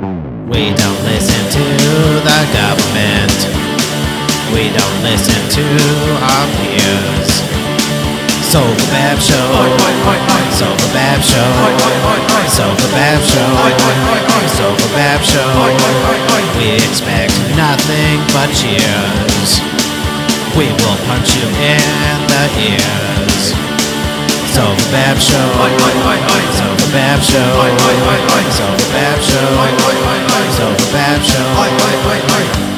We don't listen to the government. We don't listen to our peers. Sofa Bab Show. Sofa Bab Show. Sofa Bab Show. Sofa Bab Show. We expect nothing but cheers. We will punch you in the ears. Sofa Bab Show. Sofa Bab Show. Sofa Bab Show. Sofa Bab Show.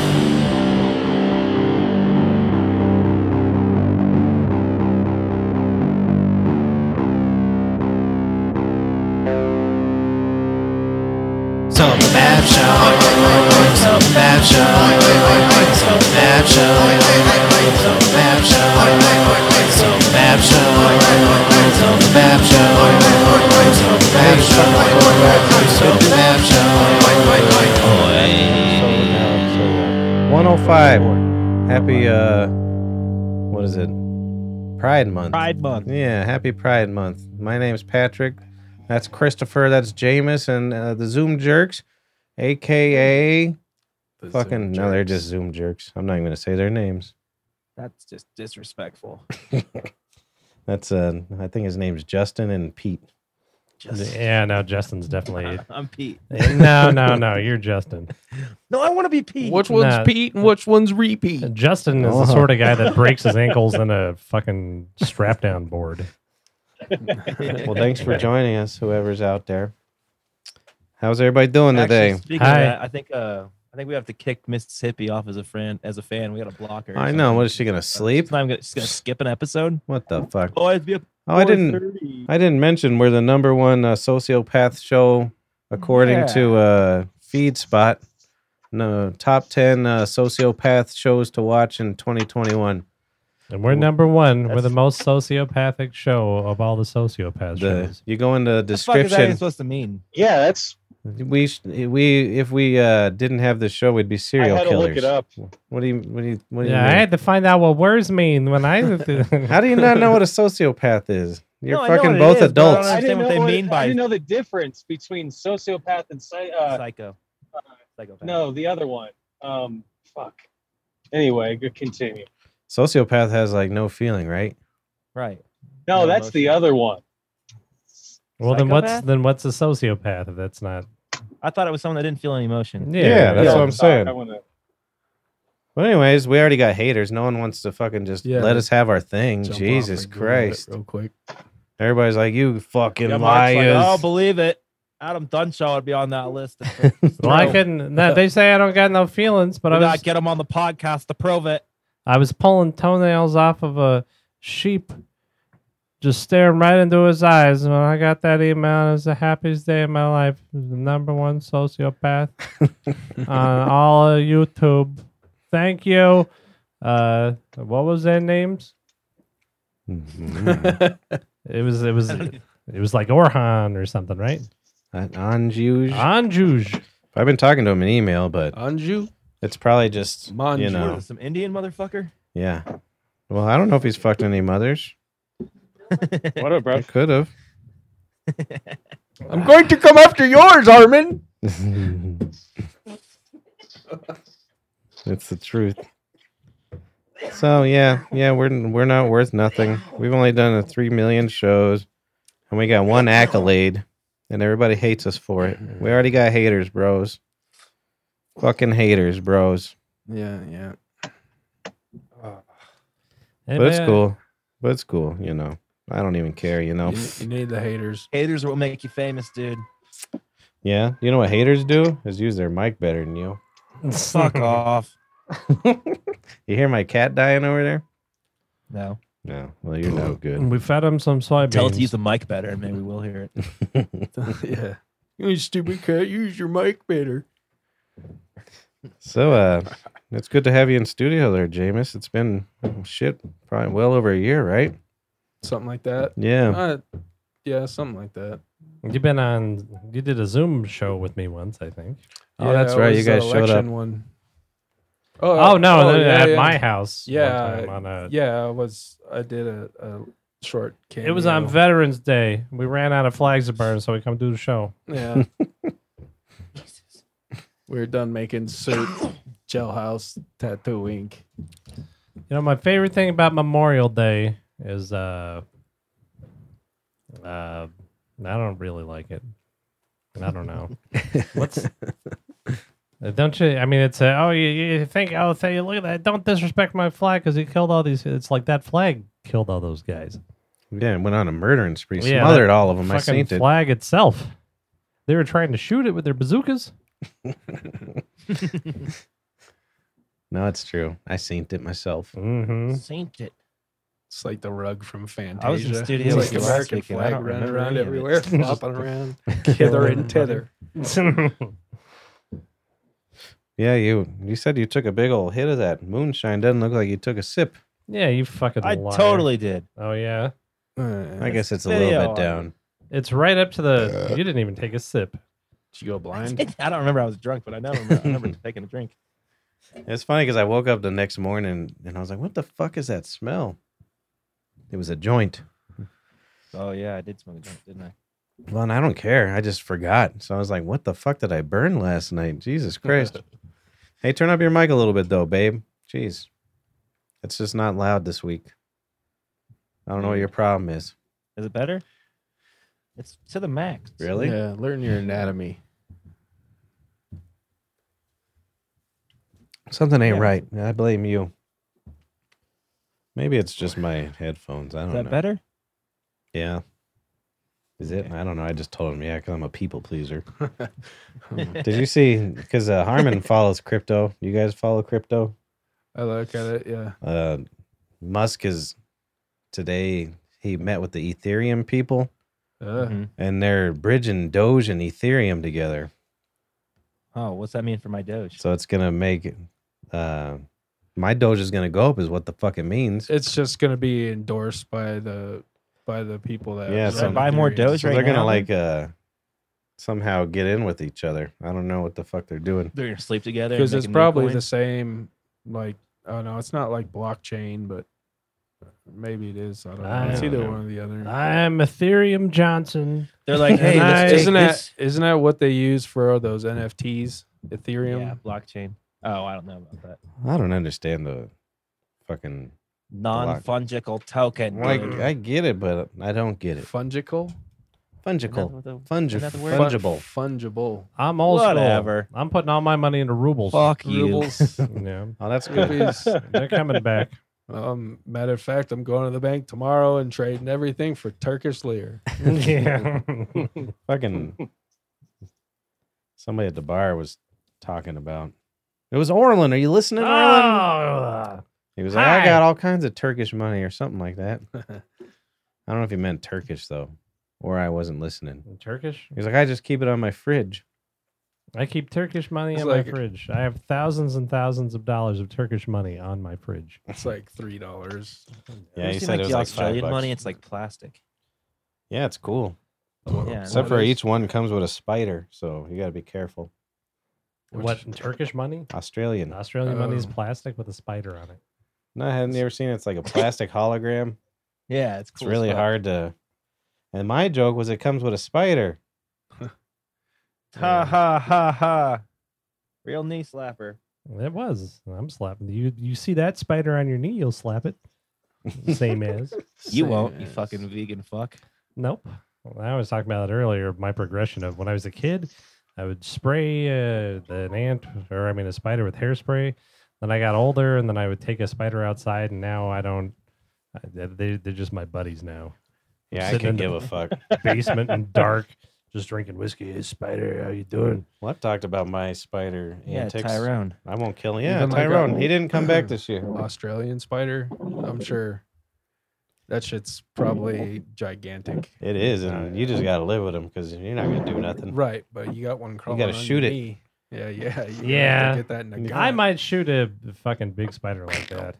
Sofa Bab Show. Sofa Bab Show. Sofa Bab Show. Sofa Bab Show. Sofa Bab Show. Sofa Bab Show. Sofa Bab Show. Sofa Bab Show. Oi. 105. Happy uh what is it? Pride month. Pride Month. Yeah, happy Pride month. My name's Patrick. That's Christopher, that's Jameis and uh, the Zoom jerks, aka fucking no, they're just Zoom jerks. I'm not even going to say their names. That's just disrespectful. That's uh I think his name's Justin and Pete. Just, Yeah, no, Justin's definitely. I'm Pete. no, no, no. You're Justin. No, I want to be Pete. Which one's Nah. Pete and which one's repeat? Justin is Oh. the sort of guy that breaks his ankles in a fucking strap down board. Well, thanks for joining us whoever's out there. How's everybody doing today? Actually, speaking Hi. of that, I think uh, I think we have to kick Mississippi off as a friend, as a fan. We got to block her. or I know. something. What is she gonna sleep? She's not even gonna, she's gonna skip an episode. What the fuck? Oh, it'd be a Oh, I didn't. 4:30. I didn't mention we're the number one uh, sociopath show according Yeah. to uh, FeedSpot. No, top ten uh, sociopath shows to watch in 2021. And we're number one. We're the That's- most sociopathic show of all the sociopath The, shows. you go in the The fuck is that even description. supposed to mean? Yeah, that's. We sh- we if we uh, didn't have this show, we'd be serial I had killers. to look it up. What do you what do you what do you Yeah, I mean? had to find out what words mean when I. How do you not know what a sociopath is? You're No, I know fucking what it both is, but I don't adults. understand what they mean by- I didn't know the difference between sociopath and psy- uh, Psycho. Psychopath. no, the other one. Um, fuck. Anyway, good continue. Sociopath has like no feeling, right? Right. No, No that's the emotion. other one. well, then what's Psychopath? then what's a sociopath if that's not? I thought it was someone that didn't feel any emotion. Yeah, Yeah, that's Yeah, what I'm sorry, saying. I wanna- But anyways, we already got haters. No one wants to fucking just Yeah, let just us have our thing. Jump off Jesus and go at it Christ. Real quick. Everybody's like, you fucking Yeah, Mark's like, liars. oh, believe it. Adam Dunshaw would be on that list. Well, I couldn't. No, they say I don't got no feelings, but But I I was get him on the podcast to prove it. I was pulling toenails off of a sheep, just staring right into his eyes. And when I got that email, it was the happiest day of my life. It was the number one sociopath on all of YouTube. Thank you. Uh, what was their names? Mhm. It was it was it was like Orhan or something, right? An Anjuj. Ah. Anjuj. I've been talking to him in email, but Anju? it's probably just, you Manju. What know, is this, some Indian motherfucker? yeah. Well, I don't know if he's fucked any mothers. What up, bro? I could have. I'm going to come after yours, Armin. it's the truth. So yeah, yeah, we're we're not worth nothing. We've only done a three million shows, and we got one accolade, and everybody hates us for it. We already got haters, bros. Fucking haters, bros. Yeah, yeah. Hey, But it's man, cool. But it's cool, you know. I don't even care, you know. You, you need the haters. Haters will make you famous, dude. Yeah, you know what haters do is use their mic better than you. Fuck off. You hear my cat dying over there? No. No. Well, you're no good. We fed him some soybeans. Tell it to use the mic better and maybe we will hear Mm-hmm. it. yeah. You stupid cat, use your mic better. So uh it's good to have you in studio there, Jameis. It's been oh, shit, probably well over a year, right? Something like that. Yeah. Uh, yeah, something like that. You've been on. You did a Zoom show with me once, I think. Oh, that's right, you it was the guys showed up. election One. Oh, no, at yeah. my house. one Yeah, time on a- Yeah, I was. I did a, a short. Cameo. it was on Veterans Day. We ran out of flags to burn, so we come do the show. Yeah. we were done making suit jailhouse tattoo ink. You know, my favorite thing about Memorial Day is uh uh I don't really like it. I don't know. What's Uh, don't you? I mean, it's a, oh, you, you think oh, th- look at that! Don't disrespect my flag because he killed all these. It's like that flag killed all those guys. Yeah, it went on a murdering spree, Yeah, that smothered all of them. I Fucking seen it. flag itself. They were trying to shoot it with their bazookas. No, it's true. I seen it myself. Mm-hmm. Saint it. It's like the rug from Fantasia. I was in the studio It's with like you the last American week, and I flag don't running remember around any of it. everywhere, flopping around, hither and tither. Yeah, you you said you took a big old hit of that moonshine. Doesn't look like you took a sip. yeah, you fucking. I liar. totally did. Oh yeah, I guess it's a video little on bit down. it's right up to the. you didn't even take a sip. Did you go I blind? don't remember I was drunk, but I know I remember, I remember taking a drink. It's funny because I woke up the next morning and I was like, "What the fuck is that smell?" It was a joint. Oh yeah, I did smoke a joint, didn't I? Well, and I don't care. I just forgot. So I was like, "What the fuck did I burn last night?" Jesus Christ! hey, turn up your mic a little bit though, babe. Jeez, it's just not loud this week. I don't know what your problem is. Is it better? It's to the max. Really? Yeah, learn your anatomy. Something ain't Yeah. right. I blame you. Maybe it's just my headphones. I don't Is that know. better? Yeah. Is it? I don't know. I just told him, yeah, because I'm a people pleaser. Did you see? Because uh, Harmon follows crypto. You guys follow crypto? I look at it. Yeah. Uh, Musk is today. He met with the Ethereum people, Uh, Mhm. and they're bridging Doge and Ethereum together. Oh, what's that mean for my Doge? So it's gonna make uh, my Doge is gonna go up. Is what the fuck it means. It's just gonna be endorsed by the by the people that Yeah, run so- Buy more Ethereum. Doge So right they're now? gonna like uh, somehow get in with each other. I don't know what the fuck they're doing. They're gonna sleep together. and because make it's a new probably coin? the same like oh no it's not like blockchain but maybe it is i don't know I it's don't either know. one or the other I'm Ethereum Johnson. They're like, hey, And I- let's take isn't this. that isn't that what they use for those nfts ethereum Yeah, blockchain. Oh, I don't know about that. I don't understand the fucking. Non fungible token. Like dude. I get it, but I don't get it. fungical Isn't that Fungible, what the- fungi- isn't that the word? Fun- fungible. fungible I'm old school. Whatever. I'm putting all my money into rubles. Fuck you. rubles Yeah, Oh, that's good. rupees they're coming back. um matter of fact i'm going to the bank tomorrow and trading everything for turkish lira yeah. fucking somebody at the bar was talking about. It was Orlin. Are you listening, Orlin? Ah. Oh, He was like, I hi. got all kinds of Turkish money or something like that. I don't know if he meant Turkish though, or I wasn't listening. Turkish. He was like, I just keep it on my fridge. I keep Turkish money It's on like- my fridge. I have thousands and thousands of dollars of Turkish money on my fridge. it's like three dollars Yeah, he Have you seen, said it was the like five Australian bucks. money. It's like plastic. Yeah, it's cool. Yeah, Except for each one comes with a spider, so you got to be careful. What Turkish money? Australian. Australian money is Oh. plastic with a spider on it. No, I hadn't ever seen it. It's like a plastic hologram. Yeah, it's It's cool as really fuck. hard to. And my joke was it comes with a spider. Ha ha ha ha. Real knee slapper. It was. I'm slapping you. You see that spider on your knee? You'll slap it. Same as. You won't, you Yes. fucking vegan fuck. Nope. Well, I was talking about it earlier. My progression of when I was a kid, I would spray uh, an ant or I mean a spider with hairspray. Then I got older, and then I would take a spider outside, and now I don't. I- They they're just my buddies now. Yeah, I Sitting can in the- give a fuck. Basement and dark, just drinking whiskey. Hey, spider, how you doing? Well, I've talked about my spider Yeah, antics. Tyrone. I won't kill him. Yeah, Even like a- Tyrone. he didn't come back this year. Australian spider. I'm sure that shit's probably gigantic. It is, and you just got to live with him because you're not going to do nothing. Right, but you got one crawling. gotta on shoot your it. knee. Yeah, yeah, you Yeah. Have to get that in the gut. I might shoot a fucking big spider like that,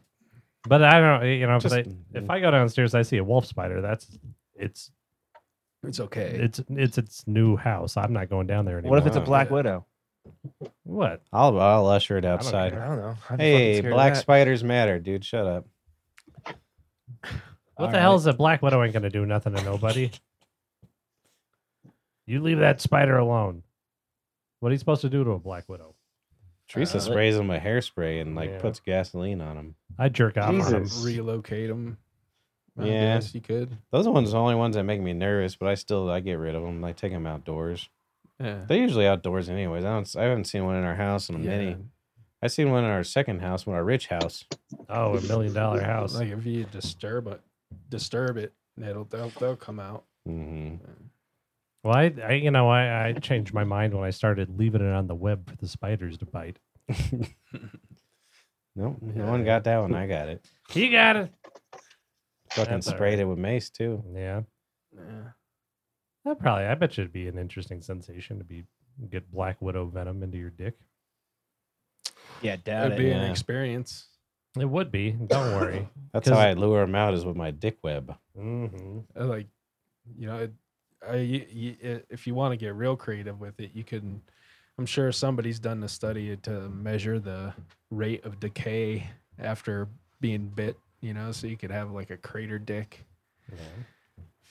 but I don't. You know, if, Just- I, if I go downstairs, I see a wolf spider. That's it's It's okay. it's it's its new house. I'm not going down there anymore. What if it's a Wow. black widow? What? I'll, I'll usher it don't outside. care. don't know. I'd be fucking Hey, scared of black that. spiders matter, dude. Shut up. What All the hell is a black widow ain't gonna do nothing to nobody? you leave that spider alone. What are you supposed to do to a black widow? Teresa Uh, let- sprays them with hairspray and like Yeah. puts gasoline on them. I jerk off. on 'em. Jesus. relocate them. I Yeah. guess you could. Those ones are the only ones that make me nervous, but I still I get rid of them. I take them outdoors. Yeah. They're usually outdoors anyways. I don't. I haven't seen one in our house in a minute. I seen one in our second house, when our rich house. Oh, a million dollar house. Like if you disturb it, disturb it, it'll they'll, they'll come out. hmm Well, I, I you know, I, I changed my mind when I started leaving it on the web for the spiders to bite. Nope, no one got that one. I got it. You got it. Fucking That's all sprayed it with mace too. Yeah. Yeah. That probably, I bet you it'd be an interesting sensation to be get black widow venom into your dick. Yeah, doubt That'd it. be yeah. an experience. It would be. Don't worry. That's how 'Cause- I lure them out is with my dick web. mm-hmm. Uh, Like, you know, it, I, you, you, i- if you want to get real creative with it, you can. I'm sure somebody's done a study to measure the rate of decay after being bit. You know, so you could have like a crater dick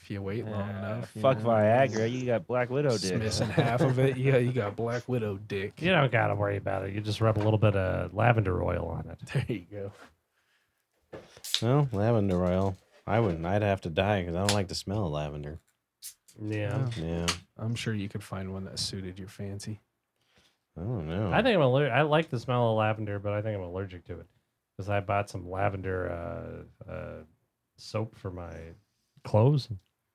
if you wait long Uh, enough. you Fuck know. Viagra. You got Black Widow Just dick. missing half of it. Yeah, you got Black Widow dick. You don't got to worry about it. You just rub a little bit of lavender oil on it. There you go. Well, lavender oil. I wouldn't. I'd have to die because I don't like the smell of lavender. Yeah. Yeah, I'm sure you could find one that suited your fancy. I don't know. I think I'm allergic. I like the smell of lavender, but I think I'm allergic to it because I bought some lavender uh, uh, soap for my clothes.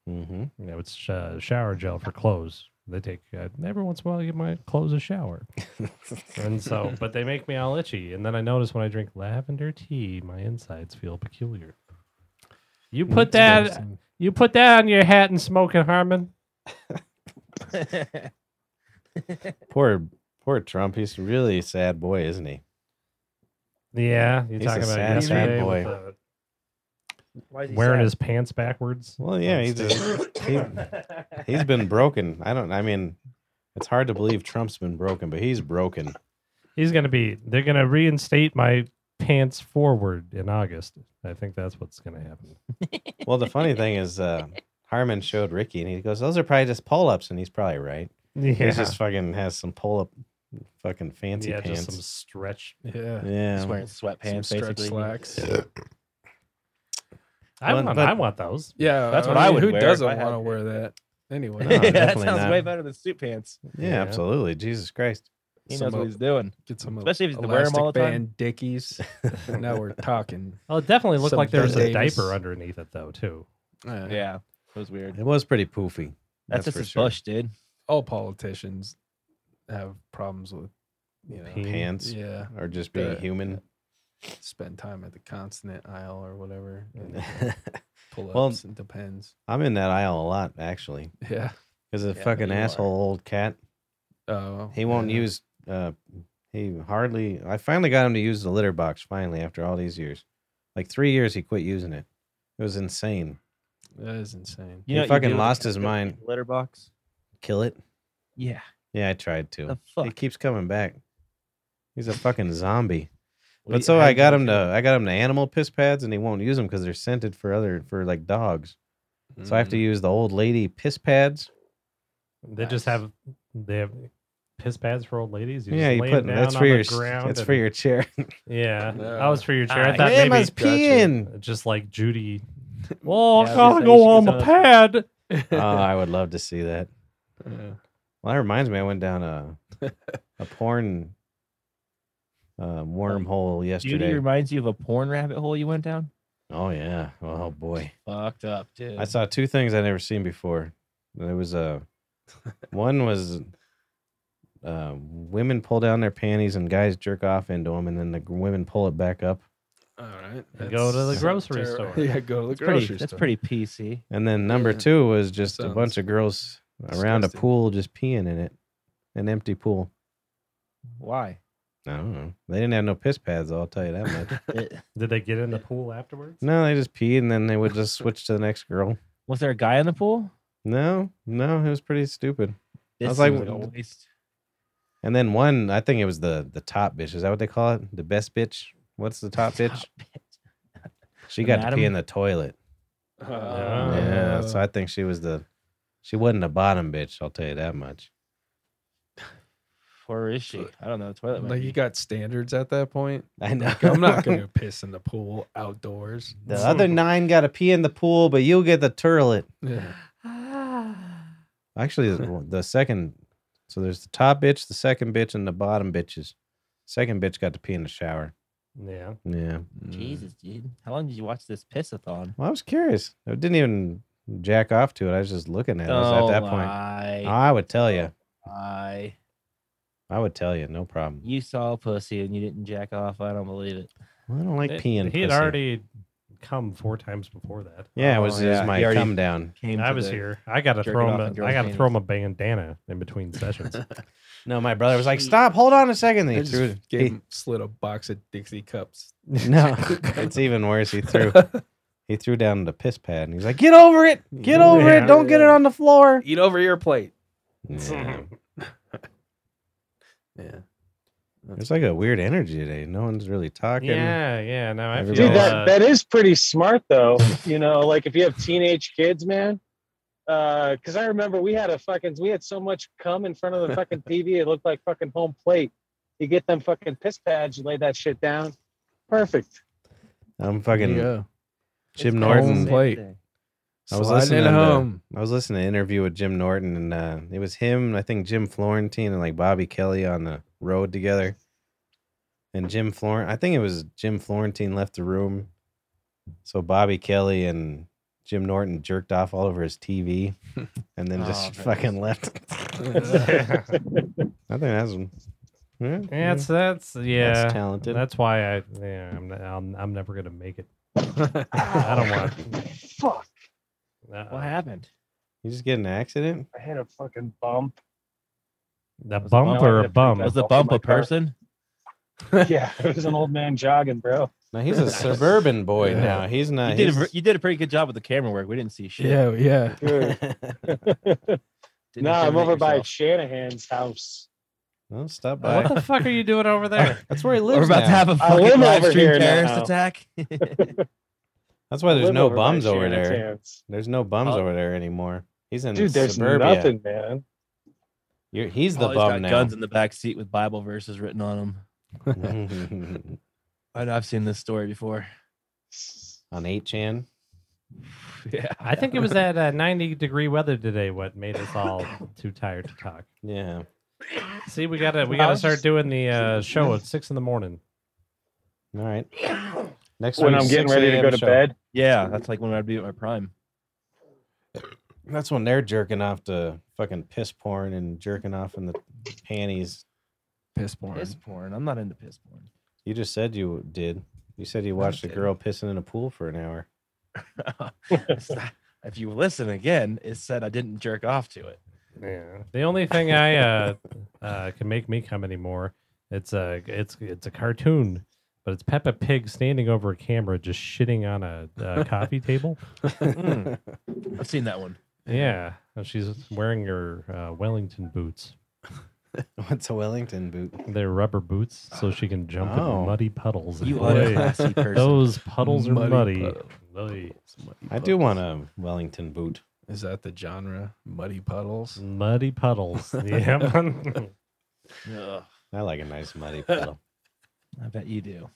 Mm-hmm. You know, it's uh, shower gel for clothes. They take uh, every once in a while, I give my clothes a shower, and so but they make me all itchy. And then I notice when I drink lavender tea, my insides feel peculiar. You put that Interesting. you put that on your hat and smoke it, Harmon. Poor, poor Trump. He's a really sad boy, isn't he? Yeah, you're He's talking a about sad, sad yesterday boy. with the- wearing his pants backwards. Well, yeah, on he's just, he, he's been broken. I don't. I mean, it's hard to believe Trump's been broken, but he's broken. He's gonna be. They're gonna reinstate my pants forward in August. I think that's what's gonna happen. Well, the funny thing is, uh, Harmon showed Ricky, and he goes, "Those are probably just pull ups," and he's probably right. Yeah, He just fucking has some pull up, fucking fancy yeah, pants. just some stretch. Yeah. yeah, He's wearing Some sweatpants, stretch basically. slacks. I Well, want. but- I want those. Yeah, That's what I would Who wear if doesn't I had want to it. wear that anyway? No, yeah, that definitely sounds not. way better than suit pants. yeah, Yeah. absolutely. Jesus Christ. He Some knows what of- he's doing. Get some Especially if he's wearing 'em all the time. band Dickies. now we're talking. Oh, Well, it definitely looked Some like there was a Davis. diaper underneath it, though. Too. Uh, Yeah, it was weird. It was pretty poofy. That's, just for his sure. bush, dude. All politicians have problems with, you know, Peen. Pants yeah, or just being Uh, human. spend time at the consonant aisle or whatever. And pull ups Well- and depends. I'm in that aisle a lot actually, Yeah. because the Yeah, fucking you are. asshole old cat. Oh, He won't yeah. use. Uh, he hardly. I finally got him to use the litter box. Finally, after all these years, like three years, he quit using it. It was insane. That is insane. He You know, what you fucking do with lost the his fucking mind. Litter box. Kill it. Yeah. Yeah, I tried to. The He fuck? keeps coming back. He's a fucking zombie. What do But you- so how I you got gonna him feel? to I got him to animal piss pads, and he won't use them because they're scented for other for like dogs. So I have to Mm. use the old lady piss pads. They just have. They have piss pads for old ladies. You yeah, just you lay put 'em down that's on for your the ground. it's and- for your chair. Yeah, No. that was for your chair. Ah, I thought maybe Grandma's peeing. just like Judy. Yeah, Well, I I was gotta gonna say go she on gets the on- pad. oh, I would love to see that. Yeah. Well, that reminds me, I went down a a porn uh, wormhole Judy yesterday. reminds you of a porn rabbit hole you went down. oh yeah. Oh boy. Fucked up, dude. I saw two things I never seen before. There was a one was uh, women pull down their panties and guys jerk off into them, and then the women pull it back up. All right. And go to the that's grocery terrible. store. Yeah, go to the That's grocery pretty, that's store. pretty PC. And then number Yeah. two was just a bunch Sounds of girls around a disgusting. pool just peeing in it, an empty pool. Why? I don't know. They didn't have no piss pads, I'll tell you that much. It- Did they get in the pool afterwards? no, they just peed and then they would just switch to the next girl. was there a guy in the pool? No, no, it was pretty stupid. I was This like, seems w- a waste. And then one, I think it was the the top bitch. Is that what they call it? The best bitch. What's the top bitch? She The got to madam? pee in the toilet. Uh, yeah, so I think she was the. She wasn't the bottom bitch. I'll tell you that much. Where is she? I don't know. The toilet. might Like you be- got standards at that point. I know. Like, I'm not gonna piss in the pool outdoors. The other nine got to pee in the pool, but you'll get the turlet. Yeah. Actually, the- the second. So there's the top bitch, the second bitch, and the bottom bitches. Second bitch got to pee in the shower. Yeah. Yeah. Mm. Jesus, dude. How long did you watch this pissathon? Well, I was curious. I didn't even jack off to it. I was just looking at it at that point. I, Oh, I would tell you. I, I would tell you. No problem. you saw pussy and you didn't jack off. I don't believe it. I don't like It- peeing. He had pussy. already come four times before that. Yeah, it Oh, was, it was yeah, my he already- come down. Came I to was the- here. I gotta jerk it throw off and him. A, draw I gotta his throw him a bandana in between sessions. No, my brother was like, Shit. "Stop! Hold on a second. I He just threw. it- gave he- him- slid a box of Dixie cups. no, it's even worse. He threw. He threw down the piss pad, and he's like, "Get over it! Get over it! Yeah. Don't get it on the floor." Eat over your plate. Yeah. Yeah. It's like a weird energy today. No one's really talking. yeah, yeah. No, I feel. Everybody- Dude, uh, that, that is pretty smart though. You know, like if you have teenage kids, man. Because I remember we had a fucking we had so much cum in front of the fucking TV, it looked like fucking home plate. You get them fucking piss pads, you lay that shit down, perfect. I'm fucking Yeah. Jim called Norton. Home Plate. I was Sliding listening it to- home. I was listening to an interview with Jim Norton, and uh, it was him, I think Jim Florentine, and like Bobby Kelly on the road together. And Jim Florent, I think it was Jim Florentine left the room, so Bobby Kelly and Jim Norton jerked off all over his TV, and then Oh, just that fucking is- left. yeah, I think that's yeah, that's that's yeah. that's talented. That's why I yeah, I'm, I'm I'm never gonna make it. I don't want. Fuck! What Uh, happened? you just get in an accident. I had a fucking bump. the was a bump. bump or a bum? Was the off bump my a car. person? Yeah, it was an old man jogging, bro. Now he's a suburban boy. Yeah. Now he's not. you, did a, he's- you did a pretty good job with the camera work. We didn't see shit. yeah, yeah. Dude. Didn't no, I'm incriminate over by yourself. Shanahan's house. Well, stop by. What the fuck are you doing over there? That's where he lives. We're about now. to have a I live fucking live over stream here terrorist now. attack. That's why I there's live no over by bums over there. Shanahan's. There's no bums Oh. over there anymore. He's in Dude, there's suburbia. nothing, man. You're, he's the Paulie's bum now. Oh, guns in the back seat with Bible verses written on them. I know I've seen this story before. On 8chan. Yeah. I think it was that uh, 90 degree weather today. What made us all too tired to talk? Yeah. See, we gotta we Well, I gotta was start just- doing the uh, show at six in the morning. All right. Next When week's I'm getting 6 ready to a.m. go to show. bed, Yeah, that's like when I'd be at my prime. That's when they're jerking off to fucking piss porn and jerking off in the panties. Piss porn. Piss porn. I'm not into piss porn. You just said you did. You said you watched a didn't. girl pissing in a pool for an hour. It's not- if you listen again, it said I didn't jerk off to it. Yeah. The only thing I uh, uh, can make me come anymore it's a it's it's a cartoon, but it's Peppa Pig standing over a camera just shitting on a, uh coffee table. Mm. I've seen that one. Yeah, and she's wearing her uh, Wellington boots. What's a Wellington boot? They're rubber boots, so she can jump Oh. in muddy puddles. You Boy, unclassy person. those puddles are Muddy muddy. puddle. Muddy, I do want a Wellington boot. Is that the genre? Muddy puddles. muddy puddles. yeah. Ugh, I like a nice muddy puddle. I bet you do.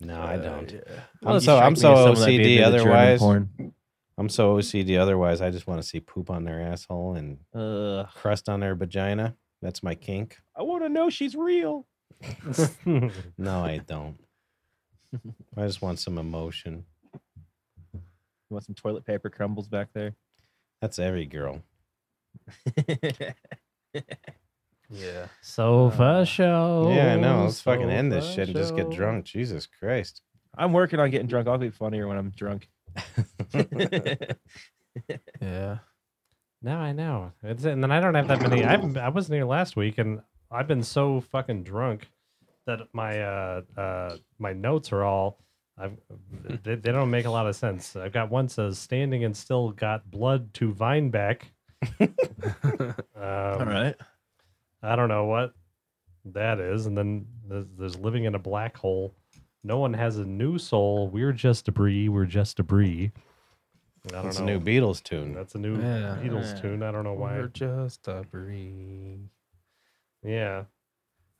No, I Uh, don't. yeah. I'm You Oh, so strike I'm me as so someone that'd be OCD. into the German Otherwise, porn. I'm so OCD. Otherwise, I just want to see poop on their asshole and Ugh. crust on their vagina. That's my kink. I want to know she's real. No, I don't. I just want some emotion. You want some toilet paper crumbles back there? That's every girl. Yeah. Sofa show. Uh, yeah, I know. Let's fucking end this shit and just get drunk. Jesus Christ. I'm working on getting drunk. I'll be funnier when I'm drunk. Yeah. No, I know. It's, and then I don't have that many. I haven't, I wasn't here last week, and I've been so fucking drunk that my uh, uh, my notes are all. I've, they, they don't make a lot of sense. I've got one says standing and still got blood to Vineback. um, All right. I don't know what that is. And then there's, there's living in a black hole. No one has a new soul. We're just debris. We're just debris. I don't That's a know. new Beatles tune. That's a new Yeah. Beatles tune. I don't know why. We're just a breeze. Yeah.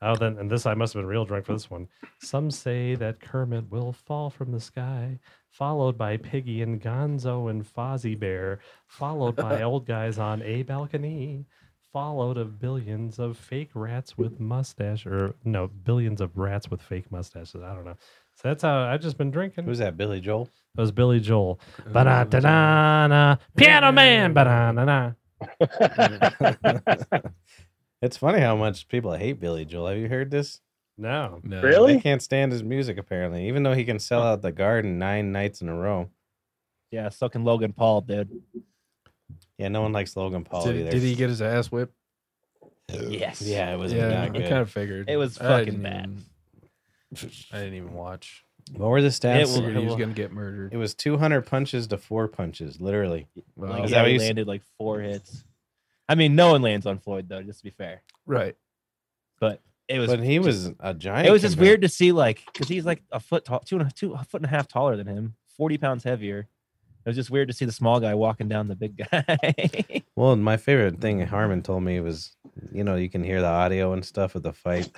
Oh, then, and this I must have been real drunk for this one. Some say that Kermit will fall from the sky, followed by Piggy and Gonzo and Fozzie Bear, followed by old guys on a balcony, followed of billions of fake rats with mustache, or no, billions of rats with fake mustaches. I don't know. So that's how I've just been drinking. Who's that? Billy Joel. That was Billy Joel. Banana, piano man, banana. It's funny how much people hate Billy Joel. Have you heard this? No. No. They Really? can't stand his music apparently, even though he can sell out the Garden nine nights in a row. Yeah, so can Logan Paul, dude. Yeah, no one likes Logan Paul either. Did, did he get his ass whipped? Yes. Yeah, it was yeah, not I good. kind of figured. It was I fucking didn't bad. even- I didn't even watch. What were the stats? It I will- figured he was will- gonna get murdered. It was 200 punches to four punches, literally. Well, Like, Is yeah, that what he you s- landed like four hits. I mean, no one lands on Floyd though. Just to be fair, Right. it was but he was a giant. it was just compared- weird to see like because he's like a foot tall, two and a, two a foot and a half taller than him, forty pounds heavier. It was just weird to see the small guy walking down the big guy. Well, my favorite thing Harmon told me was, you know, you can hear the audio and stuff of the fight.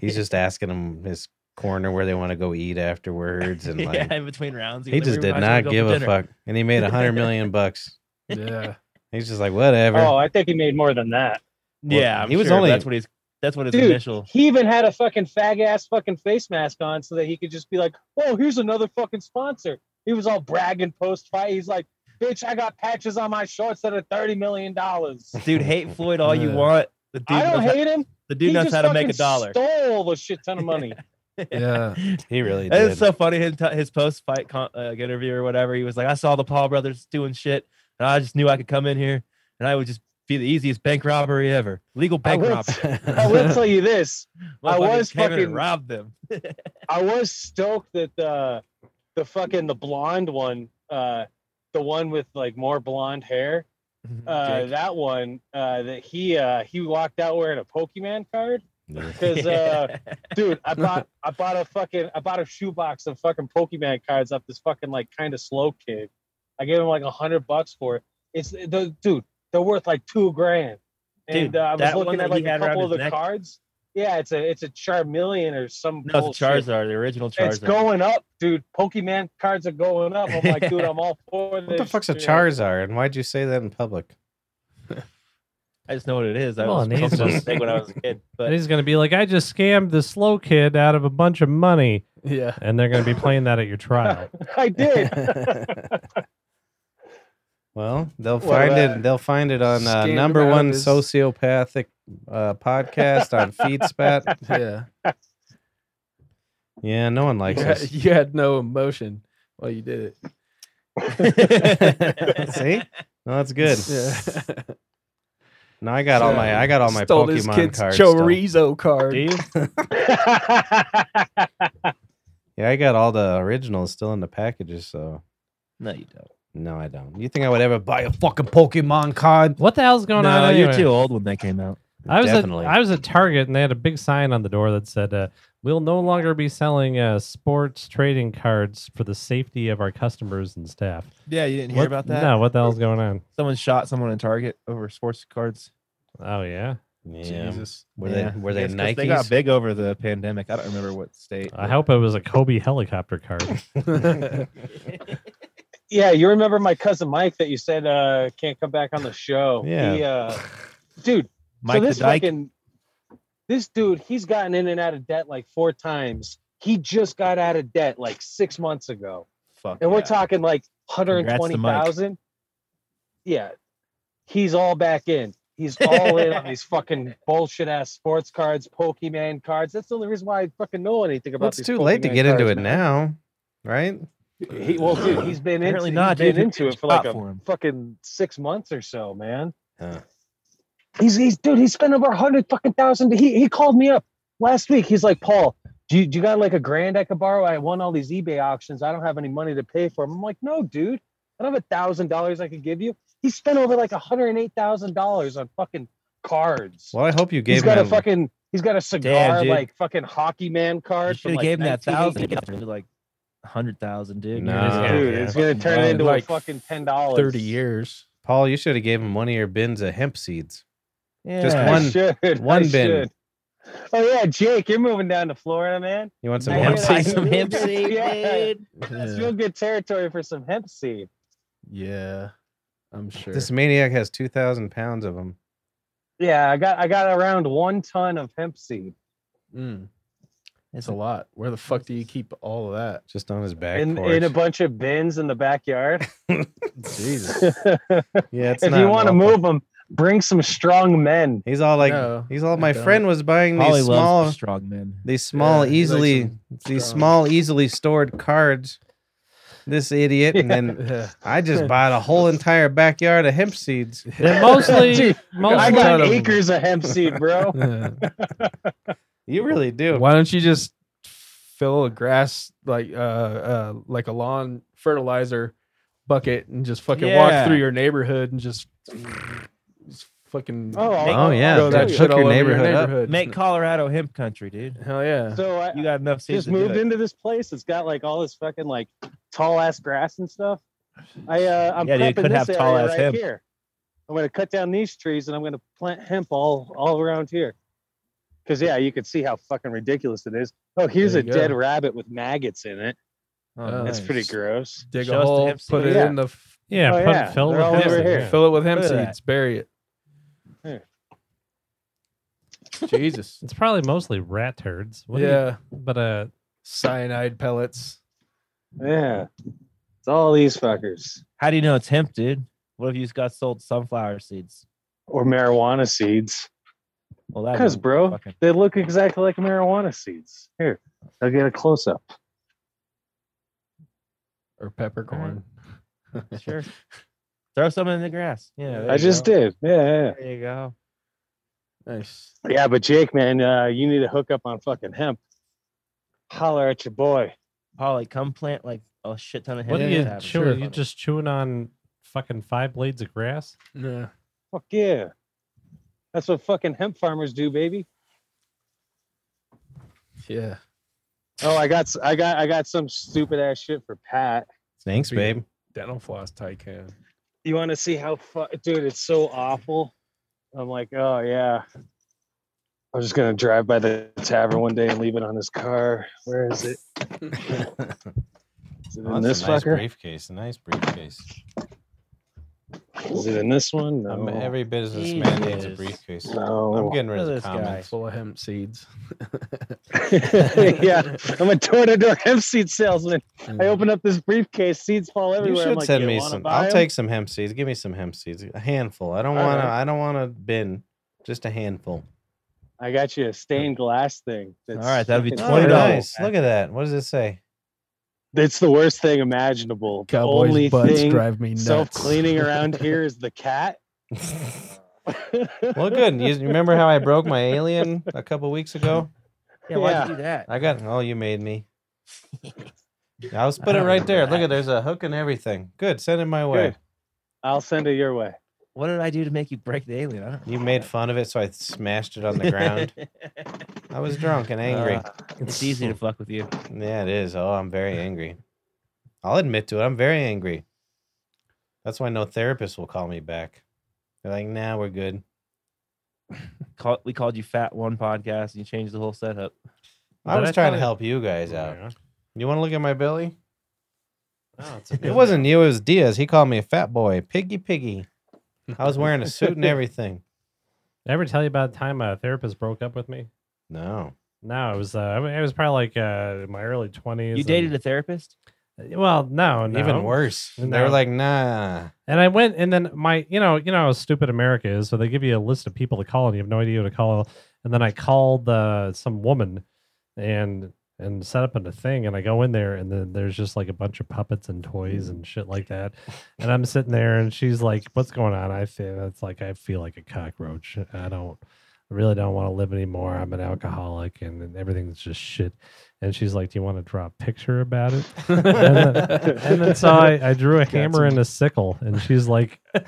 He's just asking him his corner where they want to go eat afterwards, and like yeah, in between rounds, he was just like, did "We might as well not go give for a dinner." fuck, and he made a hundred million bucks. Yeah. He's just like whatever. Oh, I think he made more than that. Well, Yeah, I'm he was sure, but only- that's what he's that's what his Dude. initial. He even had a fucking fag ass fucking face mask on so that he could just be like, "Whoa, here's another fucking sponsor." He was all bragging post fight. He's like, "Bitch, I got patches on my shorts that are thirty million dollars." Dude, hate Floyd all you Yeah. want. The dude, I don't knows, how, hate him. the dude he knows just how to make a fucking dollar. Stole a shit ton of money. Yeah. he really did. It's so funny. His, his post fight con- uh, like, interview or whatever, he was like, I saw the Paul brothers doing shit, and I just knew I could come in here and I would just be the easiest bank robbery ever. Legal I bank will, robbery. I will tell you this: I Motherfuckers was came in and fucking- robbed them. I was stoked that the the fucking the blonde one, uh, the one with like more blonde hair, Mm-hmm. uh, Jake. that one uh, that he uh, he walked out wearing a Pokemon card because uh, dude, I bought I bought a fucking I bought a shoebox of fucking Pokemon cards off this fucking like kind of slow kid. I gave him like a hundred bucks for it. It's the dude, they're worth like two grand. And Dude, uh, I was that one looking that at he like a had around couple of his the neck- cards. Yeah, it's a it's a Charmeleon or no, some it's a bullshit. Charizard, the original Charizard. It's going up, dude. Pokemon cards are going up. I'm like, dude, I'm all for this. what the fuck's a shit. Charizard, and why'd you say that in public? I just know what it is. I Well, was and he's Pokemon just- big when I was a kid. And But he's gonna be like, I just scammed the slow kid out of a bunch of money, Yeah. and they're gonna be playing that at your trial. I did. well, they'll What find about- it. They'll find it on uh, Scammed number him out of one his- sociopathic uh, podcast on FeedSpat. Yeah. Yeah, no one likes You us. had, you had no emotion while you did it. See, no, that's good. Yeah. No, I got all my I got all my Stole this Pokemon kid's cards. still. Chorizo card. do you? Yeah, I got all the originals still in the packages. So No, you don't. no, I don't. You think I would ever buy a fucking Pokemon card? What the hell's going on? No, anyway? you're too old when that came out. I was Definitely. at I was at Target and they had a big sign on the door that said, uh, "We'll no longer be selling uh, sports trading cards for the safety of our customers and staff." Yeah, you didn't What- No, what the hell's going on? Someone shot someone in Target over sports cards. Oh yeah, Yeah. Jesus. Were Yeah. they were they It's 'cause Nikes? They got big over the pandemic. I don't remember what state. I hope it was a Kobe helicopter card. yeah, you remember my cousin Mike that you said uh, can't come back on the show. Yeah. He, uh, dude, Mike so the this Dyke. fucking this dude, he's gotten in and out of debt like four times. He just got out of debt like six months ago. Fuck and we're yeah. talking like to Mike. 120,000. Yeah, he's all back in. He's all in on these fucking bullshit ass sports cards, Pokemon cards. That's the only reason why I fucking know anything about. Well, it's these too late to Pokemon get into cards, it man. now, right? He, well, dude, he's been Apparently into, not, he's been dude. into it for Shot like a for him. fucking six months or so, man. Huh. He's he's dude. He spent over a hundred fucking thousand. He he called me up last week. He's like, Paul, do you, do you got like a grand I could borrow? I won all these eBay auctions. I don't have any money to pay for them. I'm like, no, dude. I don't have a thousand dollars I could give you. He spent over like a hundred and eight thousand dollars on fucking cards. Well, I hope you gave He's got a him. fucking. He's got a cigar dude. like fucking hockey man You card. should from, have like, gave him that 1980. thousand. Like hundred thousand, dude. No. You're just gonna- Oh, Dude, Yeah. it's gonna turn it into Like a fucking ten dollars. 30 years. Paul, you should have gave him one of your bins of hemp seeds. Yeah. Just I one- should. one I bin. should. Oh yeah, Jake, you're moving down to Florida, man. You want some I hear hemp that. seed? Some hemp Hempseed, seed, yeah. dude. That's real good territory for some hemp seed. Yeah, I'm sure. This maniac has 2,000 pounds of them. Yeah, I got I got around one ton of hemp seed Mm. It's a lot. Where the fuck do you keep all of that? Just on his back in, porch. in a bunch of bins in the backyard. Jesus. if yeah, it's you not want to lawful. move them, bring some strong men. he's all like, No, he's all. I My don't. friend was buying these Holly small, loves strong men. these small, Yeah, he likes easily, them these strong. small, easily stored cards. This idiot, and then Yeah. I just bought a whole entire backyard of hemp seeds. They're mostly, Dude, I mostly got acres of hemp seed, bro. Yeah. You really do. Why don't you just fill a grass like uh, uh like a lawn fertilizer bucket and just fucking Yeah. walk through your neighborhood and just, just fucking Oh, I'll- Oh I'll- yeah, throw I'll that do it. hook shit all your over neighborhood up. Make Colorado hemp country, dude. Hell yeah. So I, You got enough seeds. just to do moved it. into this place. It's got like all this fucking like tall ass grass and stuff. I uh, I'm Yeah, dude, it prepping could this have area tall-ass right hemp. here. I'm gonna cut down these trees and I'm gonna plant hemp all all around here. Cause yeah, you could see how fucking ridiculous it is. Oh, here's There a you dead go. rabbit with maggots in it. Oh, That's nice. pretty gross. Dig Show us a the hole, hemp put seed. it Yeah. in the f- yeah, Oh, put, yeah, fill they're with all hemp over in here. there. fill it with hemp Look at seeds, bury it. Here. Jesus. It's probably mostly rat turds. What do you- yeah. but uh, Cyanide pellets. Yeah. It's all these fuckers. How do you know it's hemp, dude? What if you just got sold sunflower seeds? Or marijuana seeds. Well, that Because would bro, fucking- they look exactly like marijuana seeds. Here, I'll get a close up. or peppercorn. sure. Throw some in the grass. Yeah, there I you just go. did. Yeah, yeah, yeah. There you go. Nice. Yeah, but Jake, man, uh, you need to hook up on fucking hemp. Holler at your boy. Paul, like, come plant like a shit ton of hemp. what are in you your tavern. chewing? Sure. You just chewing on fucking five blades of grass? Yeah. Fuck yeah. That's what fucking hemp farmers do, baby. Yeah. Oh, I got s- I got I got some stupid ass shit for Pat. Thanks, babe. Dental floss Tican. You want to see how fu- dude, it's so awful. I'm like, "Oh yeah." I'm just going to drive by the tavern one day and leave it on his car. Where is it? Is it in this nice fucker? briefcase. A nice briefcase. Is it in this one? No. Um, every businessman needs a Jesus. briefcase. I'm no. getting rid of Look the at this guy. comments. Full of hemp seeds. yeah, I'm a door-to-door hemp seed salesman. I open up this briefcase, seeds fall You everywhere. I'm should like, send "You me wanna some. buy I'll 'em?" take some hemp seeds. Give me some hemp seeds. A handful. I don't All want to. right. I don't want to bin. Just a handful. I got you a stained glass thing. All right, that'll be fucking Oh, $20. terrible. nice. Look at that. What does it say? It's the worst thing imaginable. The Cowboys Only butts thing drive me nuts. self-cleaning around here is the cat. well, good. You you remember how I broke my alien a couple weeks ago? Yeah, why'd Yeah. you do that? I got. Oh, you made me. I was put it right there. Look at there's a hook and everything. Good. Send it my way. Good. I'll send it your way. What did I do to make you break the alien? I don't You made fun of it, so I smashed it on the ground. I was drunk and angry. Uh, it's easy to fuck with you. Yeah, it is. Oh, I'm very angry. I'll admit to it. I'm very angry. That's why no therapist will call me back. They're like, nah, we're good. Call, we called you fat one podcast and you changed the whole setup. I But was I Oh, trying to thought- help you guys out. You want to look at my belly? Oh, it's It wasn't you. It was Diaz. He called me a fat boy, piggy piggy. I was wearing a suit and everything. Did I ever tell you about the time a therapist broke up with me? No. No, it was uh, I mean, it was probably like uh, in my early twenties. You dated a therapist? Well, no, no, Even worse. They were No. like, nah. And I went, and then my, you know, you know how stupid America is. So they give you a list of people to call, and you have no idea who to call. And then I called uh, some woman, and and set up a thing, and I go in there, and then there's just like a bunch of puppets and toys and shit like that. And I'm sitting there, and she's like, "What's going on?" I feel it's like I feel like a cockroach. I don't I really don't want to live anymore. I'm an alcoholic, and, and everything's just shit. And she's like, "Do you want to draw a picture about it?" And then, and then so I, I drew a hammer and a sickle, and she's like,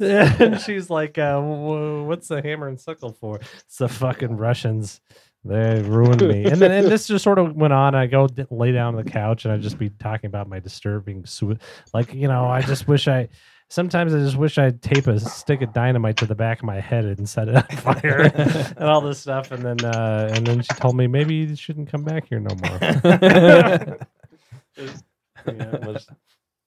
and she's like, uh, "Wh- "What's the hammer and sickle for?" It's the fucking Russians. They ruined me. And then and this just sort of went on. I go d- lay down on the couch, and I'd just be talking about my disturbing, sui- like you know, I just wish I. Sometimes I just wish I'd tape a stick of dynamite to the back of my head and set it on fire and all this stuff. And then uh, and then she told me maybe you shouldn't come back here no more. Yeah, it was-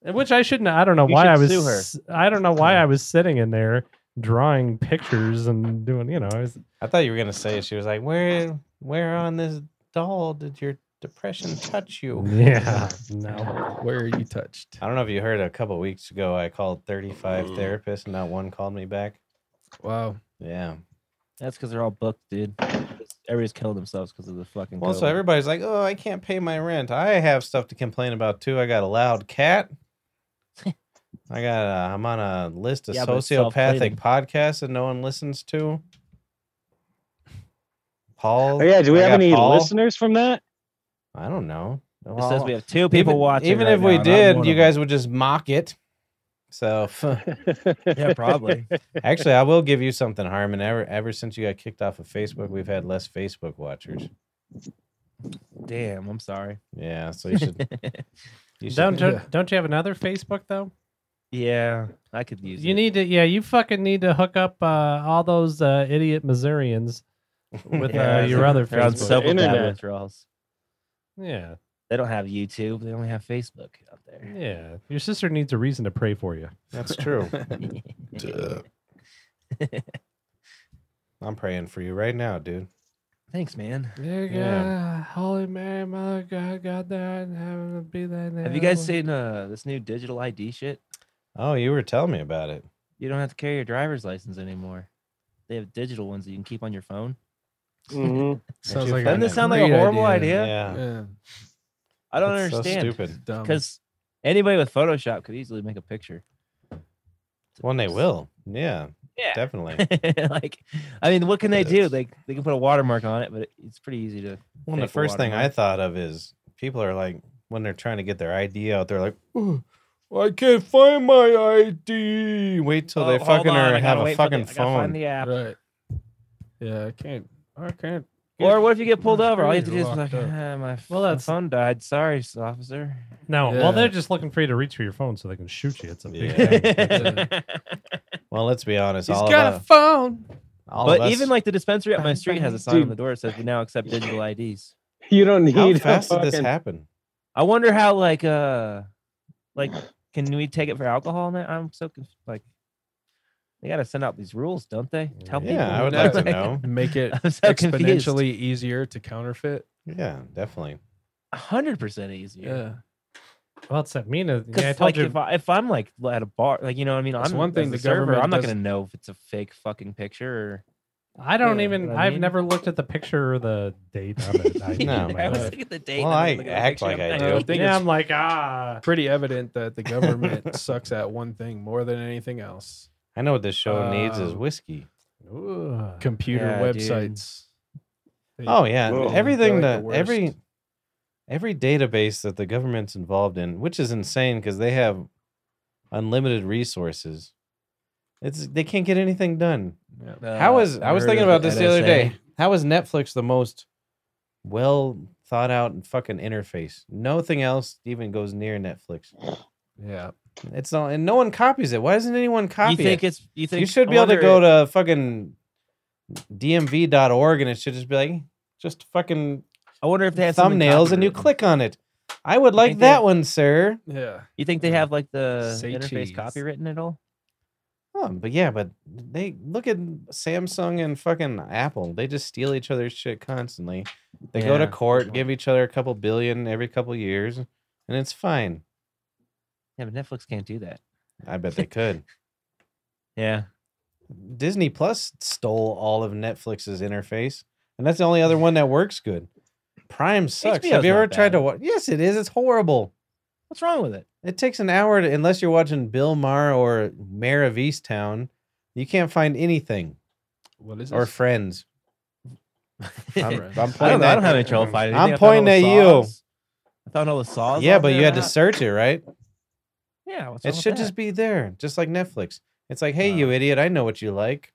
And Which I shouldn't. I don't know You why should I was. sue her. s- I don't know why I was sitting in there drawing pictures and doing. You know, I was I thought you were gonna say she was like, "Where, where on this doll did your depression touch you?" Yeah. No. Where are you touched? I don't know if you heard a couple weeks ago. I called 35 Mm. therapists, and not one called me back. Wow. Yeah. That's because they're all booked, dude. Everybody's killing themselves because of the fucking. Well, so COVID. everybody's like, "Oh, I can't pay my rent. I have stuff to complain about too. I got a loud cat. I got. A, I'm on a list of Yeah, but it's sociopathic self-hating. podcasts that no one listens to." Paul. Oh, yeah, do we I have got any Paul. listeners from that? I don't know. It says Well, we have two people even, watching. Even right if we now, and I'm did, one you of them. guys would just mock it. So Yeah, probably. actually, I will give you something, Harmon. Ever ever since you got kicked off of Facebook, we've had less Facebook watchers. Damn, I'm sorry. Yeah, so you should. You should Don't you, Yeah. don't you have another Facebook though? Yeah, I could use You it. need to, yeah. You fucking need to hook up uh, all those uh, idiot Missourians with uh, Yeah, your other they're on Facebook. several bad Internet. withdrawals. Yeah. They don't have YouTube. They only have Facebook out there. Yeah. Your sister needs a reason to pray for you. that's true. I'm praying for you right now, dude. Thanks, man. Dear Yeah. God, Holy Mary, Mother of God, God there in heaven, be thy name. Have you guys seen uh, this new digital ID shit? Oh, you were telling me about it. You don't have to carry your driver's license anymore. They have digital ones that you can keep on your phone. hmm Sounds you find like a Doesn't this sound like great a horrible idea? idea. Yeah, Yeah. I don't it's So understand. stupid. Dumb. Because anybody with Photoshop could easily make a picture. Well, they will. Yeah, Yeah. definitely. like, I mean, what can they do? They they can put a watermark on it, but it, it's pretty easy to. Well, and the Take the first thing I watermark. thought of is people are like, when they're trying to get their ID out, they're like, "Oh, I can't find my ID. Wait till Oh, they hold fucking on, are, I gotta have a wait for the- fucking I gotta phone. Find the app. Right. Yeah, I can't. I can't. Or what if you get pulled over? All you have to do is Locked like, up. ah, my f- Well, my that's- phone died. Sorry, s- officer. No. Well, they're Yeah. just looking for you to reach for your phone so they can shoot you. It's a big Yeah. thing. Well, let's be honest. He's all got of a us, phone. all of but us- even like the dispensary up my street has a sign on Dude. the door that says we now accept digital IDs. You don't need how a fast did this fucking- happen? I wonder how like uh like can we take it for alcohol now? I'm so conf- like they gotta send out these rules, don't they? To help Yeah, people, I would you like to know. Make it I'm so confused. exponentially easier to counterfeit. Yeah, definitely. hundred percent easier. Well, it's that Mina. Because Yeah, I told like you. if, I, if I'm like at a bar, like you know, what I mean, That's I'm one thing as a the server. government I'm not does- gonna know if it's a fake fucking picture. I don't Yeah, even. what I I've mean. never looked at the picture or the date on it. I, Or... No, I was uh, looking at the date. Well, I and then looking at the act picture, like I I'm do. I think yeah, it's I'm like ah. pretty evident that the government sucks at one thing more than anything else: I know what this show needs is Um, whiskey. Ooh. computer Yeah, dude. websites. They- Oh yeah, Whoa. everything They're like that the every worst. every database that the government's involved in, which is insane because they have unlimited resources. It's they can't get anything done. Yeah. Uh, How is I was heard thinking of about this the other NSA. day. How is Netflix the most well thought out and fucking interface? Nothing else even goes near Netflix. Yeah. It's not, and no one copies it. Why doesn't anyone copy You think it? it's you think You should be I able to wonder go if- to fucking dmv.org and it should just be like just fucking I wonder if they have something thumbnails and you copywritten. click on it. I would like think they- that one, sir. Yeah. You think they have like the Say interface cheese. copywritten at all? Oh, but yeah, but they look at Samsung and fucking Apple. They just steal each other's shit constantly. They go to Yeah, court, definitely. give each other a couple billion every couple years, and it's fine. Yeah, but Netflix can't do that. I bet they could. Yeah. Disney Plus stole all of Netflix's interface, and that's the only other one that works good. Prime sucks. HBO Have 's you not ever tried bad. to watch? Yes, it is. It's horrible. What's wrong with it? It takes an hour to, unless you're watching Bill Maher or Mayor of Easttown. You can't find anything What is or this? friends. I'm, I'm Friends. pointing I don't, know, I at- don't have any trouble finding. I'm anything. I found all pointing the at you. saws. I found all the saws. Yeah, on but there. you had to search it, right? Yeah, what's It should just be there, just like Netflix. It's like, hey, you idiot, I know what you like.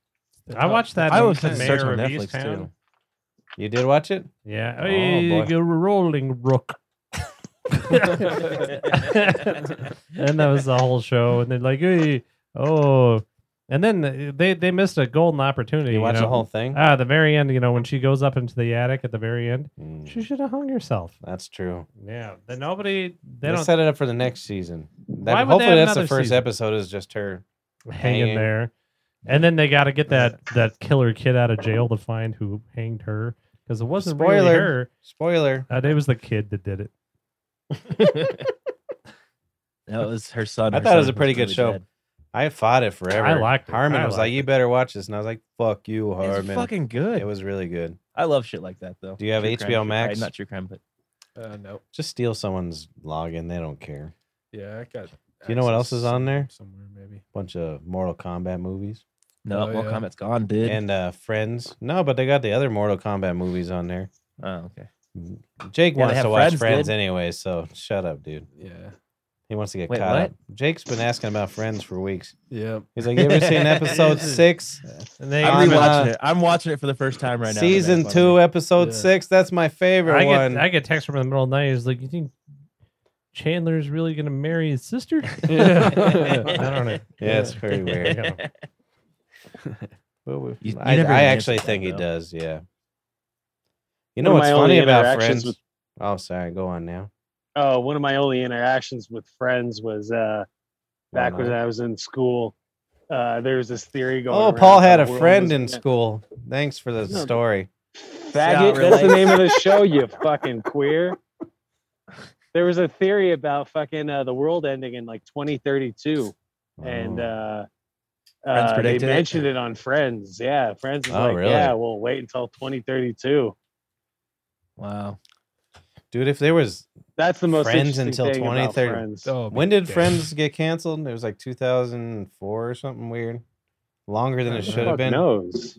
I watched that. I on was just Mayor searching on of Netflix Easttown. too. You did watch it? Yeah. Oh, Hey, boy. you're a rolling rook. and that was the whole show. And they're like, hey, Oh, and then they they missed a golden opportunity. You watch know? the whole thing? Ah, the very end. You know when she goes up into the attic at the very end, Mm, she should have hung herself. that's true. Yeah, then nobody they, They, don't set it up for the next season. That, Why would they hopefully, have that's the another first season? episode. Is just her. hang in hanging. there. And then they got to get that that killer kid out of jail to find who hanged her because it wasn't really Spoiler. her. Spoiler. Uh, it was the kid that did it. That was her son. I Her thought it was son a pretty good really show. dead. I fought it forever. I liked it. Harmon I was liked like, "You better watch this," and I was like, "Fuck you, It's Harmon." fucking good. It was really good. I love shit like that though. Do you have True HBO crime, true- Max? right, not true crime, but Uh, nope. Just steal someone's login. They don't care. Yeah, I got. Do you know what else access is on there? Somewhere maybe. Bunch of Mortal Kombat movies no, Oh, Mortal yeah. Kombat's gone, dude. and uh, Friends. No, but they got the other Mortal Kombat movies on there. oh, okay. Jake Yeah, they wants to have watch Friends, Friends, dude. anyway, so shut up, dude. Yeah. He wants to get Wait, caught what? up. Jake's been asking about Friends for weeks. Yep. He's like, "You ever seen episode six, And they I'm, I'm rewatching uh, it. I'm watching it for the first time right now. and season that's two, funny. episode Yeah. six? That's my favorite I one." get I get texts from in the middle of the night. He's like, "You think Chandler's really gonna marry his sister?" I don't know. yeah, it's very weird. You- you I, never I even actually answered think that, he though. does. Yeah. You One know of what's my funny only about interactions Friends? with- Oh, sorry. Go on now. Oh, one of my only interactions with friends was uh, back when I was in school. Uh, there was this theory going. Oh, around Paul that had the a world friend was- in Yeah. school. Thanks for the No. story. Sound Faggot, that's the related. name of the show, you fucking queer. There was a theory about fucking uh, the world ending in like 2032, Oh. and uh, Friends uh, they predicted it? mentioned it on Friends. Yeah, Friends is Oh, like, really? yeah, we'll wait until 2032. Wow. dude, if there was That's the most Friends interesting until thing about 2030. Friends. Oh, when did damn. Friends get canceled? It was like 2004 or something weird. Longer than it Who the should Fuck have been. knows.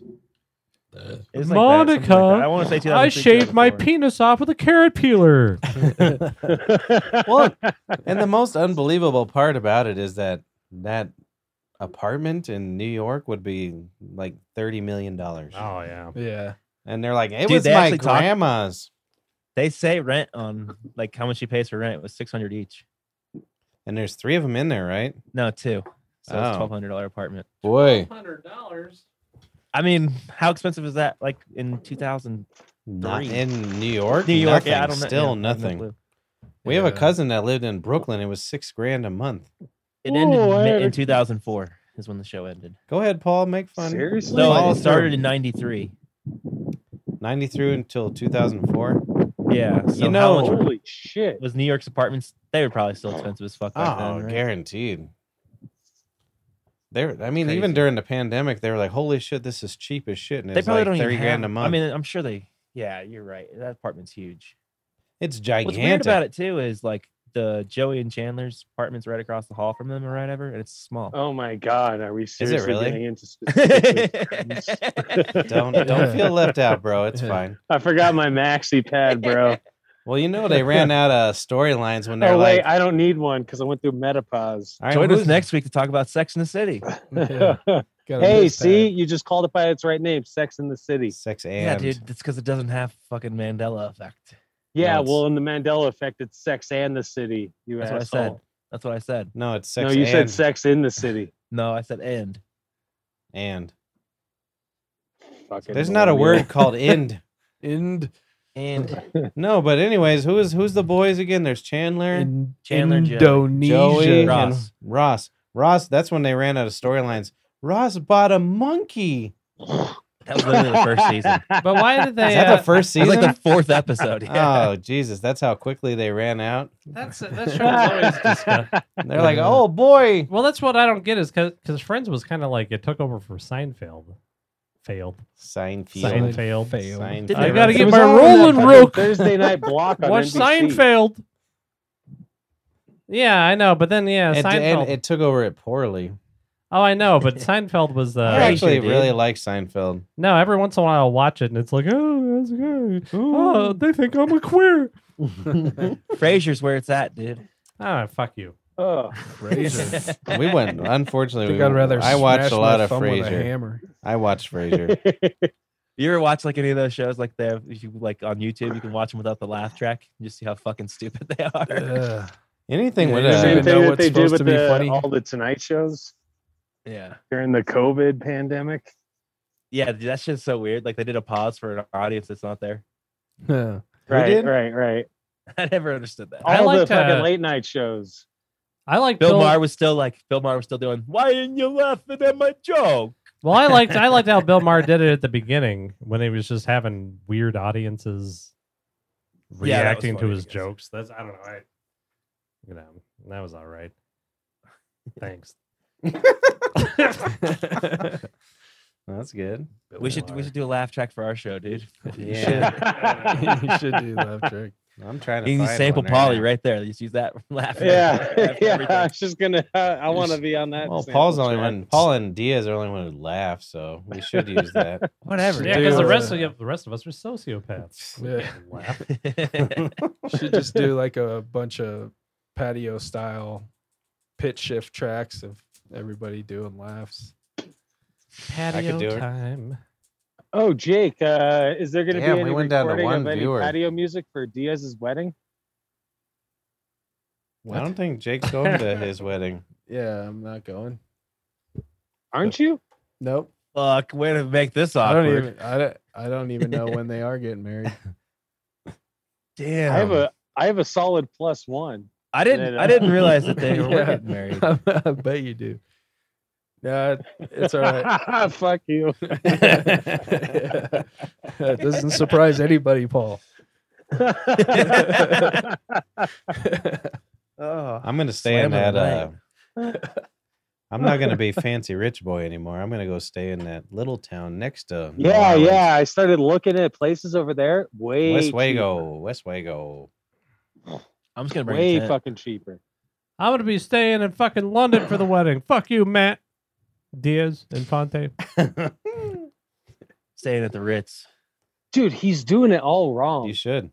It was like that, something like that. Monica, I want to say 2003, I shaved my 2004. penis off with a carrot peeler. Well, and the most unbelievable part about it is that that apartment in New York would be like 30 million dollars. Oh yeah. Yeah. And they're like, it Dude, was they my actually talk- grandma's. They say rent on like how much she pays for rent was 600 each. And there's three of them in there, right? No, two. So it's Oh. $1,200 apartment. Boy, Hundred dollars. I mean, how expensive is that? Like in 2000, not Three. in New York. New York? nothing. Yeah, I don't know. Still yeah, I have no nothing. clue. we have a Yeah. cousin that lived in Brooklyn. It was six grand a month. It ended Whoa, I mi- had in a- 2004 is when the show ended. Go ahead, Paul. Make fun. Seriously? No, Wow. it started in 93. ninety through until two thousand four. Yeah. So You how much know- holy shit. was New York's apartments? They were probably still expensive as fuck. Oh, Back then, right? guaranteed. There, I mean, Crazy. even during the pandemic, they were like, "Holy shit, this is cheap as shit," and They it's probably like don't thirty even grand have, a month. I mean, I'm sure they. Yeah, you're right. That apartment's huge. it's What's gigantic. weird about it too is like the Joey and Chandler's apartment's right across the hall from them or whatever, and it's small. Oh my god, are we seriously really? getting into specifics? Don't don't feel left out, bro. It's fine. I forgot my maxi pad, bro. Well, you know they ran out of storylines when they're Oh wait, like, I don't need one because I went through menopause. All right, Join us who's- next week to talk about Sex in the City. Yeah. Got a hey, nose see, pad. you just called it by its right name, Sex in the City. Six and Yeah, dude, that's because it doesn't have fucking Mandela effect. Yeah, No, it's- well, in the Mandela effect, it's Sex and the City. You That's what I asshole. said. That's what I said. No, it's six. no, you and, said Sex in the City. No, I said end. And Fucking there's not a millennial. word called end. Ind, And No, but anyways, who is who's the boys again? There's Chandler, in Chandler, Joey. Indonesia. Joey, Ross. and Ross. Ross. That's when they ran out of storylines. Ross bought a monkey. that was literally the first season. But why did Is they? that Uh, the first It was season? like the fourth episode. Yeah. Oh Jesus! That's how quickly they ran out. that's that show was always disgusting. And They're like, "Oh boy, Well, that's what I don't get is because Friends was kind of like it took over for Seinfeld. Failed. Seinfeld." Seinfeld. Seinfeld. Failed. Seinfeld. Didn't they I gotta It get was my on that rolling fucking rook. Thursday night block on Watch NBC. Seinfeld. Yeah, I know, but then yeah, It, Seinfeld. and it took over it poorly. oh, I know, but Seinfeld was uh, I actually did. really like Seinfeld. no. Every once in a while, I'll watch it, and it's like, oh, that's good. Oh, they think I'm a queer. Frasier's where it's at, dude. Ah, fuck you. Ugh. Frasier. We went. I Unfortunately, think we I'd went- rather. I watched smash a lot my of thumb with a Frasier. hammer. I watched Frasier. You ever watch like any of those shows? Like they have, if you like on YouTube, you can watch them without the laugh track. You just see how fucking stupid they are. Ugh. Anything Yeah, with you a don't Same even thing know that what's they do supposed with to be the, funny. all the Tonight shows. Yeah. during the COVID pandemic. Yeah, dude, that's just so weird. Like they did a pause for an audience that's not there. Yeah. Right, did? right, right. I never understood that. All I the liked, fucking uh, late night shows. I like Bill Bill. Maher was still like Bill Maher was still doing. Why didn't you laughing at my joke? well, I liked I liked how Bill Maher did it at the beginning when he was just having weird audiences Yeah, that was reacting to funny, I his guess. jokes. That's I don't know. I, you know, that was all right. Thanks. That's good. We should we should do a laugh track for our show, dude. You Yeah. should. you should do left trick. I'm trying to You can find sample one Polly now. right there. Just use that laugh. Yeah, Laugh for yeah. I everything. was just gonna. uh, I want to be on that. Well, sample Paul's the only track. one. Paul and Diaz are the only one who laugh, so we should use that. Whatever. Yeah, because the Dude. rest of you, the rest of us are sociopaths. Yeah. Laugh. should just do like a bunch of patio style pitch shift tracks of everybody doing laughs. Patio do it. time. Oh, Jake, uh, is there gonna Damn, be we any went down to recording one of any viewer. patio music for Diaz's wedding? I don't think Jake's going to his wedding. Yeah, I'm not going. Aren't you? Nope. Fuck, way to make this I awkward. don't even I don't, I don't even know when they are getting married. Damn. I have a. I have a solid plus one. I didn't. Yeah, I didn't realize that they were Yeah. getting married. I bet you do. Yeah, it's all right. Fuck you. That doesn't surprise anybody, Paul. Oh, I'm going to stay in Slam that. it Uh, I'm not going to be fancy rich boy anymore. I'm going to go stay in that little town next to. New yeah, Orleans. yeah. I started looking at places over there. Way West cheaper, Wago. West Wago. I'm just gonna bring. Way a tent. fucking cheaper. I'm gonna be staying in fucking London for the wedding. Fuck you, Matt. Diaz and Fonte. Staying at the Ritz. Dude, he's doing it all wrong. You should.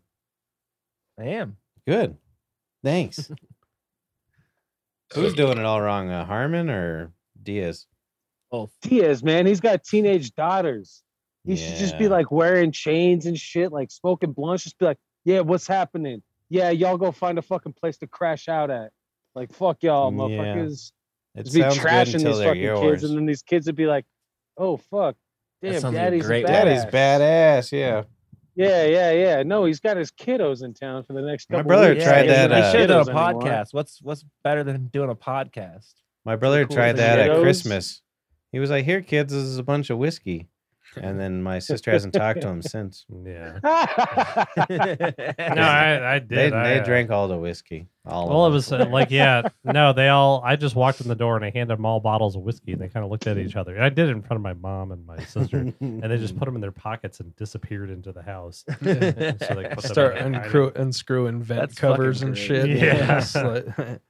I am. Good. Thanks. Who's doing it all wrong? Uh, Harmon or Diaz? Oh, Diaz, man, he's got teenage daughters. He should just be Yeah. like wearing chains and shit, like smoking blunts. Just be like, yeah, what's happening? Yeah, y'all go find a fucking place to crash out at. Like, fuck y'all, Yeah. motherfuckers. It Just be sounds good trashing until these they're fucking yours. kids, and then these kids would be like, oh fuck, That damn, sounds like a daddy's great a one. Daddy's badass." badass. Yeah. Yeah, yeah, yeah. No, he's got his kiddos in town for the next. My couple brother weeks. tried He doesn't that, have uh, should have done a kiddos anymore. podcast. What's what's better than doing a podcast? My brother cool tried thing. that at Kiddos. Christmas. He was like, "Here, kids, this is a bunch of whiskey," and then my sister hasn't talked to him since. Yeah. No, no, I, I They, did. I, they uh, drank all the whiskey. All All of of them. us, uh, like, yeah, no, they all. I just walked in the door and I handed them all bottles of whiskey, and they kind of looked at each other. And I did it in front of my mom and my sister, and they just put them in their pockets and disappeared into the house. And so they put them Start in the dining- unscrew, unscrewing vent That's fucking covers and great. shit. Yeah. It's like-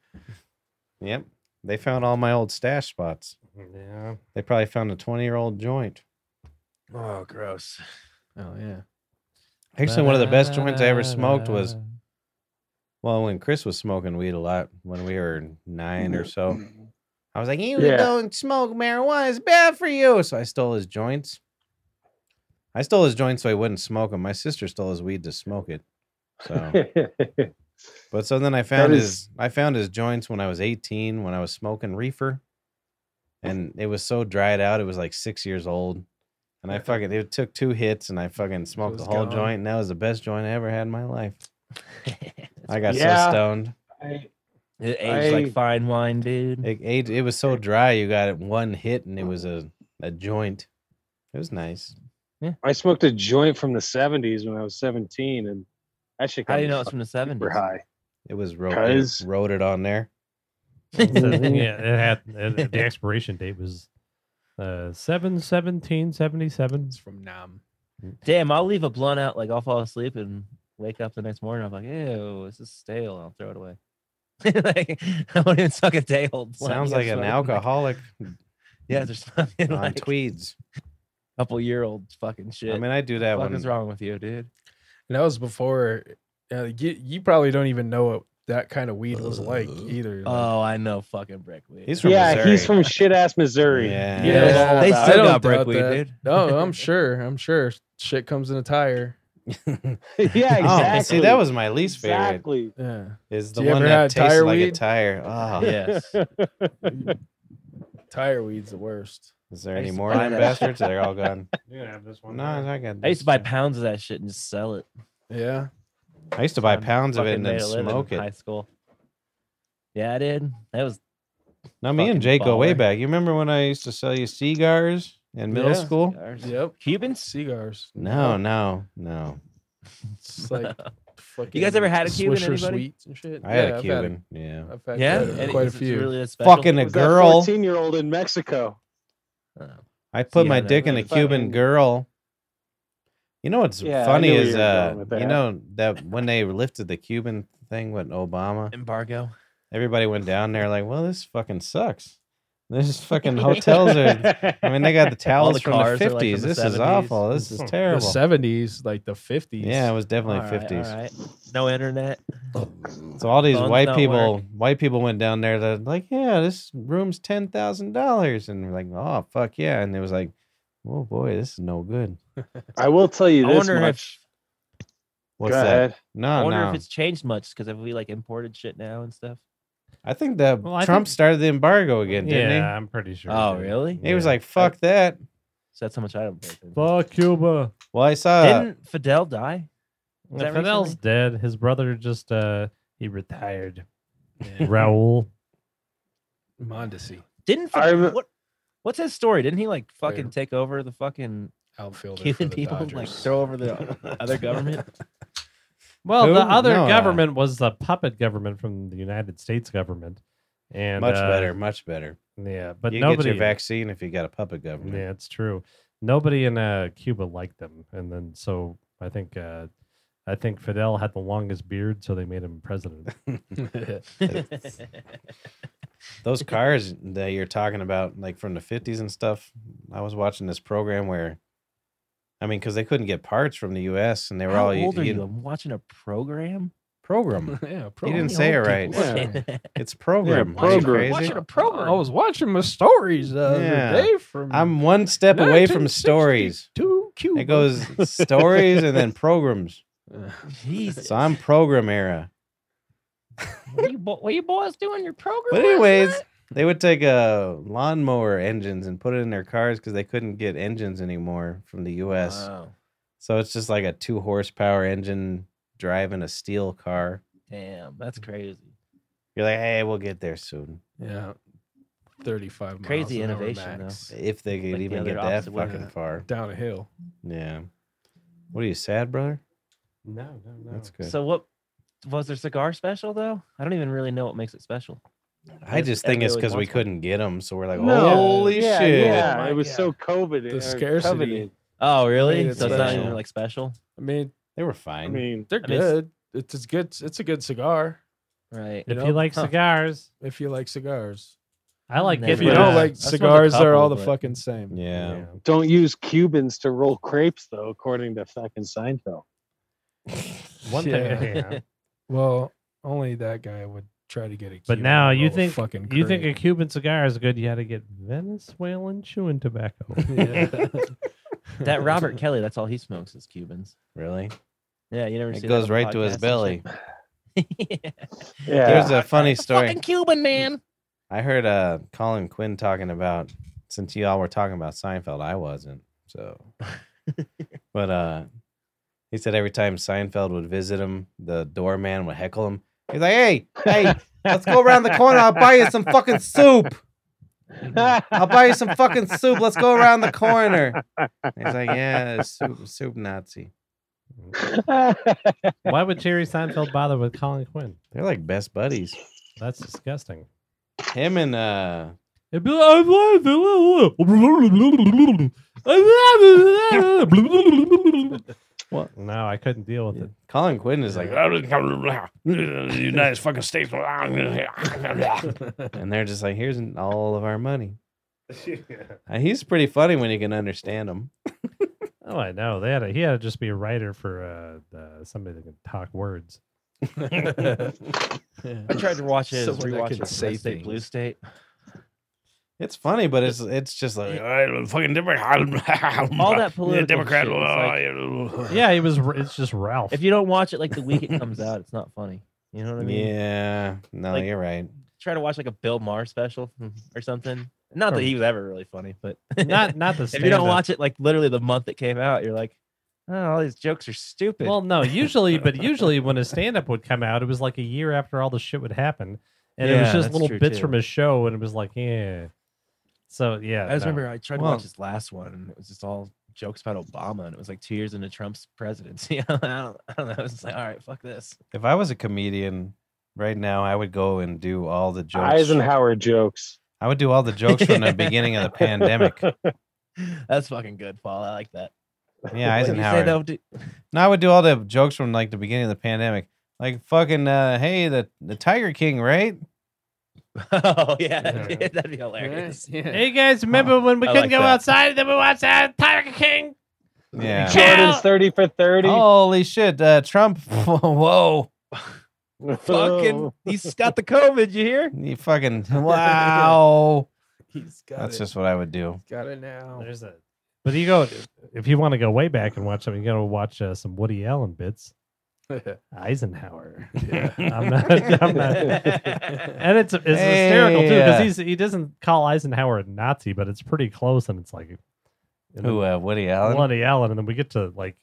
Yep, they found all my old stash spots. Yeah. They probably found a twenty-year-old joint. oh, gross. oh yeah. Actually, one of the best joints I ever smoked was well when Chris was smoking weed a lot when we were nine or so. I was like, "You Yeah. don't smoke marijuana; it's bad for you." So I stole his joints. I stole his joints so he wouldn't smoke them. My sister stole his weed to smoke it. So. But so then I found is- his I found his joints when I was 18 when I was smoking reefer. And it was so dried out, it was like six years old. And I fucking it took two hits and I fucking smoked the was whole gone. joint. And that was the best joint I ever had in my life. I got Yeah. so stoned. I- It aged I- like fine wine, dude. It, it it was so dry you got it one hit and it was a, a joint. It was nice. I smoked a joint from the '70s when I was 17, and that shit got How do you me know it's from the super seventies? high. It was wrote Cuz- it wrote it on there. So, yeah, it had it- the expiration date was uh, seven seventeen seventy seven. It's from Nam. Damn, I'll leave a blunt out. Like I'll fall asleep and wake up the next morning. I'm like, ew, this is stale. and I'll throw it away. like I won't even suck a day old. blunt. Sounds You like guys an smoke- alcoholic Yeah, there's fucking on like tweeds. couple year old fucking shit. I mean I do that what the fuck one. is wrong with you, dude? And that was before. Uh, you, you probably don't even know what that kind of weed was like either. like- Oh, I know fucking brickweed. He's from Yeah, he's Missouri. from shit ass Missouri. Yeah. He knows Yeah. all they about I still don't got doubt brickweed, that. dude. no, I'm sure. I'm sure. Shit comes in a tire. it. yeah, exactly. Oh, see, that was my least favorite. exactly. Yeah. Is Do the you one ever that had tastes tire like a weed? tire. Ah, Yes. Tire weed's the worst. Is there I any used to more buy of them that. bastards? They're all gone. You're gonna have this one. No, right? I got. I used to buy this. pounds of that shit and just sell it. Yeah. I used to buy I pounds of it Fucking and made then a living smoke in it. High school. Yeah, I did. That was No, me fucking and Jake go way baller. back. You remember when I used to sell you cigars in middle Yeah. school? Yep. Cubans. Cigars. No, no, no. It's like You guys ever had a fucking Cuban, Swisher anybody? sweets and shit. I had Yeah, a I've Cuban. yeah. I've had yeah, quite a- and quite it's- a it's few. Really a special. Fucking a was that girl. 14 year old in Mexico. Oh. I put my Sienna. dick in a Like Cuban fucking- girl. You know what's Yeah, I funny knew where is you were uh going with you that. know that when they lifted the Cuban thing with Obama, embargo. everybody went down there like, well, this fucking sucks. This fucking hotels are. I mean, they got the All towels the from the cars are, like, from fifties. the this is 70s. awful. This is the terrible. seventies, like the fifties. Yeah, it was definitely All right, fifties. all right. No internet. So all these Phones white don't people, work. white people went down there. They're like, yeah, this room's ten thousand dollars, and we're like, oh fuck yeah, and it was like, oh boy, this is no good. I will tell you I this wonder much. if What's Go that? ahead. I No, wonder Oh, no. if it's changed much because if we like imported shit now and stuff. I think that Well, I Trump think- started the embargo again, didn't yeah, I'm pretty sure. it Oh did. really? he? He was Yeah. like, fuck that. So that's how much I don't. pay attention. Fuck Cuba. Well, I saw. Didn't Fidel die? Was that Fidel's recently? dead. His brother just uh he retired. Raul. Mondesi Didn't I Fidel, rem- what? What's his story? Didn't he like fucking take over the fucking outfielder. for Cuban the people and like Dodgers. throw over the other government? Well, Who? the other No, uh, government was the puppet government from the United States government. And much uh, better, much better. Yeah, but you nobody get your vaccine if you got a puppet government. Yeah, it's true. Nobody in uh, Cuba liked them, and then so I think uh, I think Fidel had the longest beard, so they made him president. Those cars that you're talking about, like from the 50s and stuff, I was watching this program where, I mean, because they couldn't get parts from the U.S. and they were How all old are you- you? I'm watching a program. program. yeah, You pro- didn't say it old right. people. Yeah. It's program. Yeah, Are you program. crazy? Watching a program. I was watching my stories the other Yeah. day from. I'm one step away from stories. Two Cuba. It goes stories and then programs. Jesus. So I'm program era. what, you, bo- what you boys doing your program? But last anyways, night? they would take uh, lawnmower engines and put it in their cars because they couldn't get engines anymore from the U.S. Wow. So it's just like a two horsepower engine driving a steel car. Damn, that's crazy. You're like, hey, we'll get there soon yeah, thirty-five. miles Crazy an hour innovation, though. max. if they could Like the even other get that opposite way. fucking far. Down a hill. Yeah. What are you sad, brother? no, no, no. That's good. So what was their cigar special though? I don't even really know what makes it special. I just think it's everybody because we wants one. couldn't get them, so we're like, No, holy yeah, shit! Yeah, Oh it my was so COVID. The or scarcity. coveted. Oh, Yeah, really? it's so it's not even special. like special, I mean, They were I fine. mean, they're I mean, it's- good. It's, it's good. It's a good cigar right? You If know? you like Huh. cigars, if you like cigars. I like Never If giving you Yeah. don't uh, like I smoked a cigars, they're all the couple, but- fucking same. yeah. don't use Cubans to roll crepes, though, according to fucking Seinfeld. one thing. Yeah. yeah. Well, only that guy would try to get a. But Cuban now you roll a think- fucking You think a crepe. Cuban cigar is good? You had to get Venezuelan chewing tobacco. Yeah. That Robert Kelly, that's all he smokes is Cubans. Really? Yeah, you never. It see goes that on right to his podcasts and belly. shit. yeah. There's Yeah. a funny story. Fucking Cuban man. I heard uh Colin Quinn talking about since y'all were talking about Seinfeld, I wasn't. So but uh he said every time Seinfeld would visit him, the doorman would heckle him. He's like, Hey, hey, let's go around the corner, I'll buy you some fucking soup. I'll buy you some fucking soup. Let's go around the corner. He's like, Yeah, soup soup Nazi. Why would Jerry Seinfeld bother with Colin Quinn? They're like best buddies. That's disgusting. Him and uh It'd be like, "I'm alive, I'm alive." I'm alive. What? No, I couldn't deal with it. Colin Quinn is like "Oh, United fucking States. and they're just like, here's all of our money. And he's pretty funny when you can understand him. Oh, I know. They had to, he had to just be a writer for uh, uh, somebody that can talk words. I tried to watch it. Someone that Rewatch can it. say Say State, things. Blue State. It's funny, but it's it's just like fucking Democrat. All that political Democrat. shit, it's like- Yeah, he was. It's just Ralph. If you don't watch it like the week it comes out, it's not funny. You know what I mean? yeah. No, Like- you're right. Try to watch like a Bill Maher special or something. Not that he was ever really funny, but Not not the. if you don't stand-up. watch it like literally the month it came out, you're like, oh, all these jokes are stupid. Well, no, usually, but usually when a stand up would come out, it was like a year after all the shit would happen. And it Yeah, was just that's little true, bits too. from his show, and it was like, eh. yeah. So, yeah. I just no. remember I tried Well- to watch his last one, and it was just all jokes about Obama, and it was like two years into Trump's presidency. I, don't, I don't know. I was just like, all right, fuck this. If I was a comedian right now, I would go and do all the jokes. Eisenhower jokes. I would do all the jokes from the beginning of the pandemic. That's fucking good, Paul. I like that. Yeah, What did you say, Eisenhower. though? Did- No, I would do all the jokes from like the beginning of the pandemic. Like fucking uh hey, the the Tiger King, right? Oh yeah, Yeah. dude, that'd be hilarious. Yeah. Hey guys, remember when we I couldn't like go that. outside and then we watched that Tiger King? Yeah. Jordan's 30 for 30. Holy shit, uh Trump. Whoa. Fucking, he's got the COVID. You hear? You fucking wow. He's got That's it. just what I would do. got it now. There's a. But you go, if you want to go way back and watch something, you got to watch uh, some Woody Allen bits. Eisenhower. I'm not. I'm not. And it's, it's hysterical too Yeah. because he doesn't call Eisenhower a Nazi, but it's pretty close, and it's like and Who uh Woody then Allen? Woody Allen, and then we get to like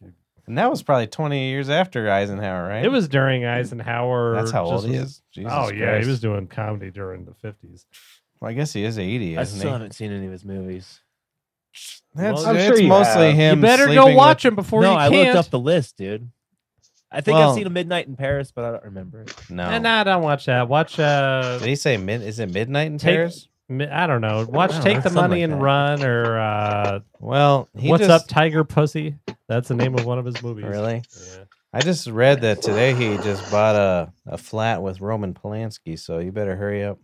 And that was probably 20 years after Eisenhower, right? It was during Eisenhower. That's how old just he was- is. Jesus oh yeah, he Christ. was doing comedy during the fifties. Well, I guess he is 80, I isn't still he? haven't seen any of his movies. That's, I'm sure it's you mostly have. him. you better sleeping go with- watch him before no, you I can't. looked up the list, dude. I think Well- I've seen a Midnight in Paris, but I don't remember it. No. And uh, I don't watch that. Watch uh, Did he say mid? Is it midnight in take. Paris? mi- I don't know. Watch know, Take the something Money like and that. Run or uh, Well, he What's just, Up Tiger Pussy. That's the name of one of his movies. Really? Yeah. I just read that today he just bought a, a flat with Roman Polanski, so you better hurry up.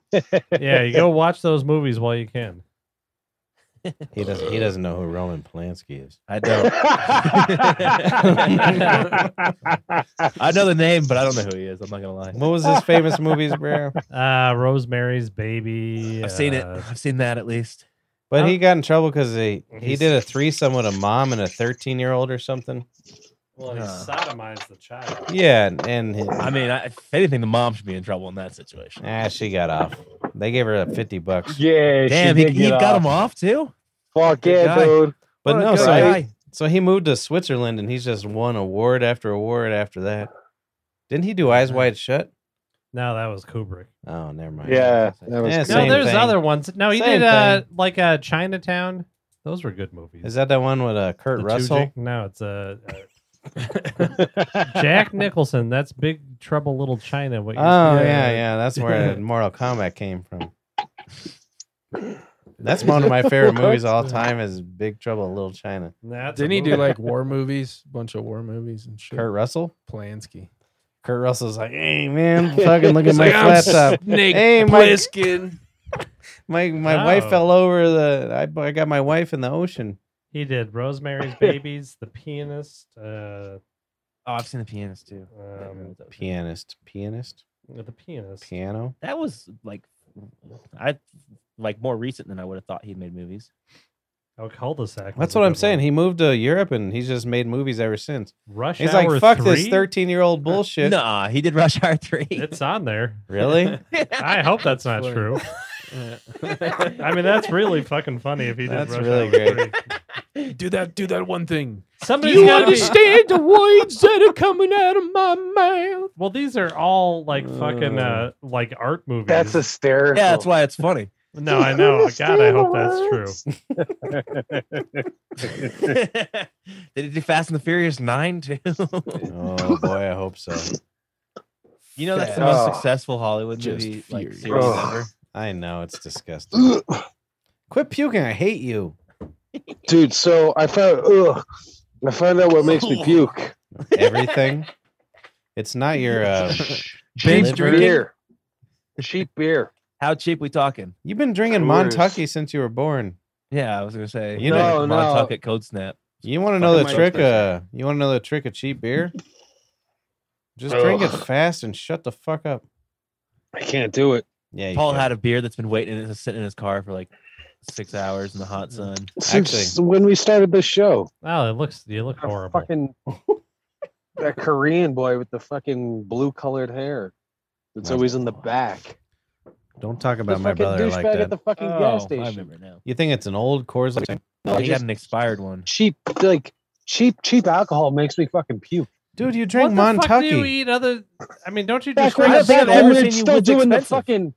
yeah, you go watch those movies while you can. He doesn't he doesn't know who Roman Polanski is. I don't. I know the name, but I don't know who he is. I'm not gonna lie. What was his famous movies, bro? Uh, Rosemary's Baby. I've seen it. uh, I've seen that at least. But he got in trouble because he, he He's- did a threesome with a mom and a 13 year old or something. Well, he Uh. sodomized the child. Yeah, and, and he- I mean, I, if anything, the mom should be in trouble in that situation. ah, she got off. They gave her 50 bucks. Yeah, Damn, she he, did he get got off. him off Oh, too. Fuck Good yeah, guy. dude. But What a no, good so he, guy. so he moved to Switzerland and he's just won award after award after that. Didn't he do Eyes Wide Shut? No, that was Kubrick. Oh, never mind. Yeah, that was Yeah, good. No, Same there's thing. other ones. No, he Same did uh, like uh, Chinatown. Those were good movies. Is that that one with uh, Kurt The two Russell? Jack- no, it's uh, uh, Jack Nicholson. That's Big Trouble Little China. What you- Oh yeah, yeah. That's where Mortal Kombat came from. That's one of my favorite movies of all time is Big Trouble in Little China. That's a Didn't he do movie. like war movies? Bunch of war movies and shit. Kurt Russell? Polanski. Kurt Russell's like, hey man, fucking look at my flat It's top. Snake Hey, my- Plissken. My my wife Oh. fell over the I, I got my wife in the ocean. He did Rosemary's Babies, The Pianist, uh, Oh, I've seen the pianist too. um, Pianist. Pianist? The Pianist. Piano? That was like, I like more recent than I would have thought he made movies. Oh, Cul-de-sac. was That's a what good I'm saying. one. He moved to Europe and he's just made movies ever since. Rush He's Hour like, fuck this 3? 13 year old bullshit. Nah, he did Rush Hour Three. It's on there. Really? I hope that's not Funny. true. Yeah. I mean, that's really fucking funny if he did. That's Rush really Hour great. 3. do that. Do that one thing. Somebody's gotta be- the words that are coming out of my mouth? Well, these are all like fucking uh, Uh. like art movies. That's hysterical. yeah, that's why it's funny. no, I know. God, I hope that's true. did he do Fast and the Furious Nine too? Oh boy, I hope so. you know, that's the Fast. most successful Hollywood Just movie like, furious. series Oh. Ugh. ever. I know it's disgusting. Quit puking. I hate you. Dude, so I found ugh, I found out what makes me puke. Everything. it's not your. Uh, Cheap drinking? beer. Cheap beer. How cheap we talking? you've been drinking Coors. Montucky since you were born. Yeah, I was gonna say. You know- No, no. Montauk at Code Snap. You want to know the Fucking trick? Uh, Montucky. you want to know the trick of cheap beer? Just drink it Ugh. fast and shut the fuck up. I can't do it. Yeah, you Paul can. had a beer that's been waiting and it's sitting in his car for like six hours in the hot sun. Since when we started this show, Oh, it looks you look horrible. fucking that Korean boy with the fucking blue colored hair that's That's always in the back. Don't talk The about my fucking brother like douchebag at that. the fucking gas uh, Oh, I station. remember now. You think it's an old Coors Light? No, he just had an expired one. cheap, like cheap, cheap alcohol makes me fucking puke. Dude, you What drink the fuck do you Montucky. eat other? I mean, don't you Back just when, grab I've back said shit when all the we were thing you still was doing the expensive. fucking.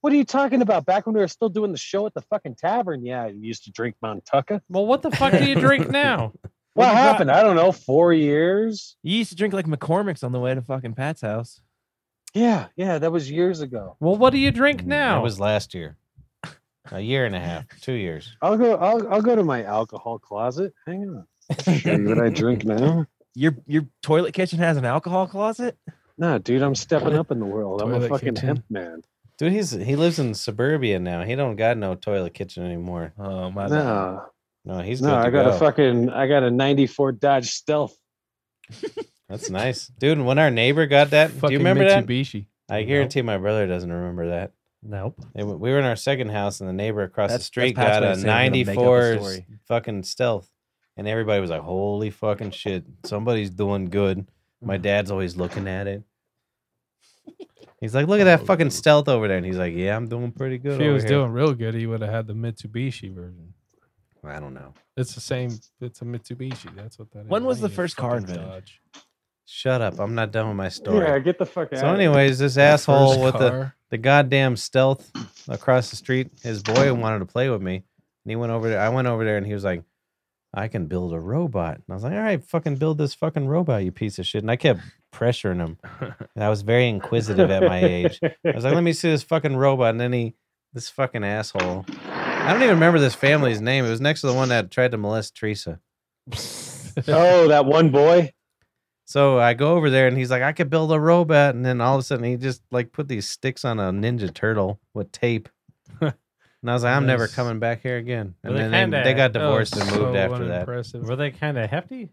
What are you talking about? Back when we were still doing the show at the fucking tavern, yeah, you used to drink Montucka. Well, what the fuck do you drink now? What Well, you got- happened? I don't know. Four years. You used to drink like McCormick's on the way to fucking Pat's house. Yeah, yeah, that was years ago. Well, what do you drink Mm, now? That was last year. A year and a half, two years. I'll go. I'll, I'll go to my alcohol closet. Hang on. Show you what I drink now? Your your toilet kitchen has an alcohol closet. Nah, dude, I'm stepping up in the world. I'm a Toilet fucking kitchen. hemp man. Dude, he's he lives in suburbia now. He don't got no toilet kitchen anymore. Oh my god. No, No, he's no, good I to got go. a fucking. I got a '94 Dodge Stealth. That's nice, dude. When our neighbor got that, do you Fucking remember that? Mitsubishi. I No. guarantee my brother doesn't remember that. Nope. It, we were in our second house, and the neighbor across the That's- street that's Pat's got way a of saying I'm gonna make up a 94 story. fucking stealth, and everybody was like, "Holy fucking shit, somebody's doing good." My Mm. dad's always looking at it. He's like, "Look at Oh, that fucking stealth over there," and he's like, "Yeah, I'm doing pretty good." If he over was here." doing real good, he would have had the Mitsubishi version. I don't know. It's the same. It's a Mitsubishi. That's what that is. When was I need the a first car fucking invented? Dodge. Shut up! I'm not done with my story. Yeah, get the fuck out. so, of here. anyways, this The asshole first with the car? the goddamn stealth across the street. His boy wanted to play with me, and he went over there. I went over there, and he was like, "I can build a robot." And I was like, "All right, fucking build this fucking robot, you piece of shit." And I kept pressuring him. And I was very inquisitive at my age. I was like, "Let me see this fucking robot." And then he, this fucking asshole. I don't even remember this family's name. It was next to the one that tried to molest Teresa. oh, that one boy. So I go over there and he's like, I could build a robot. And then all of a sudden he just like put these sticks on a Ninja Turtle with tape. and I was like, I'm never Nice. coming back here again. And Well, they then they, kinda- Oh, they got That divorced was and Oh, moved so after that. unimpressive. Were they kind of hefty?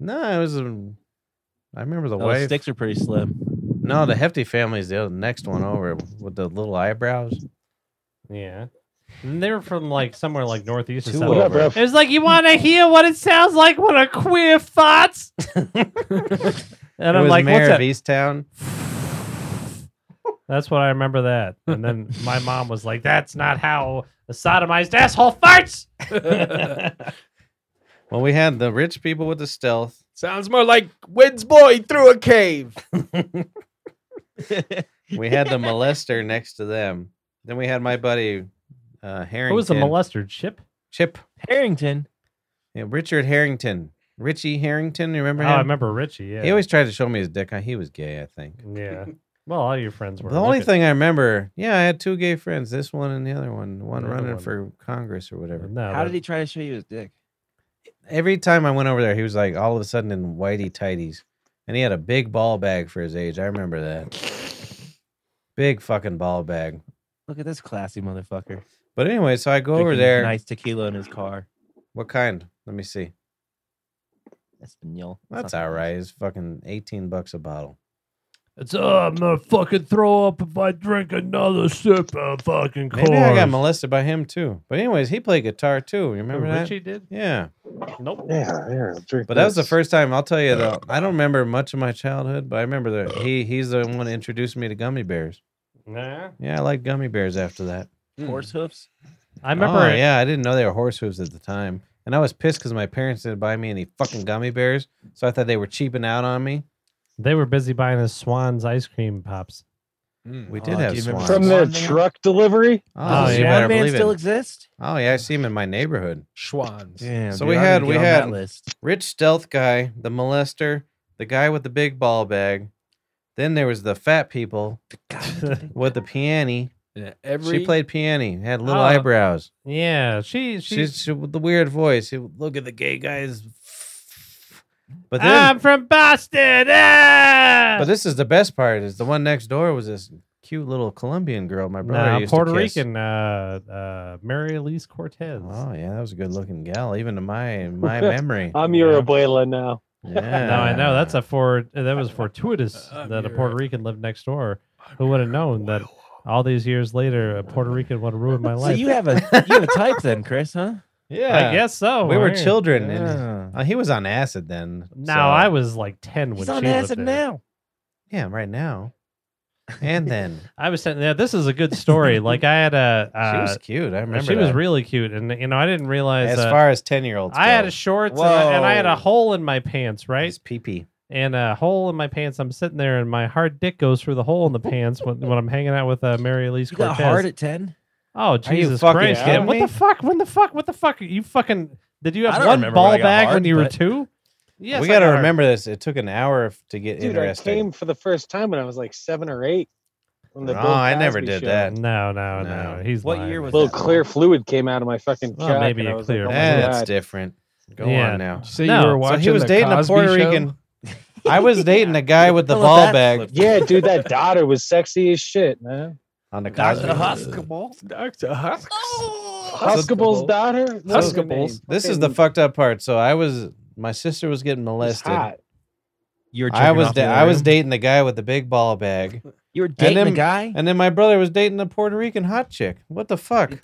No, it was, um, I remember the Oh, the wife. sticks are pretty slim. No, the Hefty family's the other, next one over with the little eyebrows. Yeah. And they were from like somewhere like northeast or Two something. What up, over. It bro? was like you want to hear what it sounds like when a queer farts. and it I'm was like, Mayor what's of that? Easttown. That's what I remember that. And then my mom was like, that's not how a sodomized asshole farts. Well, we had the rich people with the stealth. Sounds more like Wed's boy through a cave. We had the molester next to them. Then we had my buddy uh, Harrington. Who was the molester? Chip? Chip Harrington. Yeah, Richard Harrington. Richie Harrington, you remember Oh, him? I remember Richie. Yeah. He always tried to show me his dick. He was gay, I think. yeah. Well, all your friends were. The only Look at- thing I remember, yeah, I had two gay friends, this one and the other one, one The other running one. for Congress or whatever. No, How that- did he try to show you his dick? Every time I went over there, he was like all of a sudden in whitey tighties. And he had a big ball bag for his age. I remember that. Big fucking ball bag. Look at this classy motherfucker. But anyway, so I go over Drinking there. Nice tequila in his car. What kind? Let me see. Espanol. That's Something. all right. It's fucking 18 bucks a bottle. It's uh, "Oh, I'm gonna fucking throw up if I drink another sip of fucking Maybe I got molested by him too. But anyways, he played guitar too. You remember that? Richie did? Yeah. Nope. Yeah, yeah. Drink But that was the this. first time. I'll tell you though, I don't remember much of my childhood, but I remember that he he's the one that introduced me to gummy bears. Nah. Yeah, I like gummy bears after that. Horse hoofs. I remember. Oh, it- yeah, I didn't know they were horse hooves at the time, and I was pissed because my parents didn't buy me any fucking gummy bears, so I thought they were cheaping out on me. They were busy buying us Swan's ice cream pops. We did Oh, have do you swans. remember from the- their truck delivery. oh, Oh, you better yeah. Swan man believe still it. exist? Oh yeah, I see him in my neighborhood. Schwans. Yeah. So we had- we had- Rich stealth guy, the molester, the guy with the big ball bag. Then there was the fat people with the piani. Yeah, every She played piani, had little Oh. eyebrows. Yeah, she she. She's she, with the weird voice. She- look at the gay guys. But then, I'm from Boston. Ah! but this is the best part. Is the one next door was this cute little Colombian girl. My brother Nah, used Puerto to kiss. Rican. Uh, uh, Mary Elise Cortez. Oh yeah, that was a good looking gal, even to my my memory. I'm your Yeah. abuela now. Yeah. No, I know that's a for that was fortuitous I'm that a your- Puerto Rican lived next door. Who would have known that all these years later a Puerto Rican would have ruined my So life? you have a you have a type then, Chris, huh? yeah. I guess so. we were right? children. And, Yeah. uh, he was on acid then. No, so- I was like ten when He's she on lived acid there. now. yeah right now. And then I was saying, yeah, this is a good story. like I had a, uh, she was cute. I remember she was that. really cute, and you know I didn't realize as uh, far as ten year olds. I had a shorts and I, and I had a Whoa. hole in my pants, right? pee pee. and a hole in my pants. I'm sitting there, and my hard dick goes through the hole in the pants when, when I'm hanging out with uh, Mary Elise You got Cortez. hard at ten. oh Are you Jesus fucking Christ! kidding man. What me? the fuck? When the fuck? What the fuck? You fucking did you I have don't one remember ball when I got back hard, when you were but- two? Yes, we I got to hard. remember this. It took an hour f- to get Dude, I interesting. came for the first time when I was like seven or eight. When No, Bill I never Cosby did show. that. No, no, no, No. He's What lying. year was A little that? clear fluid came out of my fucking Well, jock, maybe and a I was clear- like, oh my That's God. different. Go Yeah. on now. So No. you So were So he watching he was the dating a Cosby Puerto Show? Rican. I was dating a guy with the Well, ball that's bag flipped. Yeah, dude, that daughter was sexy as shit, man. on the That's uh, Cosby. a Show. Huskable. Dr. Husks. Huskable's daughter? What is her Huskables. name? This is the Fucking- fucked up part. So I was my sister was getting she's molested. hot. You were I jerking was off da- in the I was room? dating the guy with the big ball bag, You were dating a then- guy. and then my brother was dating the Puerto Rican hot chick. What the fuck?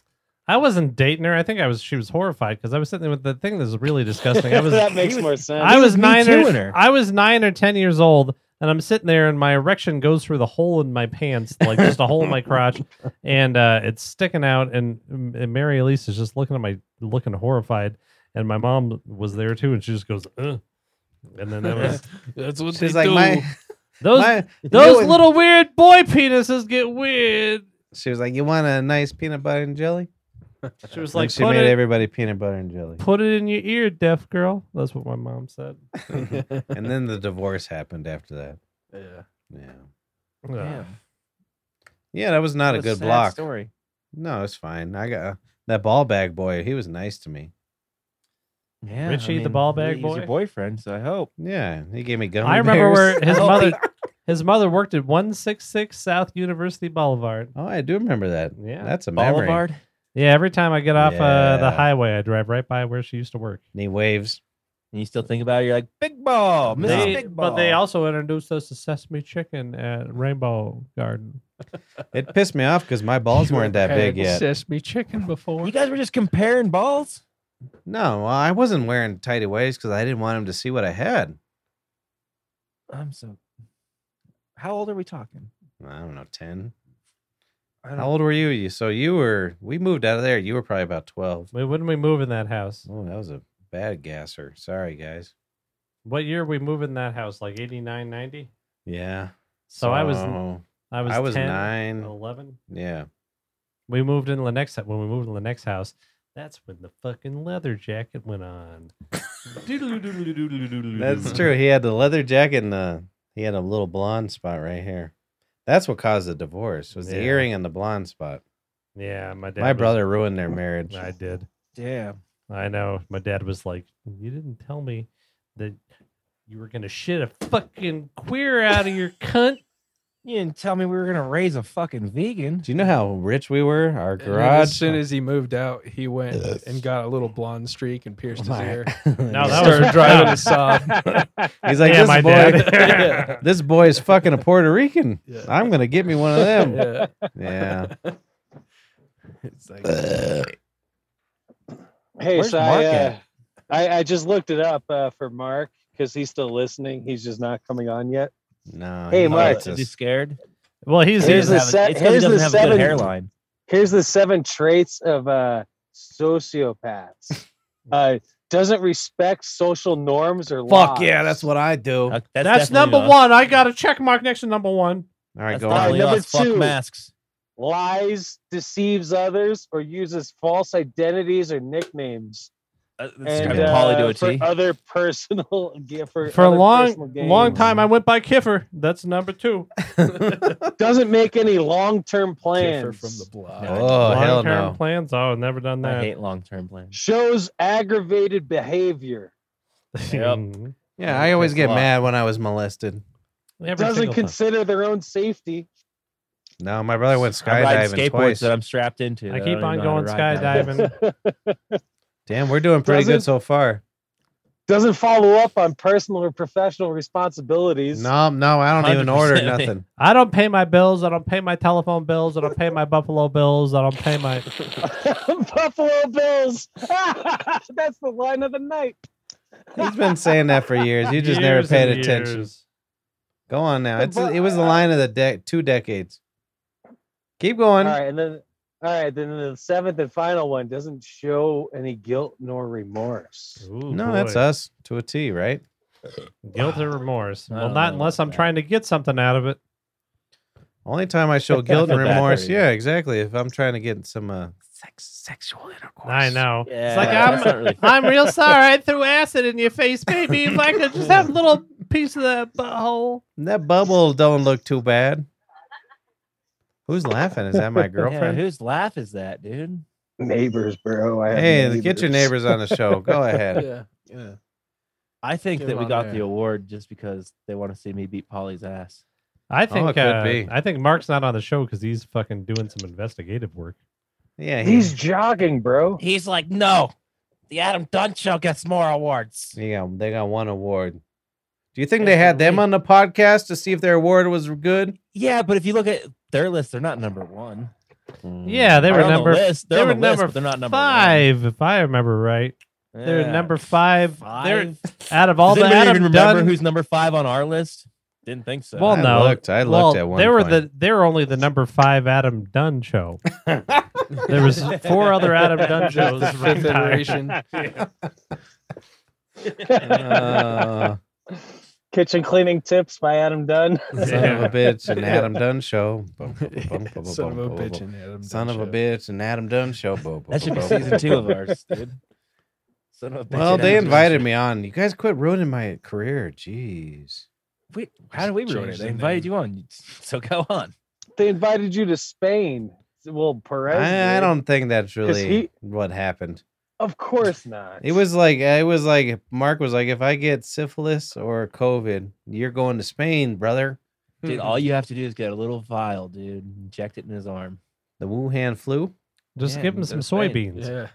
I wasn't dating her. I think I was. She was horrified because I was sitting there with the thing that was really disgusting. I was. that makes more sense. I was Me nine or Too-ing her. I was nine or ten years old, and I'm sitting there, and my erection goes through the hole in my pants, like just a hole in my crotch, and uh, it's sticking out. And, and Mary Elise is just looking at my, looking horrified, and my mom was there too, and she just goes, Ugh. and then that was That's what She's they like do. my, those my- those you- little weird boy penises get weird. She was like, "You want a nice peanut butter and jelly?" She was And like, she put, made it, everybody peanut butter and jelly. put it in your ear, deaf girl. That's what my mom said. and then the divorce happened after that. Yeah. Yeah, Ugh. Oh, Damn. yeah, that was not What a good sad block. Story. No, it's fine. I got uh, that ball bag boy. He was nice to me. Yeah, Richie, the ball bag he's boy? your boyfriend, so I hope. Yeah, he gave me gum. I remember where his Oh, mother his mother worked at 166 South University Boulevard. Oh, I do remember that. Yeah. That's a memory. Boulevard. yeah, every time I get off uh, the Yeah. highway, I drive right by where she used to work. And he waves. And you still think about it, you're like, big ball, Mrs. They- Big Ball. but they also introduced us to sesame chicken at Rainbow Garden. It pissed me off because my balls You weren't that ever big had yet. Sesame chicken before. You guys were just comparing balls? No, well, I wasn't wearing tidy whities because I didn't want him to see what I had. I'm so. How old are we talking? I don't know, ten. I How old were you? You so you were. We moved out of there. You were probably about twelve. Wait, When did we move in that house? Oh, that was a bad gasser. Sorry, guys. What year we moved in that house? Like 89, 90? Yeah. So I was- So I was, Oh. I was 10, nine. 11. Yeah. We moved in the next when we moved in the next house. That's when the fucking leather jacket went on. That's true. He had the leather jacket and the, he had a little blonde spot right here. That's what caused the divorce was the Yeah. earring and the blonde spot. Yeah, my dad. My was- brother ruined their marriage. I did. Damn. I know. My dad was like, "You didn't tell me that you were gonna shit a fucking queer out of your cunt." You didn't tell me we were going to raise a fucking vegan. Do you know how rich we were? Our And then garage. As soon as he moved out, he went and got a little blonde streak and pierced his My- ear. No, Yeah. that was Started driving a sob. He's like, Yeah, this my boy, dad. this boy is fucking a Puerto Rican. Yeah. I'm gonna get me one of them. Yeah. yeah. It's like, Hey, Where's so Mark I, uh, at? I, I just looked it up uh, for Mark because he's still listening. He's just not coming on yet. No. Hey, he Mark. hates Is us. he scared? Well, he's Here's He doesn't the have a- se- it's 'cause he here's the doesn't have a seven- good hairline. Here's the seven traits of uh, sociopaths. Uh, doesn't respect social norms or Fuck laws. yeah, that's what I do. Uh, All that's definitely number us. one. I got a check mark next to number one. right, That's go not on. definitely Number us. Fuck two. masks. lies, deceives others, or uses false identities or nicknames. Uh, And, describe Polly to uh, a for T. other personal yeah, for, For a other long, personal gain. long time, I went by Kiffer. That's number two. doesn't make any long-term differ plans. from the uh, block. Oh hell Long-term no. plans. Oh, I've never done I that. hate long term plans. Shows aggravated behavior. Yep. Mm. Yeah, I always That's a get lot. mad when I was molested. Every Doesn't single time. consider their own safety. No, my brother went I'm riding skydiving skateboards twice. that I'm strapped into. I that keep don't on even know how going to ride down. skydiving. Damn, we're doing pretty good Doesn't- so far. Doesn't follow up on personal or professional responsibilities. No, no, I don't even order 100% me. nothing. I don't pay my bills. I don't pay my telephone bills. I don't pay my Buffalo bills. I don't pay my. Buffalo Bills. That's the line of the night. He's been saying that for years. You just never Years paid and attention. years. Go on now. The It's bu- it was the line of the deck two decades. Keep going. All right, and then all right, then the seventh and final one doesn't show any guilt nor remorse. Ooh, No, that's boy. us to a T, right? Guilt or remorse? I Well, don't not know unless about I'm that. trying to get something out of it. Only time I show guilt and Put that remorse. there, Yeah, exactly. If I'm trying to get some uh, sex, sexual intercourse. I know. Yeah, it's like that's I'm, not really- I'm real sorry. I threw acid in your face, baby. If I could just have a little piece of that butthole. That bubble don't look too bad. Who's laughing? Is that my girlfriend? Yeah, whose laugh is that, dude? Neighbors, bro. I have hey, get your neighbors on the show. Go ahead. Yeah. Yeah. I think Get that we on got there. the award just because they want to see me beat Polly's ass. I think it could uh, be. I think Mark's not on the show because he's fucking doing some investigative work. Yeah, He's he's. jogging, bro. He's like, no, the Adam Dunn show gets more awards. Yeah, they got one award. Do you think they had them on the podcast to see if their award was good? Yeah, but if you look at their list, they're not number one. Mm. Mm. Yeah, they They're were on the number. list. They're they on were the list, number but they're not number one. five, if I remember right. They're Yeah, number five. They're five. out of all Does the anybody even Adam remember Dunn. who's number five on our list? Didn't think so. Well, I no. looked. I looked well, at one. they were point. the they were only the number five Adam Dunn show. there was four other Adam Dunn shows. The right fifth behind. iteration. Uh, Kitchen cleaning tips by Adam Dunn. son of Yeah. a bitch and Adam Dunn show. Bum, bum, bum, bum, bum, Son of bum, a bum, bitch bum. and Adam. Son Dunn of a show. bitch and Adam Dunn show. Bum, bum, that should be bum, season bum. two of ours, dude. Son of a bitch. Well, Adam they Dunn. invited me on. You guys quit ruining my career. Jeez. Wait, how did we ruin Change it? the They invited name. you on, so go on. They invited you to Spain. Well, Perez. I, I did. don't think that's really he- what happened. Of course not. It was like it was like Mark was like, if I get syphilis or COVID, you're going to Spain, brother. Hmm. Dude, all you have to do is get a little vial, dude, inject it in his arm. The Wuhan flu. Just Yeah, give him that's some right. soybeans. Yeah.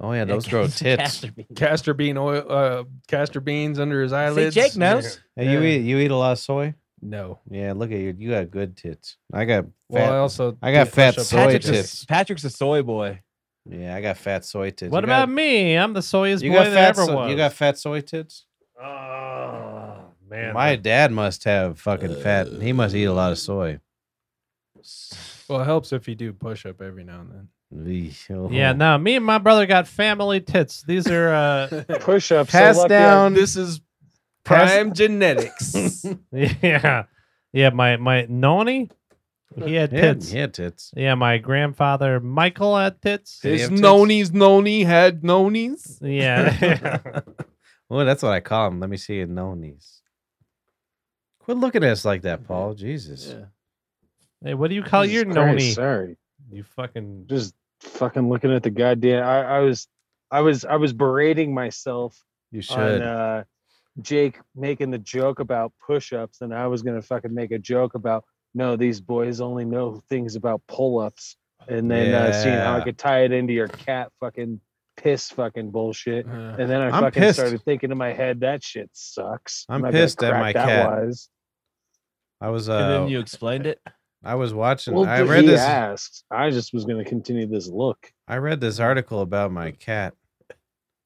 Oh yeah, Yeah, those grow get some tits. castor beans. Castor bean oil. Uh, castor beans under his See, eyelids. Jake knows. Hey, you Yeah. eat you eat a lot of soy. No. Yeah, look at you. You got good tits. I got Well, I fat. also I got do fat push-ups. soy Patrick's, tits. a, Patrick's a soy boy. Yeah, I got fat soy tits. What You about got- me? I'm the soyest You boy got that fat. ever so- was. you got fat soy tits. Oh man, My dad must have fucking fat. He must eat a lot of soy. Well, it helps if you do push up every now and then. yeah. No, me and my brother got family tits. These are uh, push up. Pass down. This is Pass- prime genetics. yeah, yeah. My my noni, he had Yeah, tits. Yeah, yeah, tits. my grandfather Michael had tits. Did he His have tits? nonies noni had nonies. Yeah, Well, that's what I call them. Let me see your nonies. Quit looking at us like that, Paul. Jesus. hey, what do you call your noni? Sorry, You fucking just fucking looking at the goddamn. I, I was, I was, I was berating myself You should. on uh, Jake making the joke about push-ups, and I was gonna fucking make a joke about no, these boys only know things about pull-ups, and then uh, seeing how I Yeah. could tie it into your cat fucking piss fucking bullshit. Uh, And then I I'm fucking pissed. started thinking in my head, that shit sucks. I'm not gonna pissed at crack my that cat. wise." I was and uh then you explained it. I was watching Well, I th- read he this asked. I just was gonna continue this look. I read this article about my cat.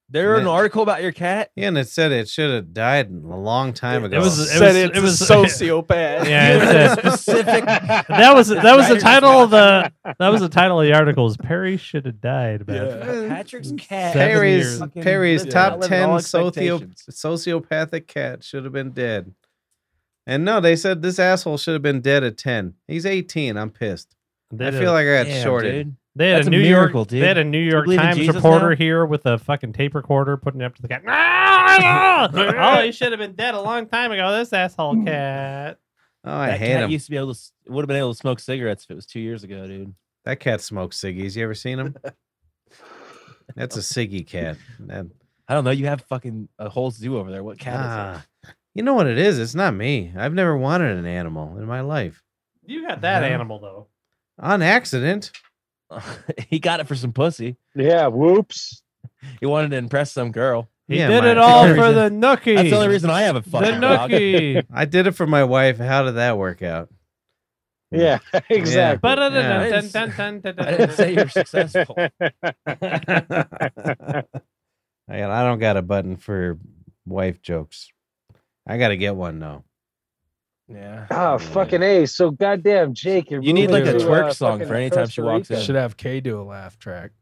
There And an then- article about your cat. Yeah, and it said it should have died a long time ago. It was- it said was- it was, it was- sociopath. yeah. It's a, Specific. that was that was the Right. title of the that was the title of the article. Is Perry should have died, man. Yeah. Patrick's cat. Seven Perry's fucking Perry's lived top outlived ten all socio- expectations. sociopathic cat should have been dead. And no, they said this asshole should have been dead at ten. He's eighteen. I'm pissed. They I did- feel like I got Damn, shorted. dude. They had That's a a New miracle, York. dude. They had a New York believe in Times Jesus reporter now? here with a fucking tape recorder putting it up to the cat. oh, Hmm. he should have been dead a long time ago. This asshole cat. Oh, I that hate cat him. used to be able to. Would have been able to smoke cigarettes if it was two years ago, dude. That cat smokes ciggies. You ever seen him? That's a ciggy cat. That- I don't know. You have fucking a whole zoo over there. What cat is ah. you know what it is? It's not me. I've never wanted an animal in my life. You got that Yeah. animal though. On accident. Ah. it? he got it for some pussy. Yeah, whoops. He wanted to impress some girl. He Yeah, did my- it all That's the for only the nookie. That's the only reason I have a The fucking dog. nookie. I did it for my wife. How did that work out? Yeah, exactly. Ba-da-da-dun, Yeah. dun, dun, dun, dun, I didn't dun, say dun. you were successful. I got- I don't got a button for wife jokes. I got to get one though. Yeah. Ah, fucking A. So goddamn, Jake, you're You need, moving like, a to, twerk uh, song fucking for anytime she Costa walks in. Rica. Should have K do a laugh track.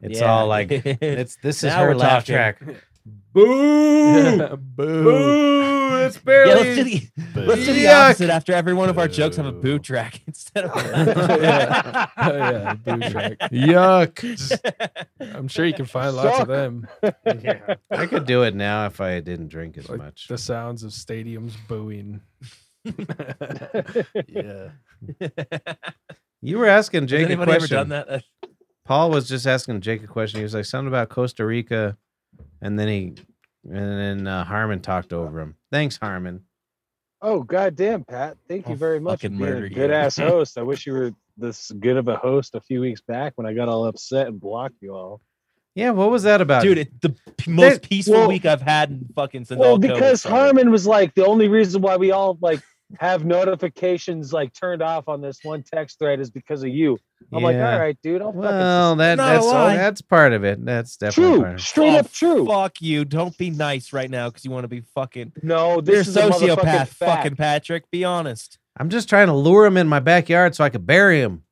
It's Yeah. all like it's this is Now her we're laugh talking. track. Boo! Boo. Boo! It's yeah, barely. let's do the, let's do the Yuck. opposite. After every one of our jokes, have a boo track instead of. Yeah. A Oh, yeah, boo track. Yuck! I'm sure you can find lots of Suck. them. I could do it now if I didn't drink as Like much. the sounds of stadiums booing. yeah. You were asking Has Jake a anybody ever question. done that? Uh, Paul was just asking Jake a question. He was like something about Costa Rica, and then he and then uh, Harmon talked over him. Thanks, Harmon. Oh goddamn, Pat! Thank I'll you very much. for Oh, fucking being murder a you. good ass host. I wish you were this good of a host a few weeks back when I got all upset and blocked you all. Yeah, what was that about? Dude, it, the p- most peaceful well- week I've had in fucking since well, all COVID because started. Harmon was like the only reason why we all like have notifications like turned off on this one text thread is because of you. I'm like, Yeah. all right, dude, I'll Well, that not a that's lie. that's part of it. That's fucking definitely part true, of it. straight Oh, up true. Fuck you. Don't be nice right now because you want to be fucking. No, You're a this is a motherfucking sociopath, fact. fucking Patrick. Be honest. I'm just trying to lure him in my backyard so I could bury him.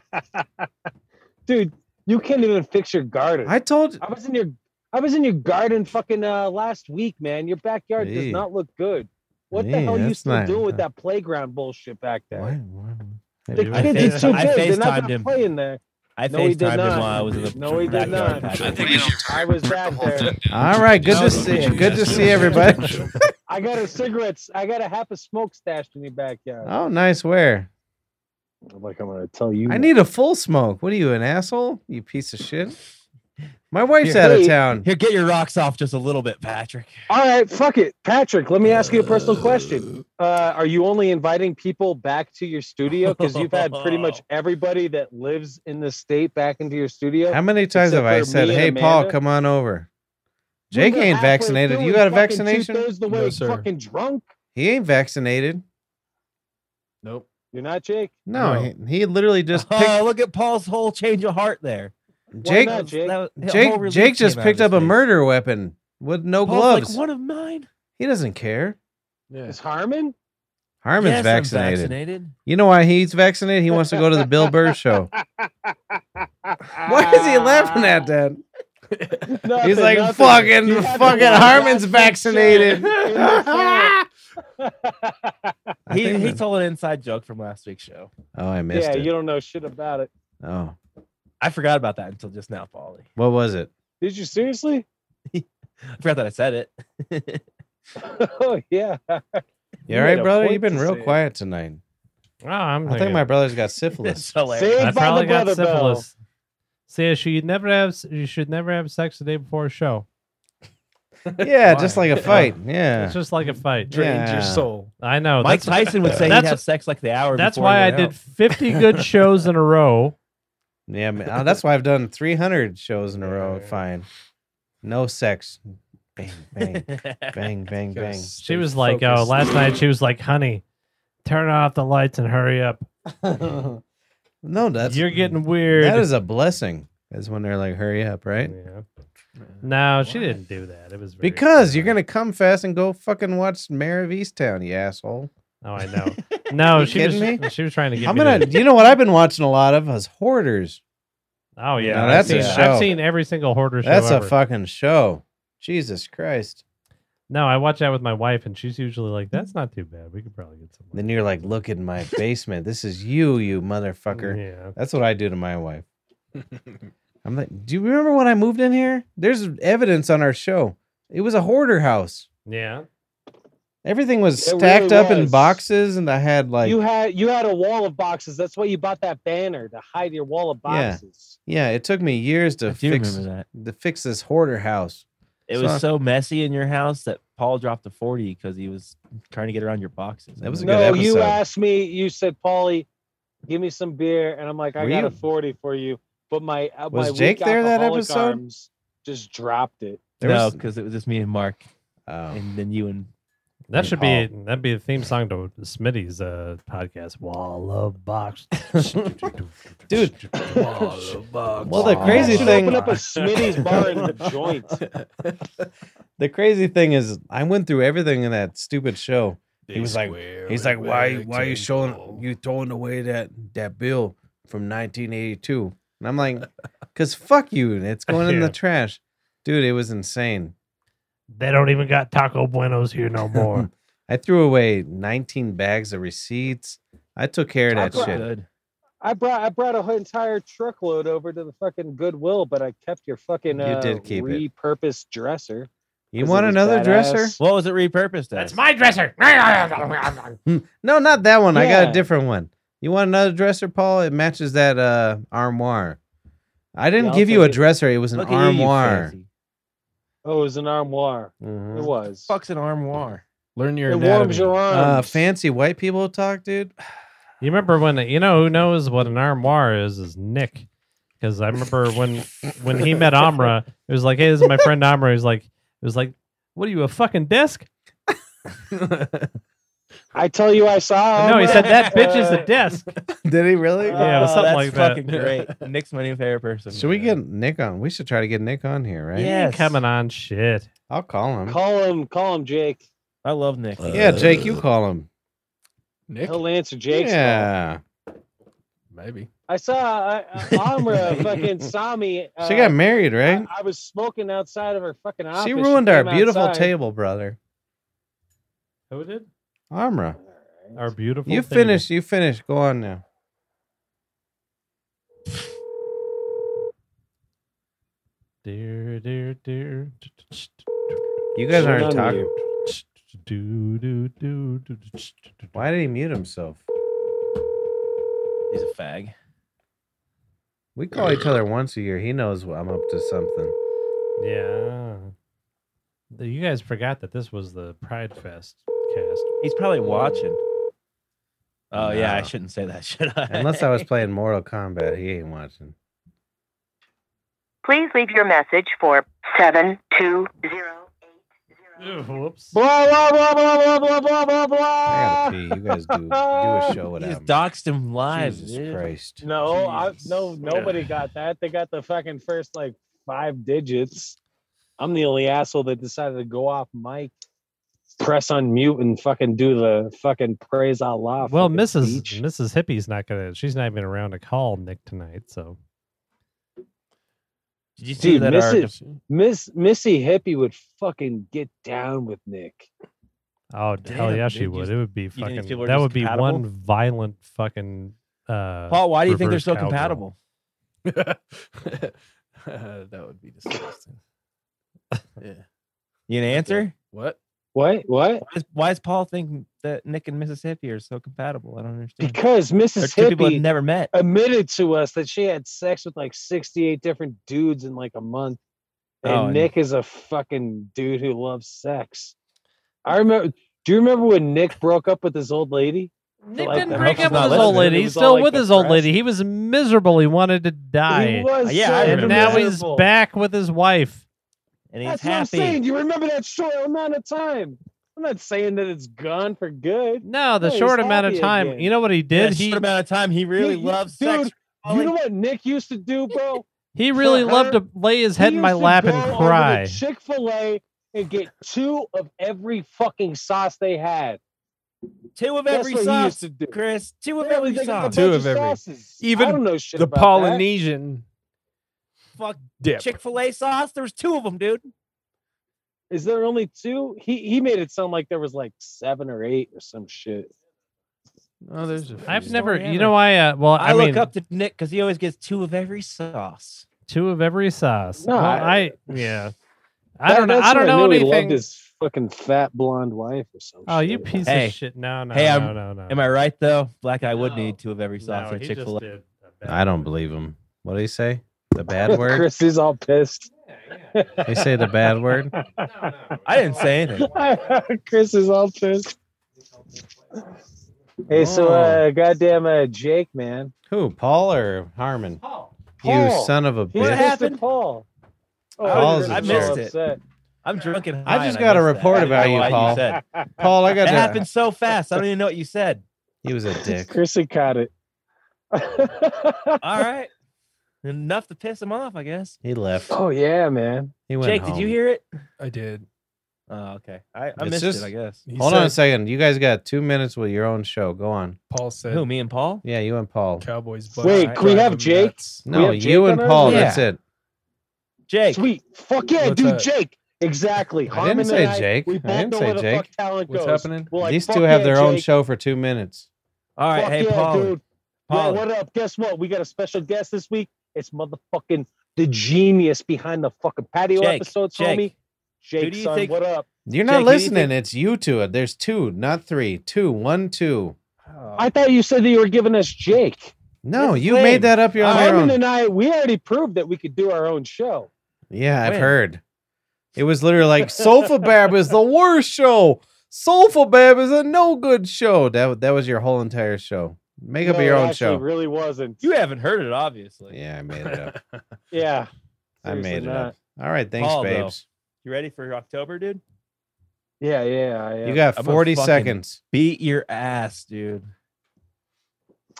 Dude, you can't even fix your garden. I, I told was in your I was in your garden fucking uh, last week, man. Your backyard does Hey. not look good. What the Hey, hell are you that's still not- doing with that playground bullshit back there? Why- why- The Maybe I kids fa- are too I big. They're not FaceTimed gonna him. play in there. I No, he FaceTimed did him not. while I was in the No, he did backyard, not. Patrick. I was back there. All right, good to No, see, no, good to yes, see yes. everybody. I got a cigarettes. I got a half a smoke stashed in your backyard. Oh, nice wear. I'm like, I'm gonna tell you. I need a full smoke. What are you, an asshole? You piece of shit. My wife's out of Hey. town. Here, get your rocks off just a little bit, Patrick. All right, fuck it, Patrick. Let me ask you a personal question. Uh, are you only inviting people back to your studio because you've had pretty much everybody that lives in the state back into your studio? How many times have Except I for said, me and "Hey, Paul, Amanda. come on over"? Jake ain't vaccinated. You got a vaccination? Two-thirds the No, way sir. fucking drunk. He ain't vaccinated. Nope. You're not Jake. No, No. He, he literally just picked. Oh, look at Paul's whole change of heart there. Why Jake, not, Jake. That was- whole Jake, relief Jake just came out picked of up his a face. murder weapon with no Paul's gloves. Like, one of mine. he doesn't care. Yeah. Is Harmon? Harmon's Yes, I'm vaccinated. You know why he's vaccinated? He wants to go to the Bill Burr show. Why is he laughing at that? Nothing, He's like, nothing. fucking, You haven't fucking watched Harmon's that vaccinated. picture in the I film. He, think he that- told an inside joke from last week's show. oh, I missed yeah, it. you don't know shit about it. Oh, I forgot about that until just now, Paulie. what was it? Did you seriously? I forgot that I said it. oh yeah. You You all made right, a brother? point You've been to real say it. quiet tonight. Oh, I'm I think thinking- my brother's got it's syphilis. hilarious. Saved I by the probably got brother bell. syphilis. See, she never have you should never have sex the day before a show. yeah, just like a fight. Yeah. It's just like a fight. Drains Yeah. your soul. I know. Mike that's Tyson would say he'd that's- have sex like the hour that's before why he went I did out. 50 good shows in a row. Yeah, man. Oh, that's why I've done 300 shows in a row. Fine. No sex. Bang, bang, bang, bang, Gotta bang. stay She was like, "Oh, focused. last night she was like, honey, turn off the lights and hurry up. No, that's You're getting weird." That is a blessing. Is when they're like, hurry up, right? Yeah. No, she didn't do that. It was very Because you're clever. gonna come fast and go fucking watch Mayor of Easttown, you asshole. Oh, I know. No, You she was. kidding me? She was trying to get I'm me. gonna. to- you know what I've been watching a lot of is Hoarders. oh yeah, No, I've that's seen, a show. I've seen every single hoarder show. That's a ever. fucking show. Jesus Christ. No, I watch that with my wife, and she's usually like, "That's not too bad. We could probably get some." Then you're like, look in my basement. This is you, you motherfucker. Yeah. That's what I do to my wife. I'm like, do you remember when I moved in here? There's evidence on our show. It was a hoarder house. Yeah. Everything was It really stacked up in was. boxes, and I had like you had you had a wall of boxes. That's why you bought that banner to hide your wall of Yeah. boxes. Yeah, it took me years I to do fix remember that. to fix this hoarder house. It So- was so messy in your house that Paul dropped a 40 because he was trying to get around your boxes. That was a good No, you episode. asked me. You said, "Paulie, give me some beer," and I'm like, "I Were got you- a forty for you." But my uh, Was my Jake weak there that alcoholic episode? arms just dropped it. There no, was- because it was just me and Mark, Oh. and then you and Green That should Hall. be that'd be the theme song to Smitty's uh, podcast, Wall of Box. Dude. Well, the You crazy should thing open up a Smitty's bar in the joint. the crazy thing is I went through everything in that stupid show. He was like- He's like, why why you showing you throwing away that that bill from 1982? And I'm like, because fuck you, it's going in the Yeah. trash, dude. It was insane. they don't even got Taco Buenos here no more. I threw away 19 bags of receipts. I took care of that Taco shit. Good. I brought I brought a whole entire truckload over to the fucking Goodwill, but I kept your fucking You uh, did keep it. repurposed dresser. You 'cause it want was another dresser? badass. What was it repurposed as? That's my dresser. No, not that one. I got a Yeah. different one. You want another dresser, Paul? It matches that uh, armoire. I didn't I'll give you a take it. dresser. It was an Look at you, you armoire. fancy. Oh, it was an armoire. Mhm. It was. Fuck's an armoire. learn your it anatomy. warms your Uh, arms. fancy white people talk, dude. you remember when you know who knows what an armoire is is Nick. Because I remember when when he met Amra, it was like, hey, this is my friend Amra. He's like, it was like, what are you, a fucking desk? I tell you, I saw. no, he Omar. said that bitch is Uh, a desk. Did he really? Yeah, it was Oh, something that's like that. fucking great. Nick's my new favorite person. Should we get Nick on? We should try to get Nick on here, right? Yeah. He ain't Yes. coming on shit. I'll call him. Call him, call him, Jake. I love Nick. yeah, Jake, you call him. Nick, He'll answer Jake's. call. yeah. maybe. I saw uh, uh, Amra fucking saw me. Uh, she got married, I- right? I, was smoking outside of her fucking office. she ruined our came beautiful outside. table, brother. Who did? Amra, Our beautiful. you thing. finish. You finish. Go on now. Dear, dear, dear. You guys We're aren't done with talking. you. Do, do, do, do, do. Why did he mute himself? He's a fag. We call each other once a year. He knows wh- I'm up to something. Yeah. The- You guys forgot that this was the Pride Fest cast. He's probably watching. Oh yeah, I Nah. shouldn't say that, should I? Unless I was playing Mortal Kombat, he ain't watching. Please leave your message for Hmm. 72080. Whoops. Blah blah blah blah blah blah blah blah I gotta pee. You guys do do a show He without just me. doxed him live. Jesus dude. Christ. No, I, Jesus. no, nobody got that. They got the fucking first like five digits. I'm the only asshole that decided to go off mic, press on mute, and fucking do the fucking praise Allah. Well, fucking Mrs. speech. Mrs. Hippie's not gonna. She's not even around to call Nick tonight. So Did you see Dude, that? miss our- it. Miss Missy Hippie would fucking get down with Nick. Oh hell Damn, yeah, she dude, you- would. It would be think these fucking. people are That just would be one compatible? violent fucking. Uh, Paul, why do you think they're reverse so cowgirl. compatible? that would be disgusting. yeah. You an answer? What? What? What? Why is, why is Paul think that Nick and Mrs. Hippie are so compatible? I don't understand. Because They're Mrs. two people Hippie I've never met. admitted to us that she had sex with like 68 different dudes in like a month. And Oh, and- Nick is a fucking dude who loves sex. I remember. Do you remember when Nick broke up with his old lady? Nick like, didn't I break up with hope she's not his old listening. lady. He He's was still all, like, with his old depressed. lady. He was miserable. He wanted to die. He was yeah, I so and remember now that. he's miserable. back with his wife. And he's That's what I'm saying. happy. You remember that short amount of time. I'm not saying that it's gone for good. No, the No, he's short amount of happy time. again. You know what he In did? a he short amount of time, he really You- you- loves dude, sex. You know what Nick used to do, bro? he really for loved her, to lay his head in my lap and cry. Chick Fil A and get two of every fucking sauce they had. Two of That's every what he used sauce, to do. Chris. Two of Yeah, every they got a sauce. Two bunch of every. sauces. Even I don't know shit The about Polynesian Fuck dip. Chick Fil A sauce. There's two of them, dude. That. Is there only two? He he made it sound like there was like seven or eight or some shit. oh, there's a I've few. never, story you know, I uh, well, I, I, look mean, up to Nick because he always gets two of every sauce. two of every sauce. No, Well, I, I- yeah, I That- don't know. that's I don't when know knew He loved anything. his fucking fat blonde wife or some oh, shit. you piece Hey. of shit! No, no, Hey, no, I'm- no, no. Am I right though? Black Eye would No. need two of every sauce No, at he Chick just Fil A. did a bad- I don't believe him. What did he say? The bad word? Chris is all pissed. He say the bad word? I didn't say anything. Chris is all pissed. Hey, Oh. so uh, goddamn uh, Jake, man. Who? Paul or Harmon? Paul. You son of a He's bitch. pissed at happened? Paul. Oh, Paul's I in missed charge. it. I I'm drunk and I high just and got a missed that. report I don't about know you, why Paul. said. Paul, I got That to. happened so fast. I don't even know what you said. He was a dick. Chrissy caught it. All right. Enough to piss him off, I guess. He left. oh yeah, man. He went Jake, did you home. hear it? I did. Oh, okay. I, I It's missed just- it, I guess. He Hold said- on a second. You guys got two minutes with your own show. Go on. Paul said Who, me and Paul? Yeah, you and Paul. Cowboys. Wait, bust can we drive have him Jake? nuts. We No, have you Jake and on ours? Paul. Yeah. That's it. Jake. Sweet. Fuck yeah, What's dude, that? Jake. Exactly. I Harmon didn't say and I, Jake. I We both didn't know say where the fuck Jake. talent What's goes. happening? We're like, These fuck two have yeah, their own Jake. show for two minutes. All right. Fuck hey, yeah, Paul. dude. Paul. Yeah, what up? Guess what? We got a special guest this week. It's motherfucking the genius behind the fucking patio Jake, episodes, Jake. homie. Jake, do you son, think- what up? You're not Jake, who do you listening. It's you two. There's two, not three. Two, one, two. I thought you said that you were giving us Jake. No, It's you lame. made that up. You're on your Harmon own. Uh, and I, we already proved that we could do our own show. Yeah, I've When? heard. It was literally like Soulfabab is the worst show. Soulfabab is a no good show. That that was your whole entire show. Make up No, your it own actually show. Really wasn't. you haven't heard it, obviously. yeah, I made it up. yeah. I Seriously made it not. up. All right, thanks, Paul, though. babes. You ready for October, dude? Yeah, yeah, yeah. You got I'm a 40 fucking- seconds. Beat your ass, dude.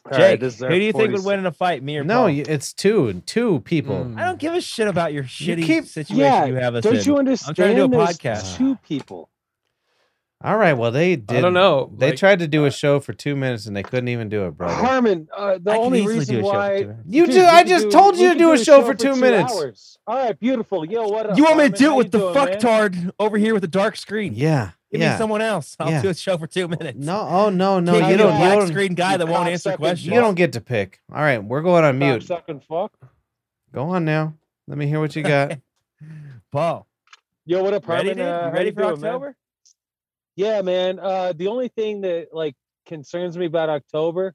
All Jake, right, this is who our do you think 46 would win in a fight, me or No, Paul? you, it's two. Two people. Hmm. Mm. I don't give a shit about your shitty keep- situation Yeah, you have us in. Don't you understand? trying to do a There's podcast. Two people. All right, well, they did. I don't know. They like, tried to do a show for two minutes and they couldn't even do it, brother. Harmon, uh, the I could only easily do reason a show for why two hours. You Dude, ju- we I could just do- told we you to could do a show for two minutes. hours. All right, beautiful. Yo, what up? You want me to Harmon? do How it with you the doing, man? fucktard over here with the dark screen? Yeah. Give me yeah. someone else. I'll Yeah. do a show for two minutes. No, oh, no, no. Can't You be a don't, black you don't, screen guy you that won't answer cocksucking questions. you don't get to pick. All right, we're going on mute. Cocksucking fuck. Go on now. Let me hear what you got. Paul, Yo, what up, ready, Harmon? dude? You Uh, how ready you for doing, man? October? Yeah, man. Uh, the only thing that like concerns me about October,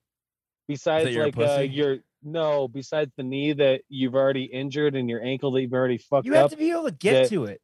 besides you're a like uh, pussy? your no, besides the knee that you've already injured and your ankle that you've already fucked You have up. to be able to get that- to it.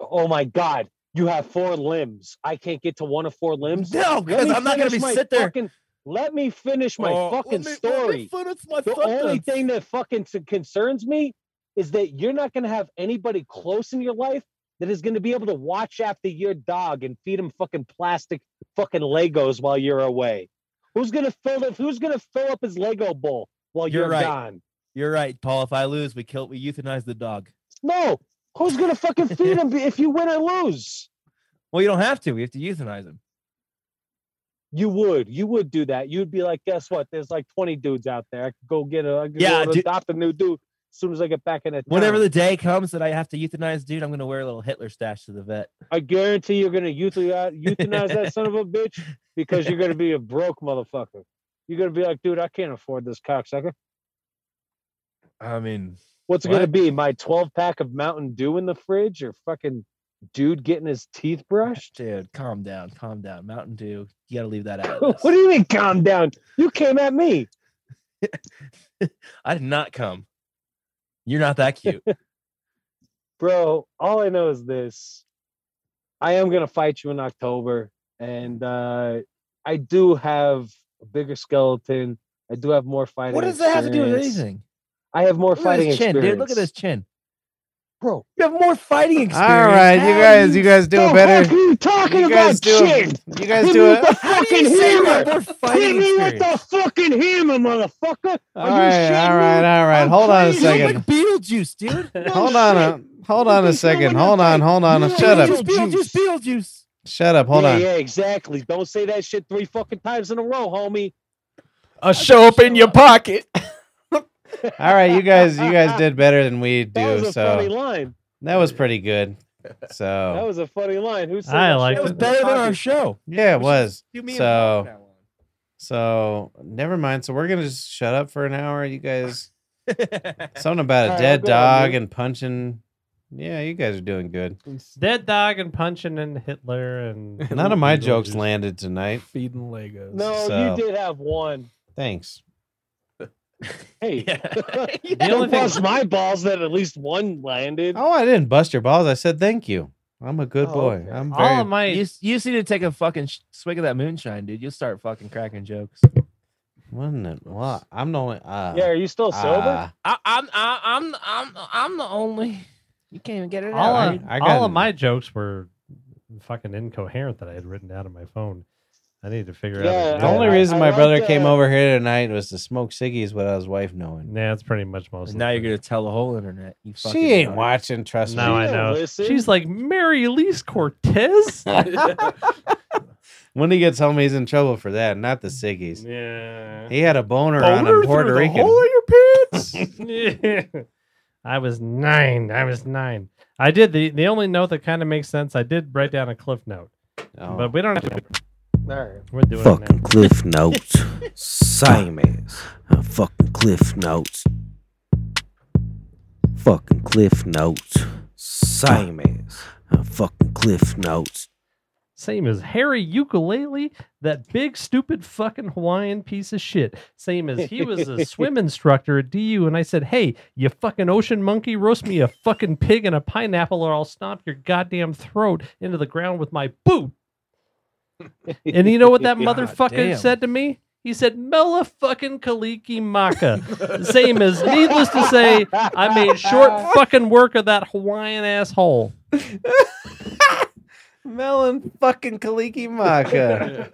oh my god, you have four limbs. I can't get to one of four limbs. No, Let because me I'm not going to finish be my sit there. fucking- let me finish my Oh, fucking let me- story. Let me finish my the fucking- only thing that fucking s- concerns me is that you're not going to have anybody close in your life that is going to be able to watch after your dog and feed him fucking plastic fucking Legos while you're away. Who's going to fill up? Who's going to fill up his Lego bowl while You're you're, right. gone? You're right, Paul. If I lose, we kill, we euthanize the dog. No. Who's going to fucking feed him if you win or lose? Well, you don't have to. We have to euthanize him. You would, you would do that. You'd be like, guess what? There's like 20 dudes out there. I could go get a, I could Yeah, go dude. adopt a new dude as soon as I get back in it. Whenever the day comes that I have to euthanize, dude, I'm going to wear a little Hitler stash to the vet. I guarantee you're gonna euthanize, euthanize that son of a bitch because you're gonna be a broke motherfucker. You're gonna be like, dude, I can't afford this cocksucker. I mean, What's it gonna What? be? My 12 pack of Mountain Dew in the fridge, or fucking dude getting his teeth brushed? dude, calm down, calm down. Mountain Dew, you got to leave that out. of what do this. you mean, calm down? You came at me. I did not come. You're not that cute. bro, all I know is this. I am gonna fight you in October, and uh, I do have a bigger skeleton. I do have more fighting. what does that have to do with experience. anything? I have more Look at fighting his chin, experience. dude. Look at his chin. bro. You have more fighting All experience. right, you How guys, you guys do the it Fuck better. are you talking You guys about do chin? it. You guys Hit do me it. with the How do you fucking say you have hammer. more Hit fighting me with experience? the fucking hammer, motherfucker. All Are you right, shitting all right, me? all right. I'm Hold on a crazy. You're second. like Beetlejuice, dude. No Hold on, shit. a, hold on a He's throwing second. that Hold on, fight. hold on. Yeah. Shut up. Beetlejuice, Beetlejuice, Beetlejuice. Shut up. Hold yeah, on. Yeah, exactly. Don't say that shit three fucking times in a row, homie. a show up in your pocket. All right, you guys, you guys did better than we That was do. a funny So Oh. line. that was pretty good. That So was a funny line. Who said I that liked That shit was in it. the better than our pocket? show. yeah, it was. You, me, and So- Paul from now on. So never mind. So we're gonna just shut up for an hour. You guys, something All about a right, dead we'll go on dog mute. and punching. Yeah, you guys are doing good. Dead dog and punching and Hitler and None of my jokes Beetlejuice. landed tonight. Feeding Legos. No, So- you did have one. Thanks. Hey, Yeah. the only don't thing bust my balls that at least one landed. Oh, I didn't bust your balls. I said thank you. I'm a good Oh, boy. okay. I'm very. all of my you, s- you just need to take a fucking sh- swig of that moonshine, dude. You'll start fucking cracking jokes. Wasn't it? Well, I'm the only. Uh, yeah, are you still sober? uh, I, I'm I, I'm I'm I'm the only. You can't even get it all I- of, I all got- of my jokes were fucking incoherent that I had written down on my phone. I needed to figure Yeah, out. The I- only I- reason I my like brother came that. over here tonight was to smoke ciggies without his wife knowing. yeah, that's pretty much most. And now you're gonna tell the whole internet. You fucking She ain't narc. watching. Trust No, me. I Yeah, know. listen. She's like Mary Elise Cortez. When he gets home, he's in trouble for that, not the ciggies. yeah. He had a boner, on Boner a Puerto through the Rican. hole in your pants. I was nine. I was nine. I did the the only note that kind of makes sense. I did write down a cliff note, Oh. but we don't have to. Alright. We're doing it now. Fucking Cliff Notes. Same as. Uh, fucking Cliff Notes. Fucking Cliff Notes. Same as. Uh, fucking Cliff Notes. Same as Harry Ukulele, that big stupid fucking Hawaiian piece of shit. Same as he was a swim instructor at DU, and I said, "Hey, you fucking ocean monkey, roast me a fucking pig and a pineapple, or I'll stomp your goddamn throat into the ground with my boot." And you know what that motherfucker damn. said to me? He said, "Mela fucking Kaliki Maka." Same as, needless to say, I made short fucking work of that Hawaiian asshole. Melon fucking Kaliki Maka.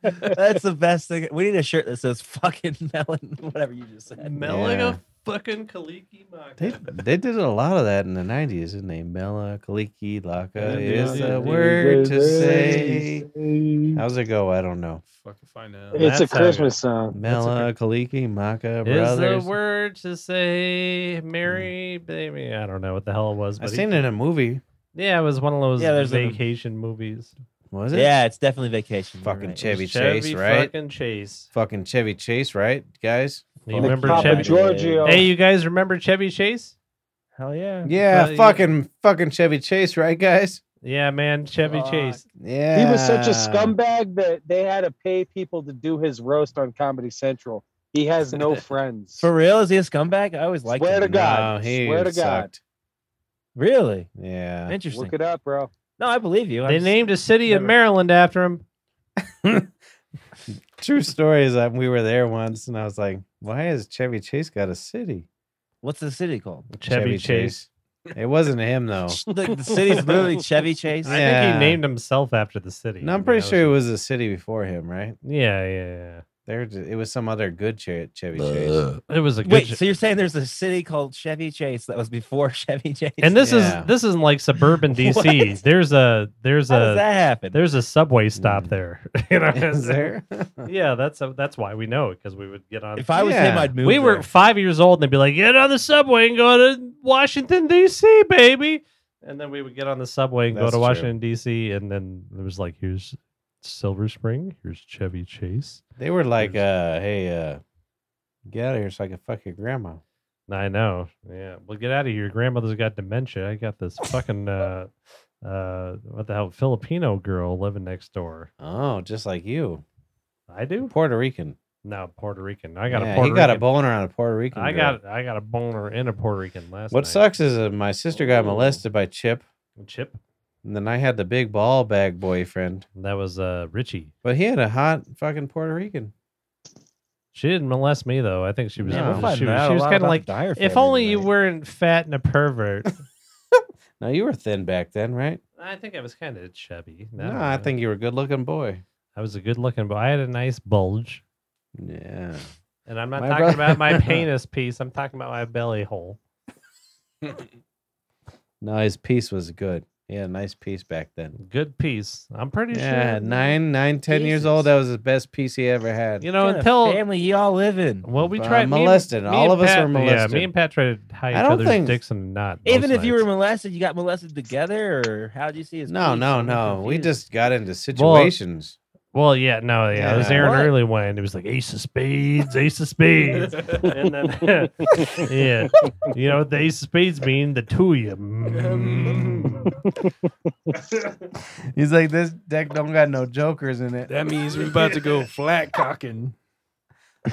That's the best thing. We need a shirt that says "fucking melon," whatever you just said. Mela Yeah. fucking Kaliki Maka. They, they did a lot of that in the 90s, didn't they? Mela, Kaliki, Laka they is did. a They word to say. How's it go? I don't know. Fucking find out. It's a That's how it Christmas song. Mela, Kaliki, Maka, Is brothers. the word to say Mary baby? I don't know what the hell it was, I but he- seen it in a movie. yeah, it was one of those Yeah, there's a- vacation movies. Was it? Yeah, it's definitely vacation. you're Fucking right. Chevy It's Chase, right? Fucking Chase. Fucking Chevy Chase, right, guys? You Like remember Papa Chevy? Giorgio. Hey, you guys remember Chevy Chase? Hell yeah. Yeah, Uh, yeah. fucking fucking Chevy Chase, right, guys? Yeah, man, Chevy Fuck. Chase. Yeah. He was such a scumbag that they had to pay people to do his roast on Comedy Central. He has no friends. For real? Is he a scumbag? I always liked Swear him. to God. No, he Swear to God. sucked. Really? Yeah. Interesting. Look it up, bro. No, I believe you. I'm They just- named a city of never- Maryland after him. True story is that we were there once, and I was like, "Why has Chevy Chase got a city?" What's the city called? Chevy, Chase. It wasn't him though. Like the city's literally Chevy Chase. I think Yeah. he named himself after the city. No, I mean, I'm pretty that sure it was a city before him, right? Yeah, yeah, There, ju- it was some other good che- Chevy Chase. yeah. It was a good. Wait, ch- so you're saying there's a city called Chevy Chase that was before Chevy Chase? and this Yeah. is this isn't like suburban DC. What? there's a there's how a does that Hmm. happen? There's a subway stop Mm. there. you know, Is there? Yeah, that's that's why we know it because we would get on. if I was him, Yeah. I'd move. we were there. five years old, and they'd be like, "Get on the subway and go to Washington D.C., baby," and then we would get on the subway and That's go to true. Washington D.C., and then it was like, "Here's Silver Spring, here's Chevy Chase." They were like, uh, "Hey, uh, get out of here so I can fuck your grandma." I know. Yeah, well, get out of here. Your grandmother's got dementia. I got this fucking uh, uh, what the hell, Filipino girl living next door. Oh, just like you, I do. Puerto Rican. No, Puerto Rican. I got Yeah, a Puerto he got a Rican- boner on a Puerto Rican. I girl. got I got a boner in a Puerto Rican last What night. sucks is uh, my sister got Ooh. molested by Chip, Chip. and then I had the big ball bag boyfriend, That was uh Richie. but he had a hot fucking Puerto Rican. She didn't molest me though. I think she was Yeah, we're she, finding was- out she a was lot kind of about like the Dyer if family only you tonight." weren't fat and a pervert. Now you were thin back then, right? I think I was kind of chubby. No, I think you were a good looking boy. I was a good looking, but I had a nice bulge. Yeah. And I'm not My talking brother- about my penis piece. I'm talking about my belly hole. No, his piece was good. He had a nice piece back then. Good piece. I'm pretty Yeah, sure. nine, nine, ten years old. That was the best piece he ever had. You What know, kind of until family y'all live in. well, we Uh, tried me and- molested. me All and of us Pat- were Yeah, molested. me and Pat tried to hide I each don't other's think- dicks and not. Even if you were molested. molested, you got molested together, or how do you see his? no, piece? no, I'm no. We confused. just got into situations. Well, yeah, no, yeah. It was Yeah. Aaron What? Early one. It was like Ace of Spades, Ace of Spades, and then yeah, you know what the Ace of Spades mean? The two of you. Mm. He's like, this deck don't got no jokers in it. That means we're about to go flat cocking.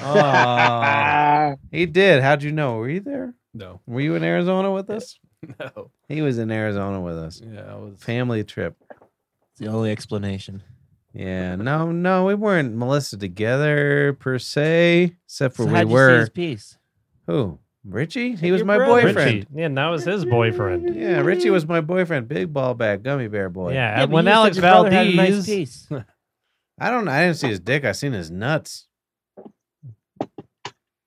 Oh, Ah, he did. How'd you know? Were you there? No, Were you in Arizona with us? no. He was in Arizona with us. Yeah, I was. Family trip. It's the only explanation. Yeah, no, no, we weren't molested together per se, except for So we how'd you see were. Uh, his piece? Who? Richie? He was Your my brother. boyfriend. Richie. Yeah, now it's his boyfriend. Yeah, Richie was my boyfriend. Big ball bag, gummy bear boy. Yeah, Yeah, and when but you said Alex your brother had a Valdez, nice piece. I don't. I didn't see his dick. I seen his nuts.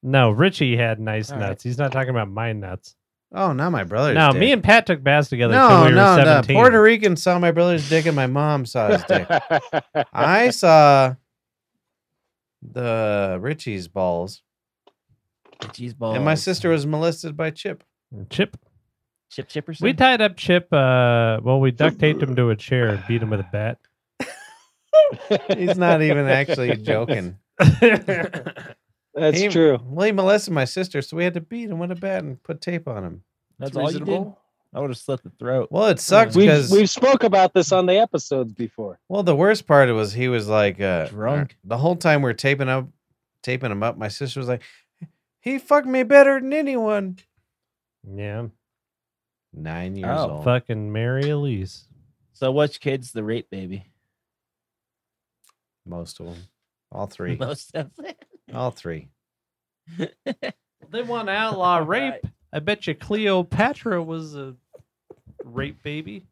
no, Richie had nice All right. nuts. He's not talking about my nuts. Oh, not my brother's. No, dick. me and Pat took baths together no, until no, we were no. seventeen. Puerto Rican saw my brother's dick and my mom saw his dick. I saw the Richie's balls, Cheese balls. and my sister was molested by Chip. Chip, Chip chippers. we tied up Chip. Uh, well, we duct taped him to a chair and beat him with a bat. He's not even actually joking. That's He- true. Well, he molested my sister, so we had to beat him with a bat and put tape on him. That's all you did. I would have slit the throat. Well, it sucked We've, because we've spoke about this on the episodes before. Well, the worst part was he was like uh, Drunk. The whole time we were taping up, taping him up. My sister was like, "He fucked me better than anyone." Yeah, Nine years Oh, old. fucking Mary Elise. So which kid's the rape baby? Most of them, all three, Most of them. all three. They want to outlaw Right. rape. I bet you Cleopatra was a rape baby.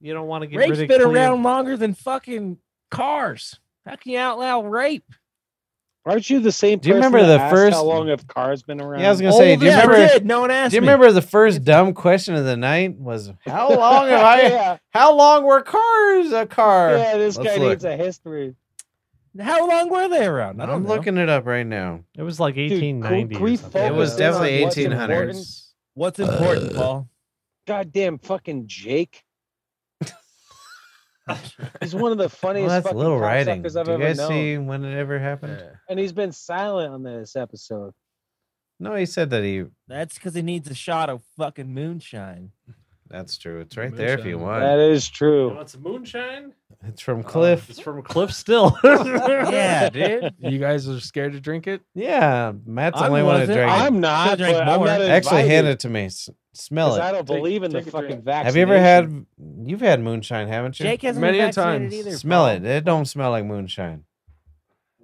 You don't want to get Rape's rid of been Cleo- around longer than fucking cars. How can you outlaw rape? Aren't you the same? Do you person remember that the asked first- How long have cars been around? Yeah, I was gonna say, do you Oldest remember? kid, no one asked Do you me. remember the first dumb question of the night was how long have I? yeah, How long were cars a car? yeah, this Let's guy look. needs a history. How long were they around? I don't I'm know. looking it up right now. It was like can 1890. or we something. It was Focus in on definitely what's 1800s. important. What's important, Uh. Paul? Goddamn fucking Jake. he's one of the Well, funniest that's fucking little writing. Do cocksuckers you I've ever guys known. see when it ever happened? And he's been silent on this episode. No, he said that he. That's because he needs a shot of fucking moonshine. That's true. It's right there if you want. Moonshine. That is You true. want some moonshine? It's from Um, Cliff. It's from Cliff still. yeah, dude. You guys are scared to drink it? Yeah, Matt's the I only one who wasn't. drank. it. I'm not. drink But I'm more. not Actually, invited hand it to me. S- Smell 'cause I it. don't believe in the fucking vaccine. Have you ever had? You've had moonshine, haven't you? Jake hasn't Many been a vaccinated times. either. smell Paul. it. It don't smell like moonshine.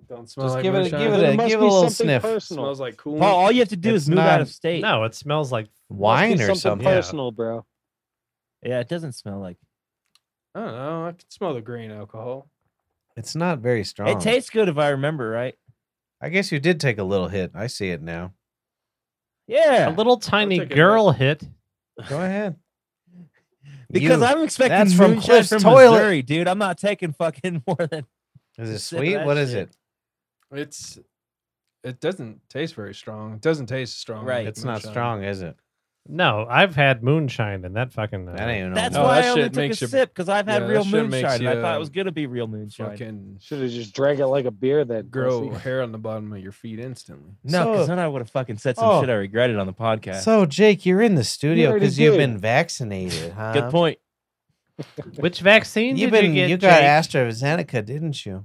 Don't smell Just like give it. A, moonshine. give Then it. it A, must uh, give it be a little something sniff. personal. smells like cool. Paul, all you have to do It's is move not- out of state. no, it smells like Wine Must be or something something. personal, bro. Yeah, it doesn't smell like. I don't know. I can smell the grain alcohol. It's not very strong. It tastes good if I remember right. I guess you did take a little hit. I see it now. Yeah, a little tiny take it girl hit. Go ahead. because You- I'm expecting that's from moonshine Cliff's from toilet. Missouri, dude. I'm not taking fucking more than. is it sip of sweet? that What is shit. it? It's it doesn't taste very strong. It doesn't taste strong. Right. It's not moonshine. strong, is it? No, I've had moonshine and that fucking. uh, I don't even know. That's No, why that I only shit took a makes you- sip because I've had yeah, that real shit makes moonshine. and I you, thought it uh, was gonna be real moonshine. Fucking Should have just drank it like a beer. That grow hair on the bottom of your feet instantly. No, So- because then I would have fucking said some Oh. shit I regretted on the podcast. So, Jake, you're in the studio already because you've did. been vaccinated, huh? Good point. Which vaccine You've did been. you get? You got Jake? AstraZeneca, didn't you?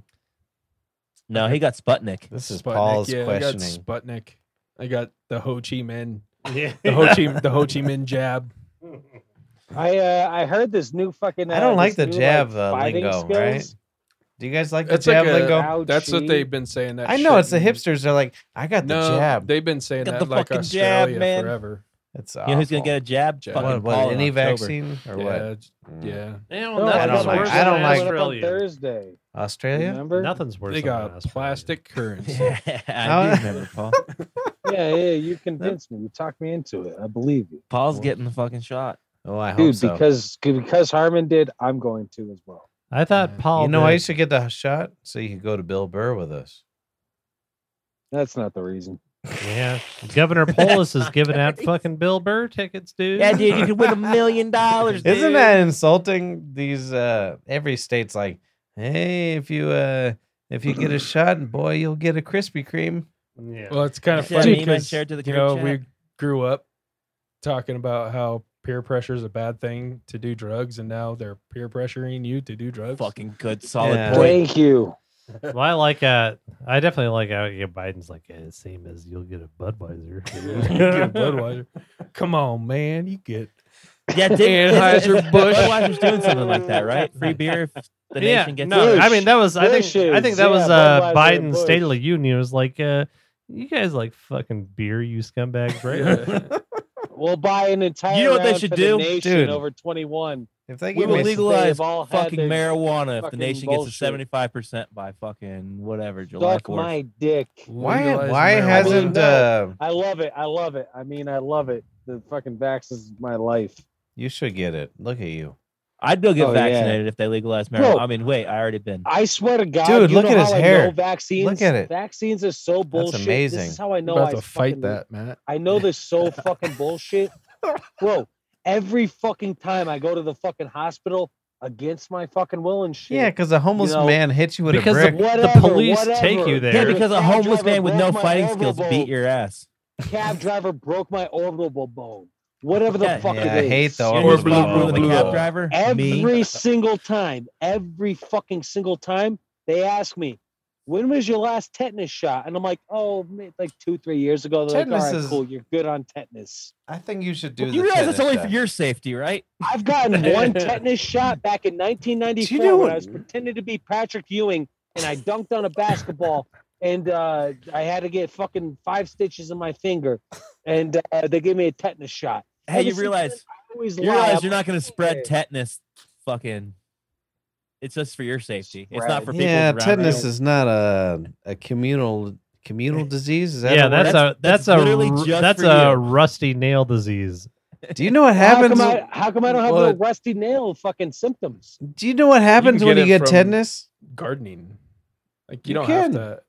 No, he got Sputnik. This is Sputnik, Paul's yeah, questioning. I got Sputnik. I got the Ho Chi Minh. Yeah. The Ho Chi the Ho Chi Minh jab. I uh, I heard this new fucking. Uh, I don't like the this new, jab uh, fighting lingo, skills. right? Do you guys like the That's jab like a- lingo? Ouchie. That's what they've been saying. That I know shit it's the in- hipsters. They're like, I got the No, jab. they've been saying Got that the like fucking jab, Australia man. forever. It's You know who's gonna awful. get a jab? Jab. Fucking what, what, Paul in any October. vaccine or what? Mm. Yeah, yeah. Yeah, well, No, I nothing's don't like- worse I don't than like- Went up on Australia. Thursday. Australia? Remember? Nothing's worse. They than got Australia. plastic currency. Yeah, I Oh. do remember Paul. Yeah, yeah. You convinced me. You talked me into it. I believe you, Paul's getting the fucking shot. Oh, I hope dude. so. Because because Harmon did, I'm going to as well. I thought Yeah. Paul. you know, I did. used to get the shot so you could go to Bill Burr with us. That's not the reason. Yeah, Governor Polis is giving out fucking Bill Burr tickets, dude. Yeah, dude, you could win a million dollars. Isn't dude. that insulting? These uh, every state's like, hey, if you uh, if you get a shot, boy, you'll get a Krispy Kreme. Yeah. Well, it's kind of Is that funny meme I because shared to the you know group we grew up talking about how peer pressure is a bad thing to do drugs, and now they're peer pressuring you to do drugs. fucking good, solid Yeah. point. Thank you. Well, I like uh I definitely like how yeah, Biden's like yeah, same as you'll get a Budweiser. Get Budweiser. Come on, man, you get Yeah, did Anheuser-Busch. Budweiser's doing something like that, right? Free beer if the yeah, nation gets no, it. I mean that was I think I think Bushes, that was yeah, uh Budweiser, Biden's State of the Bush. Union. It was like uh You guys like fucking beer, you scumbags, right? We'll buy an entire. You know what they round should for do? the nation Dude. over twenty-one. If they We give will me, legal- legalize they've all had fucking their marijuana if the fucking nation bullshit. gets to 75% by fucking whatever, July Suck 4th. my dick. why Legalize why marijuana. hasn't uh, I love it. I love it. I mean, I love it. The fucking vax is my life. you should get it? Look at you, I'd go get Oh, yeah. vaccinated if they legalize marijuana. Bro. I mean, wait, I already been. I swear to God, Dude, you look know at how his I hair. Know vaccines. Look at it. Vaccines are so bullshit. amazing. This is how I I'm know about I to fight fucking- that, Matt. I know this is so fucking bullshit, bro. Every fucking time I go to the fucking hospital against my fucking will and shit. yeah, because a homeless know, man hit you with because a the- brick. Whatever, police whatever. take you there. Yeah, because a Cab homeless driver man with no broke my fighting skills orbital beat bone. your ass. Cab driver broke my orbital bone. Whatever the Yeah, fuck yeah, it is. I hate the You know orbital who's fucking bone. ruining the cab driver? Every Me. single time, every fucking single time, they ask me, "When was your last tetanus shot?" And I'm like, "Oh, ma- like two, three years ago." They're like, "All Tetanus right, is- cool, you're good on tetanus." I think you should do. You the realize tennis that's only shot. for your safety, right? I've gotten one tetanus shot back in 1994 Do you when know- I was pretending to be Patrick Ewing and I dunked on a basketball and uh, I had to get fucking five stitches in my finger, and uh, they gave me a tetanus shot. Hey, Ever you since realize I always you lie. realize I'm you're not going to spread "Yeah." tetanus. Fucking, it's just for your safety. It's not Spread. for people. Yeah, around tetanus you. is not a a communal communal Eh. disease. Is that yeah, a that's, word? That's- a that's, that's a literally ru- just that's for a you. rusty nail disease. Do you know what How happens? come, I, how come I don't have Well, no rusty nail fucking symptoms? do you know what happens get when you it get from- tetanus? Gardening. Like you, You don't can. have to.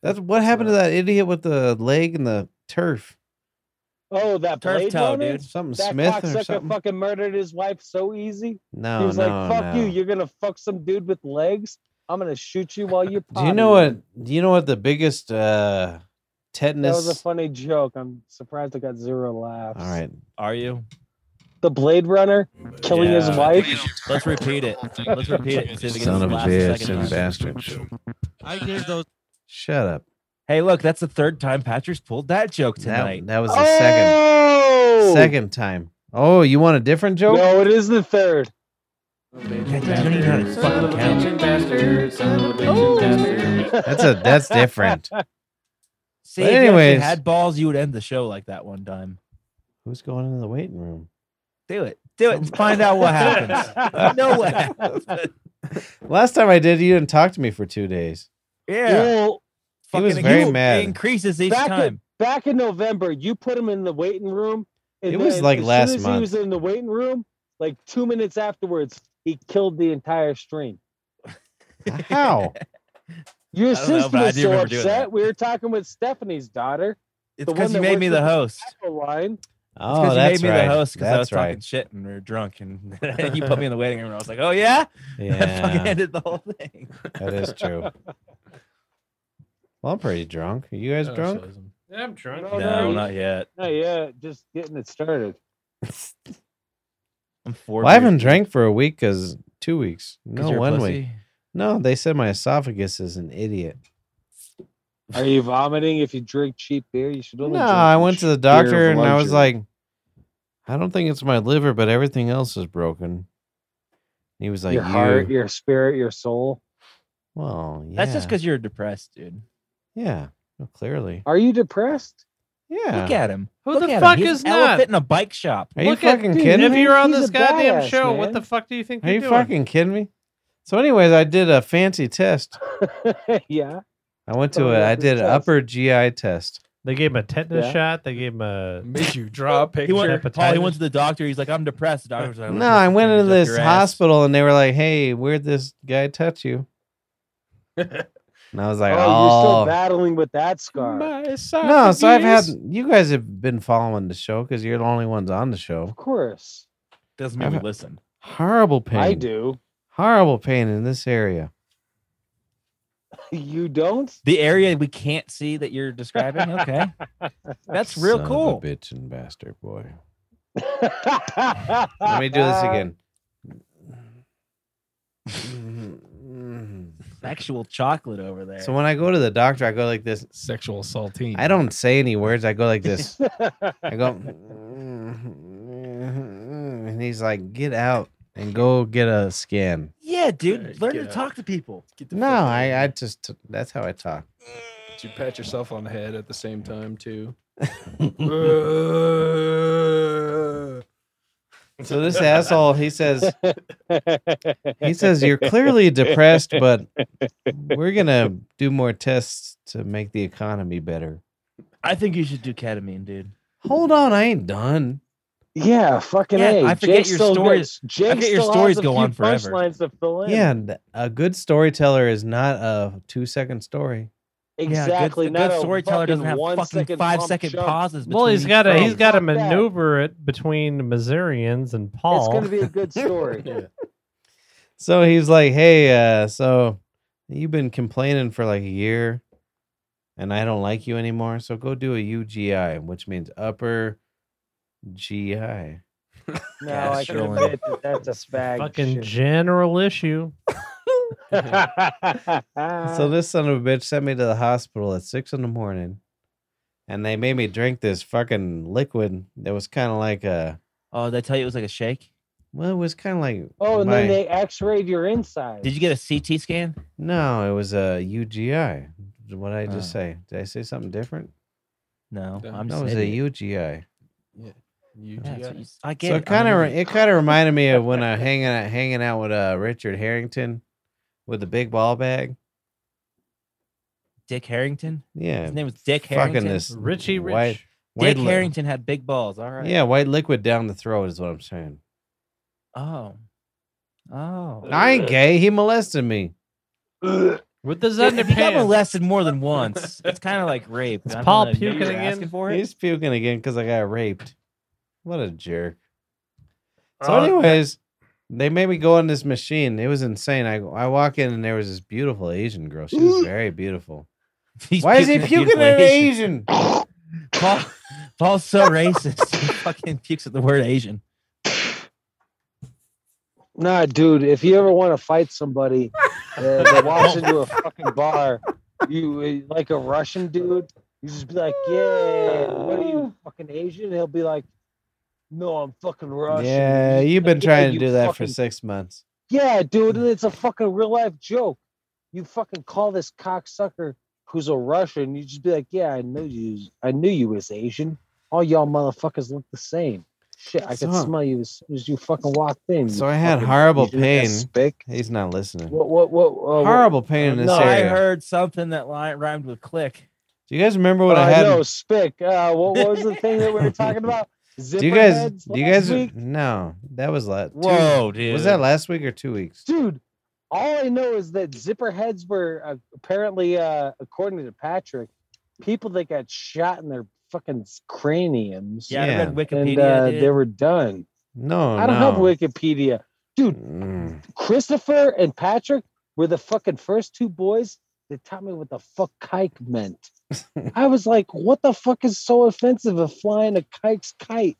That's what happened to that idiot with the leg and the turf. Oh, that Turf Blade toe, Runner? dude. Something That Smith or cocksucker something. fucking murdered his wife so easy. no, he was no, like, "Fuck no. you! You're gonna fuck some dude with legs. I'm gonna shoot you while you're." Do you know what? Do you know what the biggest uh, That tetanus? was a funny joke. I'm surprised I got zero laughs. All right, Are you? The Blade Runner killing Yeah. his wife. Let's repeat it. Let's repeat it. and see if it gets son of a last bitch second and time. bastard. I gave those. Shut up. Hey, look, that's the third time Patrick's pulled that joke That, tonight. that was the second Oh, second time. Oh, you want a different joke? No, it is the third. God damn, you don't even know how to fucking count. That's a that's different. See, But if you actually anyways. had balls, you would end the show like that one time. Who's going into the waiting room? Do it. Do it. and Find out what happens. no way. Last time I did, you didn't talk to me for two days. Yeah. Well, He was Fucking- very you- mad. It increases each Back in- time. back in November, you put him in the waiting room. and It was then like as soon last as month. He was in the waiting room. Like two minutes afterwards, he killed the entire stream. How? Your I don't know, sister but I was do so remember doing upset. that. We were talking with Stephanie's daughter. It's the because one you that made me works the with the host. Caroline. It's Oh, you that's made me right. the host because that's I was talking right. shit and we were drunk, and you put me in the waiting room. And I was like, "Oh yeah," I fucking Yeah, ended the whole thing. that is true. Well, I'm pretty drunk. Are you guys Oh, drunk? shows 'em. Yeah, I'm drunk. Oh, No, No, you- not yet. No, yeah, just getting it started. I'm four. Well, I beers haven't in. drank for a week because two weeks. 'Cause No, you're a one pussy? week. No, they said my esophagus is an idiot. Are you vomiting if you drink cheap beer? You should only No, drink I went to cheap the beer of doctor and I was luxury. like, I don't think it's my liver, but everything else is broken. He was like, your you. heart, your spirit, your soul. Well, yeah. That's just because you're depressed, dude. Yeah, well, clearly. Are you depressed? Yeah. Look at him. Who Look the at fuck him. He's is an not? Elephant in a bike shop. Are you Look at- fucking dude, kidding If me? you're on He's this a goddamn badass, show, man. what the fuck do you think Are you're you doing? fucking kidding me? So, anyways, I did a fancy test. yeah. I went to Oh, a, I that's a did an test. upper GI test. They gave him a tetanus Yeah. shot. They gave him a Made you draw a He picture. went, Paul, he hepatitis. went to the doctor. He's like, I'm depressed. The doctor's like, No, I went into Look this your ass. hospital and they were like, "Hey, where'd this guy touch you?" and I was like, oh, "Oh, you're still battling with that scar. no." So I've had you guys have been following the show because you're the only ones on the show. Of course, Doesn't mean we listen. Horrible pain. I do. Horrible pain in this area. You don't. The area we can't see that you're describing. Okay, that's real Son of a cool. bitch and bastard boy. Let Let me do this again. Sexual chocolate over there. so when I go to the doctor, I go like this. Sexual assaulting. I don't say any words. I go like this. I again. go, and he's like, get out and go get a scan. yeah, dude, Yeah, learn get to out. talk to people. No, I, I just, that's how I talk. You pat yourself on the head at the same time too. Uh, So this asshole, he says, he says you're clearly depressed, but we're gonna do more tests to make the economy better. I think you should do ketamine, dude. Hold on, I ain't done. Yeah, fucking Yeah, A. I forget Jake your still stories- Gets, Jake I forget your still stories has a go few on forever. punchlines to fill in. Yeah, and a good storyteller is not a two-second story. exactly. Yeah, good, not good a storyteller doesn't have one fucking second five lump second chunk. pauses. Well, between he's each got to phrase. he's got to Fuck that. maneuver it between the Missourians and Paul. It's gonna be a good story. So he's like, hey, uh, so you've been complaining for like a year, and I don't like you anymore. So go do a UGI, which means upper GI. no, I can Gastrolin. admit that that's a fag. fucking shit. general issue. Uh. So this son of a bitch sent me to the hospital at six in the morning, and they made me drink this fucking liquid that was kind of like a Oh, did I tell you it was like a shake? well, it was kind of like oh, and my- then they X-rayed your inside. Did you get a CT scan? no, it was a UGI. What did I just Uh. Oh. say? Did I say something different? No, No. I'm No, just it was an a idiot. UGI. you Yeah, that's got- what you s- I get So it. it kind I'm of an idiot. it kind of reminded me of when I hanging out hanging out with uh Richard Harrington with the big ball bag. Dick Harrington. Yeah, His name was Dick fucking Harrington. this Richie Rich. white, white Dick li- Harrington had big balls. All right. Yeah, white liquid down the throat is what I'm saying. Oh. Oh. I ain't gay. He molested me. With his If you got underpants. molested more than once, it's kind of like rape. Is I don't Paul know, you're puking again? asking For it? He's puking again because I got raped. What a jerk. So, Oh, anyways, they made me go on this machine. It was insane. I I walk in and there was this beautiful Asian girl. She was very beautiful. He's Why is he at puking beautiful at an Asian. Asian? Paul, Paul's so racist. He fucking pukes at the word Asian. Nah, dude, if you ever want to fight somebody uh, that walks into a fucking bar, you uh, like a Russian dude, you just be like, "Yeah, what are you fucking Asian?" He'll be like, "No, I'm fucking Russian." Yeah, just you've been like, "Yeah, trying to you do that for fucking- six months. Yeah, dude, Mm. and it's a fucking real life joke. You fucking call this cocksucker who's a Russian, you just be like, "Yeah, I knew you. I knew you was Asian. All y'all motherfuckers look the same." Shit, I could So- smell you as soon as you fucking walked in. So you I had fucking horrible Asian-ass pain. Spick. He's not listening. What? What? What? Uh, what Horrible pain in this No, I area. heard something that li- rhymed with click. Do you guys remember what I uh, had? No, spick. Uh, what, what was the thing that we were talking about? Zipper do you guys? heads Do you last guys? week? No, that was last. Whoa, dude. Was that last week or two weeks? Dude, all I know is that zipper heads were uh, apparently, uh, according to Patrick, people that got shot in their fucking craniums. Yeah, I Yeah. read Wikipedia. And uh, dude. they were done. No, I don't Oh, no. have Wikipedia. Mm. Christopher and Patrick were the fucking first two boys that taught me what the fuck kike meant. I was like, what the fuck is so offensive of flying a kike's kite?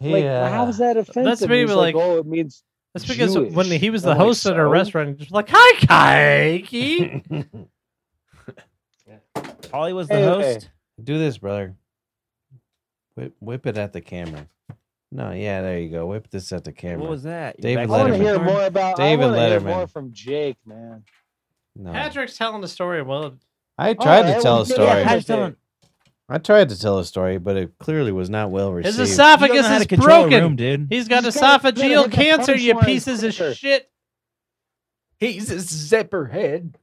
Like, how is that offensive? maybe He's like- oh, it means That's because when Jewish. he was the I'm like, host at our so? restaurant, he's just like, "Hi, Kike." Polly was the Hey, hey. host. Do this, brother. Whip, whip it at the camera. No, yeah, there you go. Whip this at the camera. What was that? You David back- I want to Letterman. hear more about. David I want to hear Letterman. more from Jake, man. no. Patrick's telling the story. Well, I tried that to tell a was good. story. Yeah, Sorry. how'd you tell him? I tried to tell a story, but it clearly was not well his received. You don't know esophagus how to is control a room, broken. dude. He's got You just gotta- you gotta esophageal hit the cancer. You punchline pieces of quicker. shit. He's a zipper head.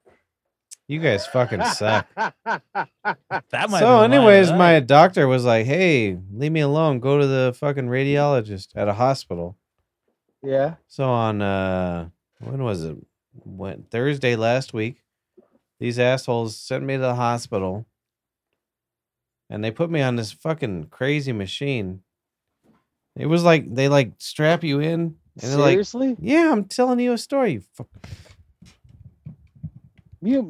you guys fucking suck. That might so have been mine, anyways huh? my doctor was like hey leave me alone go to the fucking radiologist at a hospital yeah. so on uh when was it when thursday last week these assholes sent me to the hospital and they put me on this fucking crazy machine it was like they like strap you in and they're like Seriously, yeah i'm telling you a story you fuck- mute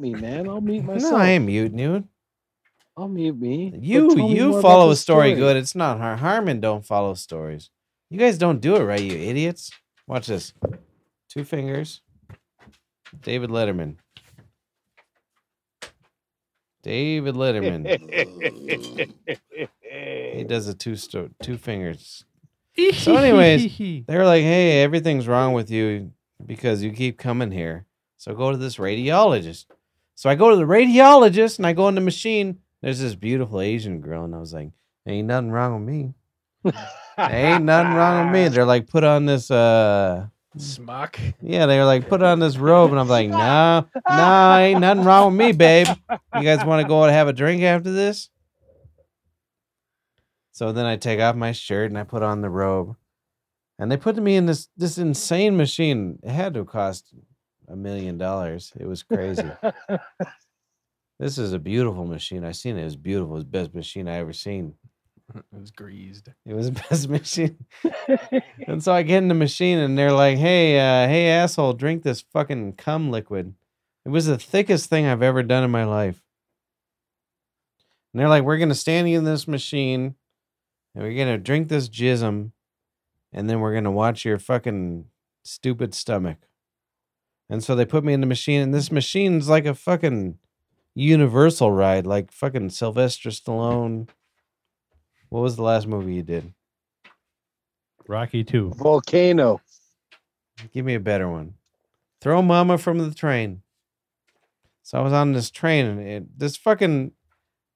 me, man. I'll mute myself. no i ain't muting you I'll mute me. But You tell me more you about follow a this story good. It's not Har- Harmon. Don't follow stories. You guys don't do it right. You idiots. Watch this. Two fingers. David Letterman. David Letterman. he does a two sto- two fingers. So anyways- They're like, hey, everything's wrong with you because you keep coming here. So go to this radiologist. So I go to the radiologist and I go in the machine. There's this beautiful Asian girl, and I was like, "Ain't nothing wrong with me. Ain't nothing wrong with me." They're like, "Put on this uh." Smock. Yeah, they were like, put on this robe, and I'm like, no, no, ain't nothing wrong with me, babe. You guys want to go and have a drink after this? So then I take off my shirt and I put on the robe, and they put me in this this insane machine. It had to cost a million dollars. It was crazy. this is a beautiful machine. I seen it. It was beautiful. It was the best machine I ever seen. It was greased. It was the best machine. and so I get in the machine and they're like, hey, uh, hey, asshole, drink this fucking cum liquid. It was the thickest thing I've ever done in my life. And they're like, we're going to stand you in this machine and we're going to drink this jism and then we're going to watch your fucking stupid stomach. And so they put me in the machine and this machine's like a fucking universal ride, like fucking Sylvester Stallone. What was the last movie you did? Rocky two. Volcano. Give me a better one. Throw mama from the train. So I was on this train and it, this fucking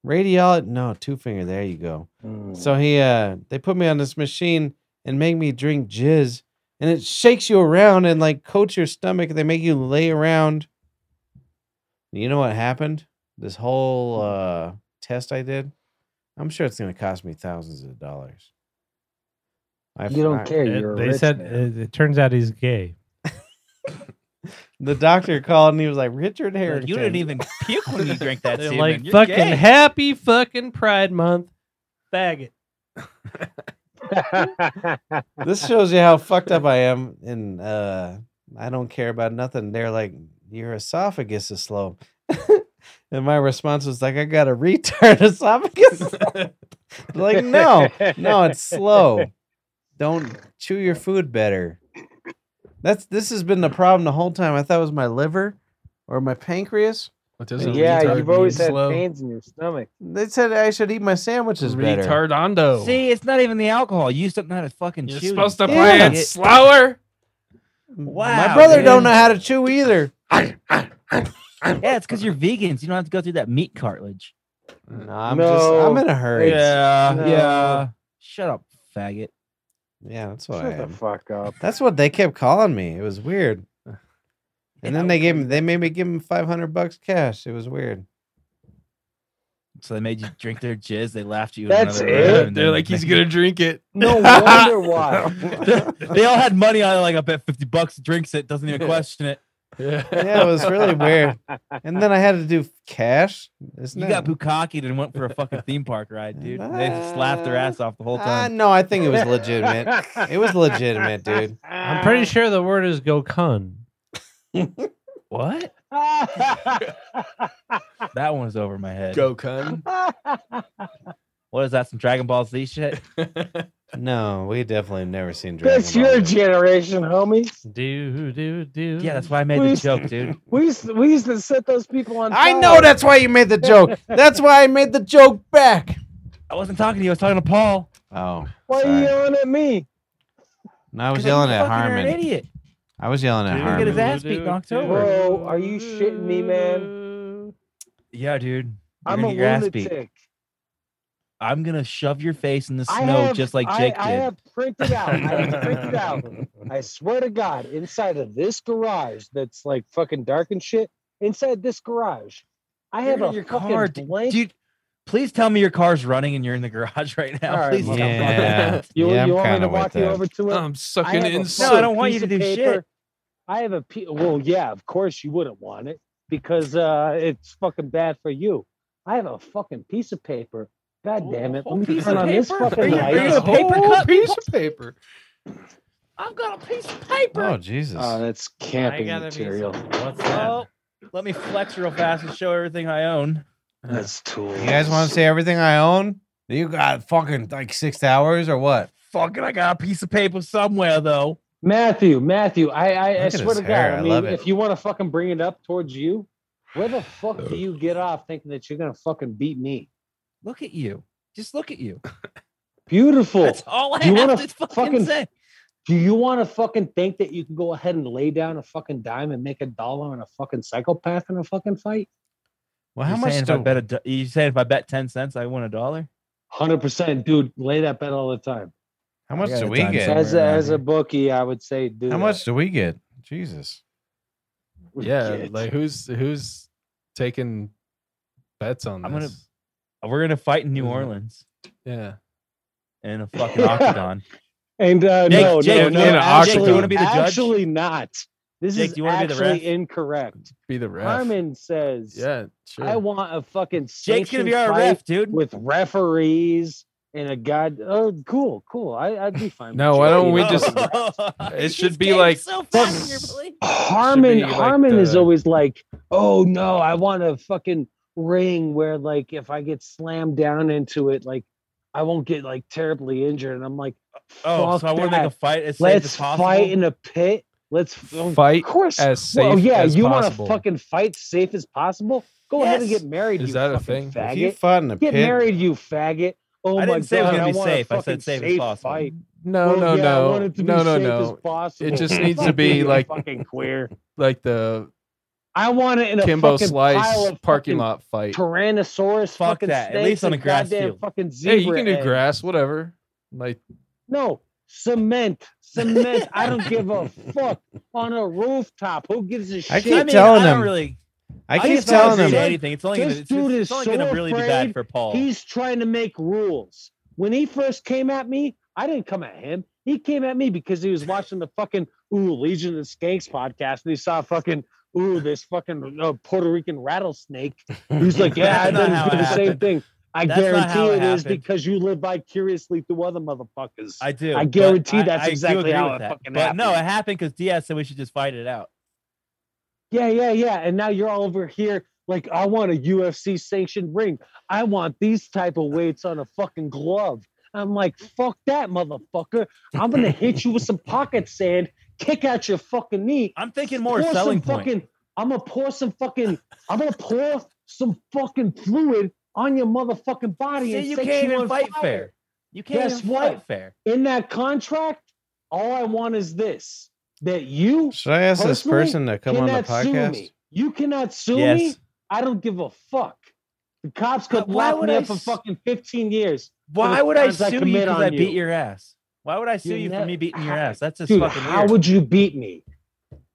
radiologist. No, two finger. There you go. So he, uh, they put me on this machine and make me drink jizz, and it shakes you around and like coats your stomach. They make you lay around. You know what happened? This whole uh, test I did. I'm sure it's going to cost me thousands of dollars. I you don't I- care. It- You're a they rich said man. it, it turns out he's gay. The doctor called and he was like, "Richard Harrington." you didn't even puke when you drank that They're semen. like You're fucking gay." happy fucking Pride Month, faggot. this shows you how fucked up I am, and uh, I don't care about nothing. They're like, your esophagus is slow, and my response was like, I got a retard esophagus. like, no, no, it's slow. Don't chew your food better. That's this has been the problem the whole time. I thought it was my liver or my pancreas. What does a yeah, retard you've always mean? had Slow. pains in your stomach. They said I should eat my sandwiches better. retardando. See, it's not even the alcohol. You used to know how to fucking You're chew. supposed to Yeah. play it It- slower. Wow, my brother don't dude. know how to chew either. Yeah, it's because you're vegans. You don't have to go through that meat cartilage. No, I'm just I'm No. in a hurry. Yeah, Yeah, No. yeah. Shut up, faggot. that's what I Shut the am. fuck up. That's what they kept calling me. It was weird. And then they gave me, they made me give him 500 bucks cash. It was weird. So they made you drink their jizz. They laughed you. in That's another it? room, Yeah, and they're then like, he's they- gonna drink it. No wonder why. they all had money on it. Like I bet fifty bucks. Drinks it. Doesn't even question it. Yeah, it was really weird. And then I had to do cash. Isn't You it? got bukakied and went for a fucking theme park ride, dude. They just laughed their ass off the whole Uh, time. no, I think it was legitimate. it was legitimate, dude. I'm Ah. pretty sure the word is go cun. What? That one's over my head. Go cun. What is that? Some Dragon Ball Z shit? No, we definitely have never seen Dragon That's Ball your Z. generation, homies. Do do do. Yeah, that's why I made the joke, dude. We used to, we used to set those people on. I fire. know that's why you made the joke. That's why I made the joke back. I wasn't talking to you. I was talking to Paul. Oh, Why are Sorry. you yelling at me? no, I was 'Cause yelling you at fucking are An Harmon. idiot. I was yelling at He's gonna get his Harmon. ass beat in October. Bro, are you shitting me, man? Yeah, dude. You're I'm a gonna get your ass beat. lunatic. I'm gonna shove your face in the I snow have- just like I- Jake I, did. have printed out. I have printed out. I swear to God, inside of this garage that's like fucking dark and shit. Inside this garage, I You're have in a your fucking car, d- blank. Dude, please tell me your car's running and you're in the garage right now. All right, please well, tell me. Yeah, you yeah, you I'm want me kind to of walk with you that. over to it? Oh, I'm I sucking have a No, in. I fucking don't want you piece to of do shit. paper. I have a pe- well, yeah, of course you wouldn't want it because uh, it's fucking bad for you. I have a fucking piece of paper. God damn it! Oh, whole Let me piece turn of on this paper? fucking Are you- light. Oh. are you a paper cut? piece of paper. I've got a piece of paper. Oh Jesus! Oh, that's camping material. What's Oh, let me flex real fast and show everything I own. That's tools. you guys want to say everything I own? You got fucking like six hours or what? Fucking, I got a piece of paper somewhere though. Matthew? Matthew, I I, I Look at swear his to God, hair, I I mean, love it. if you want to fucking bring it up towards you, where the fuck do you get off thinking that you're gonna fucking beat me? Look at you. Just look at you. Beautiful. That's all I You have wanna to fucking, fucking- say. Do you want to fucking think that you can go ahead and lay down a fucking dime and make a dollar on a fucking psychopath in a fucking fight? Well, how You're much saying do if I bet a do- you saying if I bet ten cents, I win a dollar? Hundred percent, dude. Lay that bet all the time. how much I got do a we time get? somewhere As a, around as a here. bookie, I would say, do How that. much do we get? Jesus. We yeah, get- like who's who's taking bets on this? I'm gonna- we're gonna fight in New Mhm. Orleans yeah. in a fucking octagon. and uh, Jake, no, Jake, no, do no, you wanna- actually, Jake, do you wanna be the judge? actually not. This Jake, is do you wanna be the actually ref? incorrect. Be the ref. Harmon says, yeah, sure. "I want a fucking Jake's gonna be sanctioned our fight ref, dude. with referees and a god." Oh, cool, cool. I, I'd be fine. with No, why Jake. don't we Oh. just- it should be like Harmon like Harmon is the- always like, oh no, I want a fucking ring where like if I get slammed down into it, like I won't get like terribly injured. And I'm like, Oh, fuck so I want to make that. a fight as safe let's as possible. fight in a pit. Let's oh, Fight Of course. as safe well, yeah, as you possible. want to fucking fight safe as possible. Go ahead and Yes. get married. Is you that a fucking thing? If you Faggot. fought in a Get pit, married, you faggot. Oh I my didn't say it was God, gonna be I want a safe. I said fucking safe as possible. Fight. no, Well, no, yeah, I no, want it to be no, no, safe as no. possible. just needs to Fuck be, you, like- fucking queer. Like the I want it in a Kimbo fucking pile Slice of parking fucking lot fight. Tyrannosaurus, Fuck fucking that, at snakes least on and a grass goddamn field. Fucking zebra Hey, you can do eggs. grass, whatever. Like No, cement, cement. I don't give a fuck on a rooftop. Who gives a I shit? keep I mean, telling I don't him. really. I I keep just telling wanna him. him say- anything. It's only gonna, This it's, dude it's is only gonna so really be afraid bad for Paul. He's trying to make rules. When he first came at me, I didn't come at him. He came at me because he was watching the fucking ooh Legion of Skanks podcast and he saw fucking ooh this fucking uh, Puerto Rican rattlesnake. He was like, yeah, I That's not how didn't do it the same happened. thing. I That's not guarantee how it it is happened. because you live vicariously through other motherfuckers. I do. I but guarantee that's I do exactly agree how with it that. fucking But no, it happened. happened because Diaz said we should just fight it out. Yeah, yeah, yeah. And now you're all over here like, I want a UFC sanctioned ring. I want these type of weights on a fucking glove. I'm like, fuck that, motherfucker. I'm gonna hit you with some pocket sand, kick out your fucking knee. I'm thinking more pour selling some point. fucking, I'm gonna pour some fucking. I'm gonna pour some fucking fluid on your motherfucking body See, and you set can't you even on fight fire. fair. You can't Guess even fight what? fair. In that contract, all I want is this: that you Should I ask this Personally, person to come on the cannot sue podcast? me. You cannot sue me. Yes. I don't give a fuck. The cops could But why lock would me I up for s- fucking 15 years. Why the would I crimes I sue you commit because on I you. beat your ass? Why would I sue You're you for not- me beating your how- ass? That's just Dude, fucking how weird. would you beat me?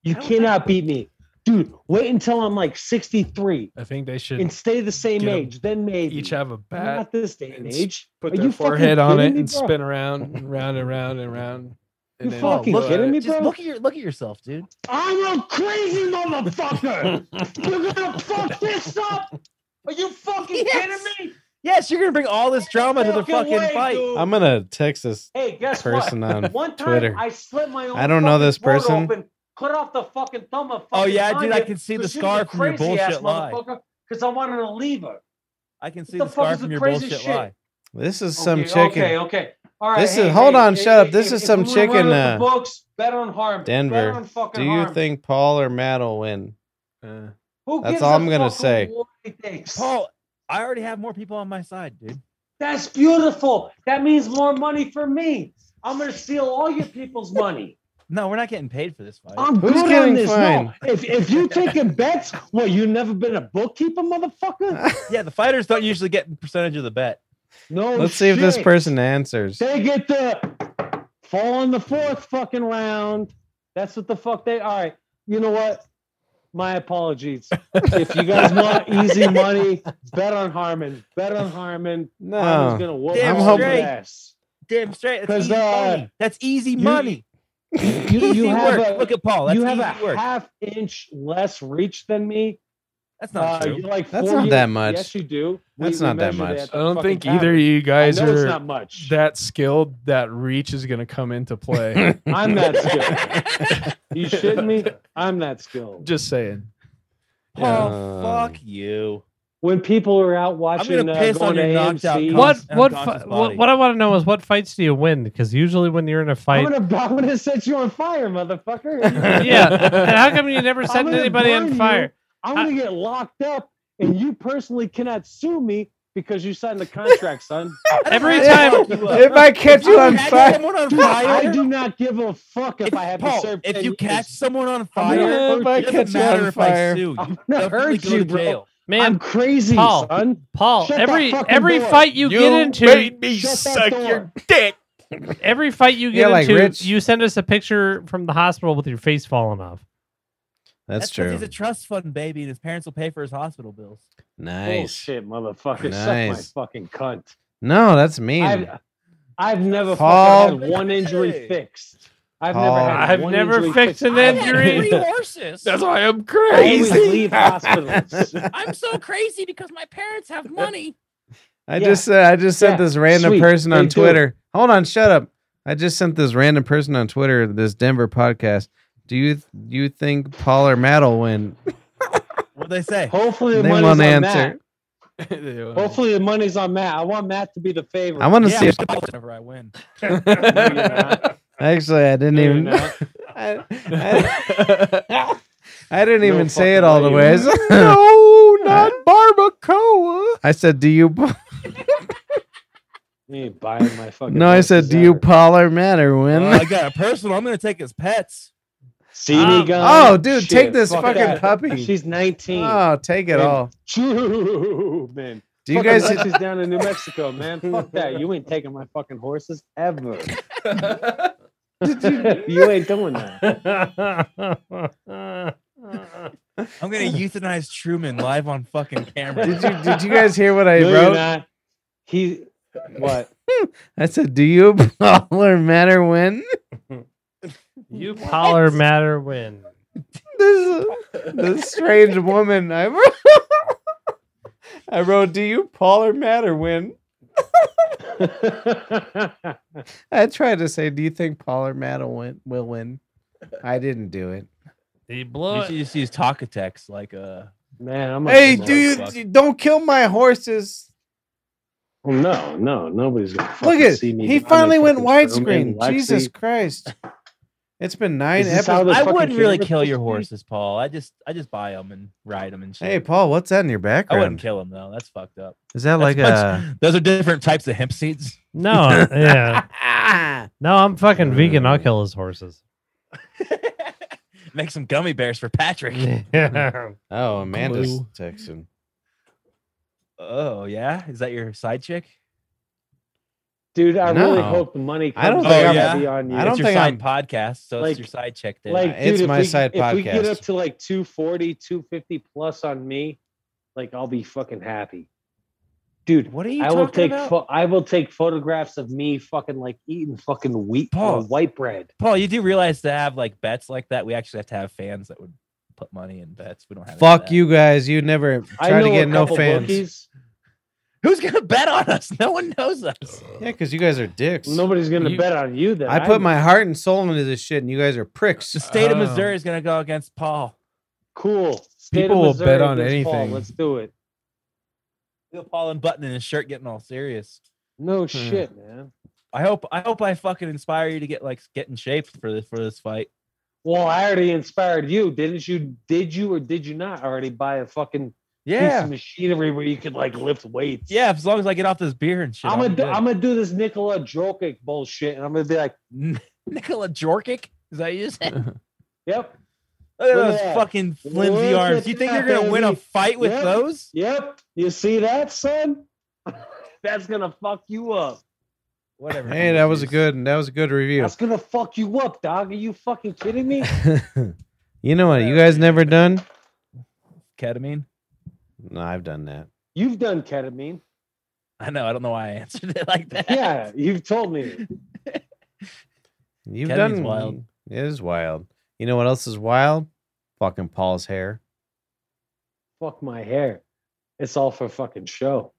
You How would cannot beat me. Dude, wait until I'm like 63 I think they should and stay the same Get 'em. age. Then maybe. each have a bat, Not this day and and s- age. put Are their you fucking forehead on kidding it, me, and bro? spin around and round and round and round. You and then fucking blow it. kidding me, Just bro? look at your look at yourself, dude. I'm a crazy motherfucker. You're gonna fuck this up? Are you fucking Yes. kidding me? Yes, you're gonna bring all this drama to the Walk fucking away, fight. dude. I'm gonna text this Hey, guess what? person on One time Twitter. I slit my own. I don't know fucking this throat person. Open, cut off the fucking thumb of. Oh fucking yeah, dude, I Tanya can see the because she was scar a from your crazy ass bullshit lie. motherfucker, Because I wanted to leave her. I can see the the, fuck scar is from the your crazy bullshit shit? lie. This is some okay, chicken. Okay, okay. All right. This hey, is- hold hey, on, hey, shut up. hey, This is if some we wanna run chicken, with uh, The books bet on harm. Denver, Bet on fucking Do you harm. think Paul or Matt will win? Uh, Who that's gives all a I'm gonna fuck who say. Warren thinks? Paul, I already have more people on my side, dude. That's beautiful. That means more money for me. I'm gonna steal all your people's money. No, we're not getting paid for this fight. I'm Who's good getting on this. fined? No, if if you taking bets, well, you never been a bookkeeper, motherfucker. yeah, the fighters don't usually get percentage of the bet. No. Let's see if this shit. person answers. They get the fall on the fourth fucking round. That's what the fuck they. All right. You know what? My apologies. if you guys want easy money, bet on Harmon. Bet on Harmon. No. Harmon's gonna whoop Damn his Oh. hoping- ass. Damn straight. That's 'Cause, easy uh, money. That's easy you- money. You, you easy have work. a Look at Paul. That's you have easy a work. half inch less reach than me. That's not Uh, true. you're like That's four not years- that much. Yes, you do. That's not that measured much. it at the I don't fucking think tavern. either of you guys I know it's are not much. that skilled that reach is going to come into play. I'm that skilled. you shitting me? I'm that skilled. Just saying. Paul, Um, fuck you. when people are out watching, uh, piss going on your to knocked out AMC, Cons- What and what, unconscious fi- body. what what I want to know is what fights do you win? Because usually when you're in a I'm fight, gonna, I'm gonna set you on fire, motherfucker. yeah. And how come you never I'm set gonna anybody burn on you. fire? I'm gonna get locked up, and you personally cannot sue me because you signed the contract, son. Every I'd time- fuck you up. if I catch you on catch fire, someone on Dude, I fire, do not give a fuck if, if, I have Paul, to serve. if 10 you years. catch someone on I'm gonna fire, Yeah, hurt if I it you. catch doesn't you on matter if I fire. sue you. I'm You'll gonna definitely hurt go to you, bro. jail. I'm, Man, crazy, Paul. son. Paul, Shut that every fucking every door. fight you, get into, me Shut that door. dick. every fight you get Yeah, like into, Rich. you send us a picture from the hospital with your face falling off. That's 'cause true. He's a trust fund baby, and his parents will pay for his hospital bills. Nice. Bullshit, motherfucker. Nice. Suck my fucking cunt. No, that's mean. I've, I've never Paul. fucking had one injury fixed. I've Paul. never had I've one never injury fixed an I've injury. had three. horses. why I'm I always leave hospitals. I'm so crazy because my parents have money. I Yeah. just said I just Yeah. sent this random Sweet. person They on do. Twitter. Hold on, shut up. I just sent this random person on Twitter this Denver podcast. Do you do you think Paul or Matt will win? What they say? Hopefully They the money's won't on answer. Matt. Hopefully the money's on Matt. I want Matt to be the favorite. I want to Yeah, see. I'm If, still whenever I win. actually, I didn't No, you're even. not. I, I- I didn't No even say it fucking all the way way. you- no, not barbacoa. I said, "Do you?" You ain't buying my fucking. No, I said, "Do you, Paul or Matt, or win?" Uh, I got a personal. I'm gonna take his pets. See me Um, gun? oh, dude, Shit, take this fuck fucking that. puppy. She's 19. oh, take it Hey, all. Dude, man. Do you Fucking guys? horses down in New Mexico, man. Fuck that. You ain't taking my fucking horses ever. you ain't doing that. I'm gonna euthanize Truman live on fucking camera. Did you did you guys hear what I No, you're wrote? not. He what? I said, "Do you Paul or Matt or win?" You holler, matter, win. This this strange woman. I wrote, I wrote, "Do you Paul or Matt or win?" I tried to say, "Do you think Paul or Matt will win?" Will win? I didn't do it. He blew You it. should just use Talkatex, like uh, man, I'm a- Hey, no, do you fuck. you- don't kill my horses? Well, no, no, nobody's gonna Look fucking at see me. he I'm a finally went fucking Truman, widescreen. Lexi. Jesus Christ! It's been nine Is this how episodes. the I fucking wouldn't really camera's kill your supposed horses, Paul. I just I just buy them and ride them and shit. Hey, Paul, what's that in your I wouldn't background? kill them though. That's fucked up. Is that like uh, That's a? much- those are different types of hemp seeds. No, yeah. No, I'm fucking vegan. I'll kill his horses. Make some gummy bears for Patrick. Yeah. Oh, Amanda's Glue. texting. Oh yeah, is that your side chick? Dude, I really No. hope the money comes I don't out think I'm- heavy on you. I don't it's your think side I'm- podcast, so Like- it's your side chick. There. like Nah, dude, it's if my we, side if we get podcast. up to like 240 250 plus on me like i'll be fucking happy dude what are you? i will talking take about? pho- i will take photographs of me fucking like eating fucking wheat or Paul. white bread Paul, you do realize to have like bets like that, we actually have to have fans that would put money in bets. We don't have. any of Fuck that. you guys! You never i try know to a get no couple fans. bookies. Who's gonna bet on us? No one knows us. Yeah, because you guys are dicks. nobody's gonna bet on you then I put my heart and soul into this shit, and you guys are pricks. The state of Oh. Missouri is gonna go against Paul. cool State of People will bet Missouri on against Paul. anything. let's do it Feel Paul unbuttoning his shirt, getting all serious. no Hmm. shit man I hope I hope I fucking inspire you to get like get in shape for this for this fight. well i already inspired you didn't you did you or did you not already buy a fucking piece of machinery where you could like lift weights yeah. As long as I get off this beer and shit, I'm I'll gonna be do, good. I'm gonna do this Nikola Jokic bullshit, and I'm gonna be like, Nikola Jorkic. Is that you said? Look at "Yep, Look at those that. fucking flimsy Look arms. at You think that, you're gonna win a baby. fight with Yeah. those? yep, you see that, son? That's gonna fuck you up. Whatever. Hey, that was a good. That was a good review. That's gonna fuck you up, dog. Are you fucking kidding me? you know what? You guys never done? ketamine. No, I've done that. You've done ketamine. I know. I don't know why I answered it like that. Yeah, you've told me. You've Ketamine's done wild. It is wild. You know what else is wild? Fucking Paul's hair. Fuck my hair. It's all for fucking show.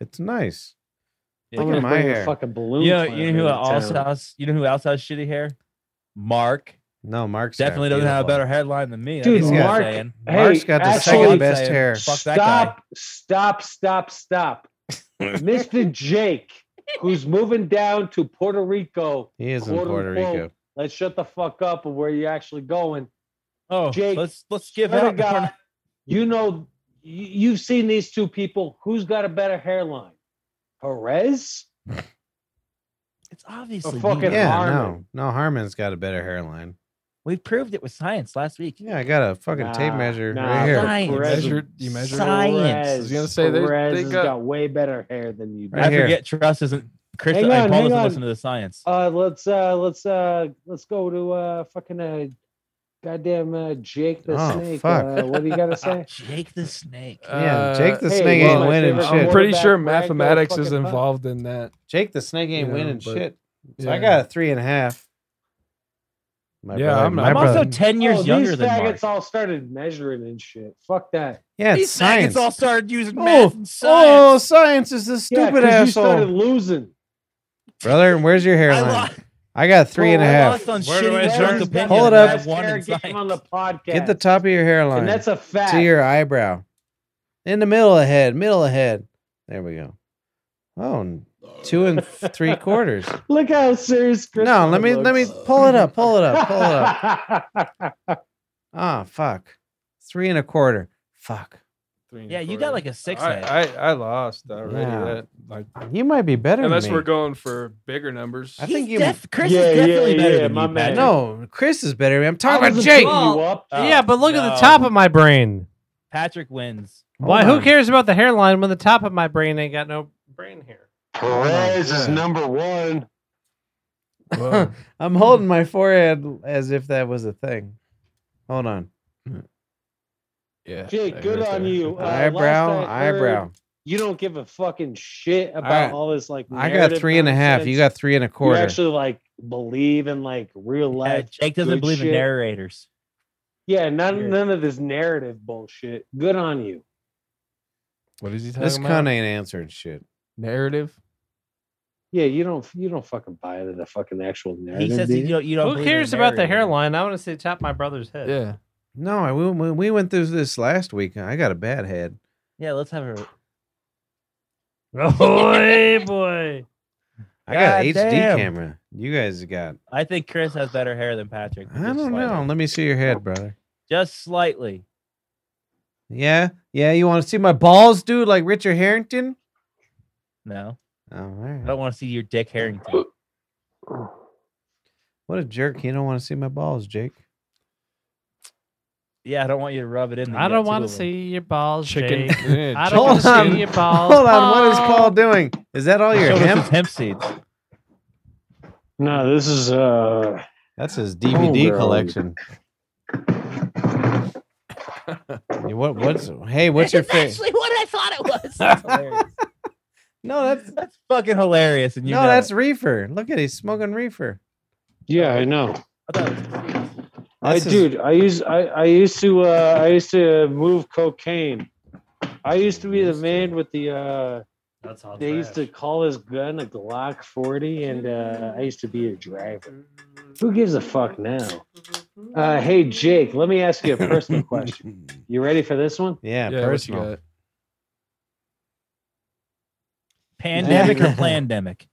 It's nice. I'm Look gonna at my bring a hair. fucking balloon. You know, clown you know who into else town. has you know who else has shitty hair? Mark No, Mark's got definitely doesn't have a beautiful- better hairline than me. Dude, that's all I'm Mark- saying. Hey, Mark's got the actually- second best Saying- hair. Fuck that guy. stop, stop, stop, stop. Mr. Jake, who's moving down to Puerto Rico. He is in quote, Puerto unquote, Rico. Let's shut the fuck up of where you're actually going. Oh, Jake, let's let's give Swear to him God, you know, you, you've seen these two people. Who's got a better hairline? Perez? It's obviously fucking- me. Yeah, Harmon. no, no. Harmon's got a better hairline. We proved it with science last week. Yeah, I got a fucking tape Nah, measure nah, right here. Science. You Perez- measured. You measured. Science. Perez, I was gonna say, they- Perez they has got- got, way better hair than you. do. Right I here. forget Trust isn't Chris Hang and on, Paul hang doesn't on. listen to the science. Uh, let's uh, let's uh, let's go to uh, fucking uh, goddamn uh, Jake the Oh, Snake. fuck. Uh, what do you gotta say? Jake the Snake. Uh, Yeah, Jake the hey, Snake well, ain't my winning favorite shit. I'm pretty Quarterback sure brag, go mathematics fucking is punt. involved in that. Jake the Snake ain't Yeah, winning but- shit. So Yeah. I got a three and a half. My Yeah, I'm not- my I'm also brother- 10 years oh, younger these than Mark. faggots all started measuring and shit. Fuck that. yeah, it's These faggots science. all started using Oh, math and Oh, science. science is the Yeah, stupid 'cause you started asshole. losing. Brother, where's your I, hairline? lost, I got three and a Oh, I half. lost on Where do I shitty start? drunk Aaron's got opinion. Hold the up. best One hair in game on the science. podcast. Get the top of your and hairline that's a fact. to your eyebrow. In the middle of head, middle of head. There we go. Oh, and two and three quarters. Look how serious. Chris No, let me let me pull it up, pull it up, pull it up. Ah, fuck. Three and a quarter. Fuck. Yeah, you got like a six. I, night. I I lost already. Yeah. That, like, You might be better unless than me. we're going for bigger numbers. I He's think you. def- Chris Yeah, is yeah, definitely better yeah, than my you, man. Patrick. no, Chris is better. than me. I'm I talking about wasn't Jake. Oh, beating Hold you up. yeah, but look at the top of my brain. Patrick wins. Why? Who on. cares about the hairline when the top of my brain ain't got no brain hair? Perez is number one. Whoa. I'm holding my forehead as if that was a thing. Hold on. yeah, Jake, I good agree on there. you. Uh, eyebrow, last I heard, eyebrow. You don't give a fucking shit about Alright. all this like. I got narrative three and a half. nonsense. You got three and a quarter. You actually like believe in like real Yeah, life. Jake doesn't good believe in shit. narrators. Yeah, none Yeah. none of this narrative bullshit. Good on you. What is he talking this about? cunt ain't answering shit. Narrative. Yeah, you don't you don't fucking buy into the fucking actual narrative. He says do that you? you don't. You don't Who believe in cares about the narrators. hairline? I want to see the top of my brother's head. Yeah. No, I we- we, we went through this last week. I got a bad head. Yeah, let's have a. Boy, boy. I got a God HD damn. camera. You guys got. I think Chris has better hair than Patrick. but I just don't slightly. know. Let me see your head, brother. Just slightly. Yeah, yeah. You want to see my balls, dude? Like Richard Harrington? No, Oh, all I right. don't want to see your dick Harrington. What a jerk! You don't want to see my balls, Jake. Yeah, I don't want you to rub it in. that I you got don't two want of to 'em. see your balls, Chicken. Jake. yeah, I chicken. don't want Hold to on. see your balls. Hold on. What is Paul doing? Is that all your Showed us his hemp? hemp seeds. No, this is uh That's his DVD Homegrown. collection. Yeah, what? What's? Hey, what's your It's face? Actually, what I thought it was. Hilarious. No, that's That's fucking hilarious. And you no, know that's it. reefer. Look at he's smoking reefer. yeah, I know. I thought it was- I That's his- dude, I used I, I used to uh I used to move cocaine. I used to be the man with the uh That's how they used to call his gun a Glock 40 and uh I used to be a driver. Who gives a fuck now? Uh hey Jake, let me ask you a personal question. You ready for this one? Yeah, Yeah, what you personal. got? Pandemic or pandemic?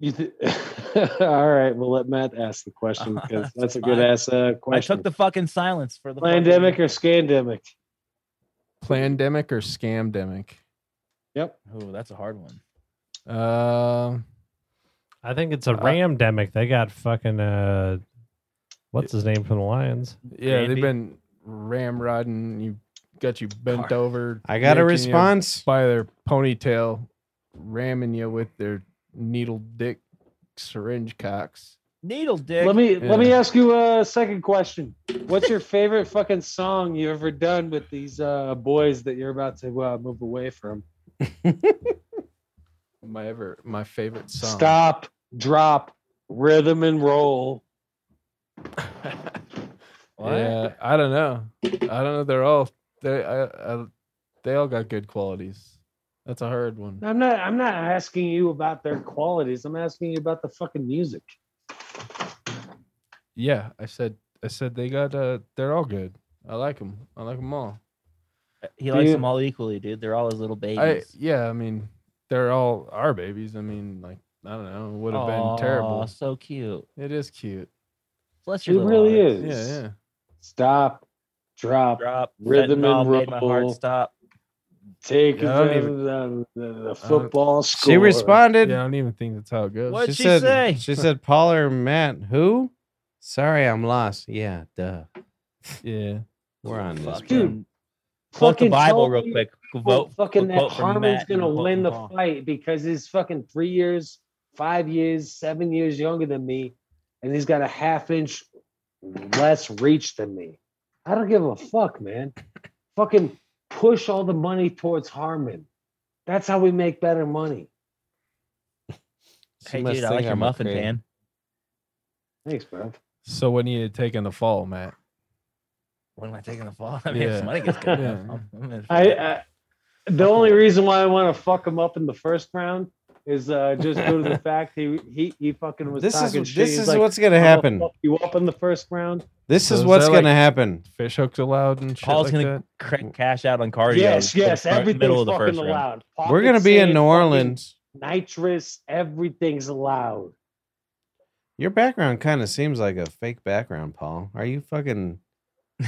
You th- All right, we'll let Matt ask the question because that's a good ass uh, I question. took the fucking silence for the fucking- pandemic or scandemic. Plandemic or scamdemic? Yep. Oh, that's a hard one. Uh, I think it's a ramdemic. They got fucking uh, what's his name from the Lions? yeah, Randy? they've been ramrodding. You got you bent over. I got a yanking you response. by their ponytail, ramming you with their needle dick syringe cocks. Needle dick. Let me let me Yeah. ask you a second question. What's your favorite fucking song you've ever done with these uh, boys that you're about to uh, move away from? My ever my favorite song. Stop, drop, rhythm and roll. What? Yeah, I don't know. I don't know. They're all they I, I, they all got good qualities. That's a hard one. I'm not I'm not asking you about their qualities. I'm asking you about the fucking music. Yeah, I said I said they got uh they're all good. I like them. I like them all. He likes you- them all equally, dude. They're all his little babies. I yeah, I mean they're all our babies. I mean like I don't know, it would have Aw, been terrible. So cute. It is cute. Bless It your little really heart. is. Yeah, yeah. Stop, drop, Drop Rhythm and fentanyl made my heart roll. stop. take Yeah, I the, don't even- the, the, the football score. She responded. Yeah, I don't even think that's how it goes. What? What'd She she said, say? She said, Paul or Matt. Who? Sorry, I'm lost. Yeah, duh. Yeah. We're on this. Fuck. bro. Dude, Quote the fucking Bible tell real me- quick. Well, Vote, fucking that quote from Harmon's Matt and gonna quote win from the Paul. fight because he's fucking three years, five years, seven years younger than me, and he's got a half inch less reach than me. I don't give a fuck, man. fucking push all the money towards Harmon. That's how we make better money. She Hey, must dude, I think like your I'm a muffin creep. pan. Thanks, bro. So when are you taking the fall, Matt? When am I taking the fall? I mean, if Yeah. somebody gets good Yeah. enough, I'm- I'm in for I, it. I the only reason why I want to fuck him up in the first round is uh, just due to the fact he he he fucking was This is talking shit. this He's is like, what's gonna "I'm happen. fuck you up in the first round. This So is is what's that, gonna like, happen. Fish hooks allowed and shit Paul's like gonna cra- cash out on cardio. Yes, in the yes, front- everything's middle of the fucking first round. allowed. We're gonna Pocket be in sand, New fucking Orleans. Nitrous, everything's allowed. Your background kind of seems like a fake background, Paul. Are you fucking?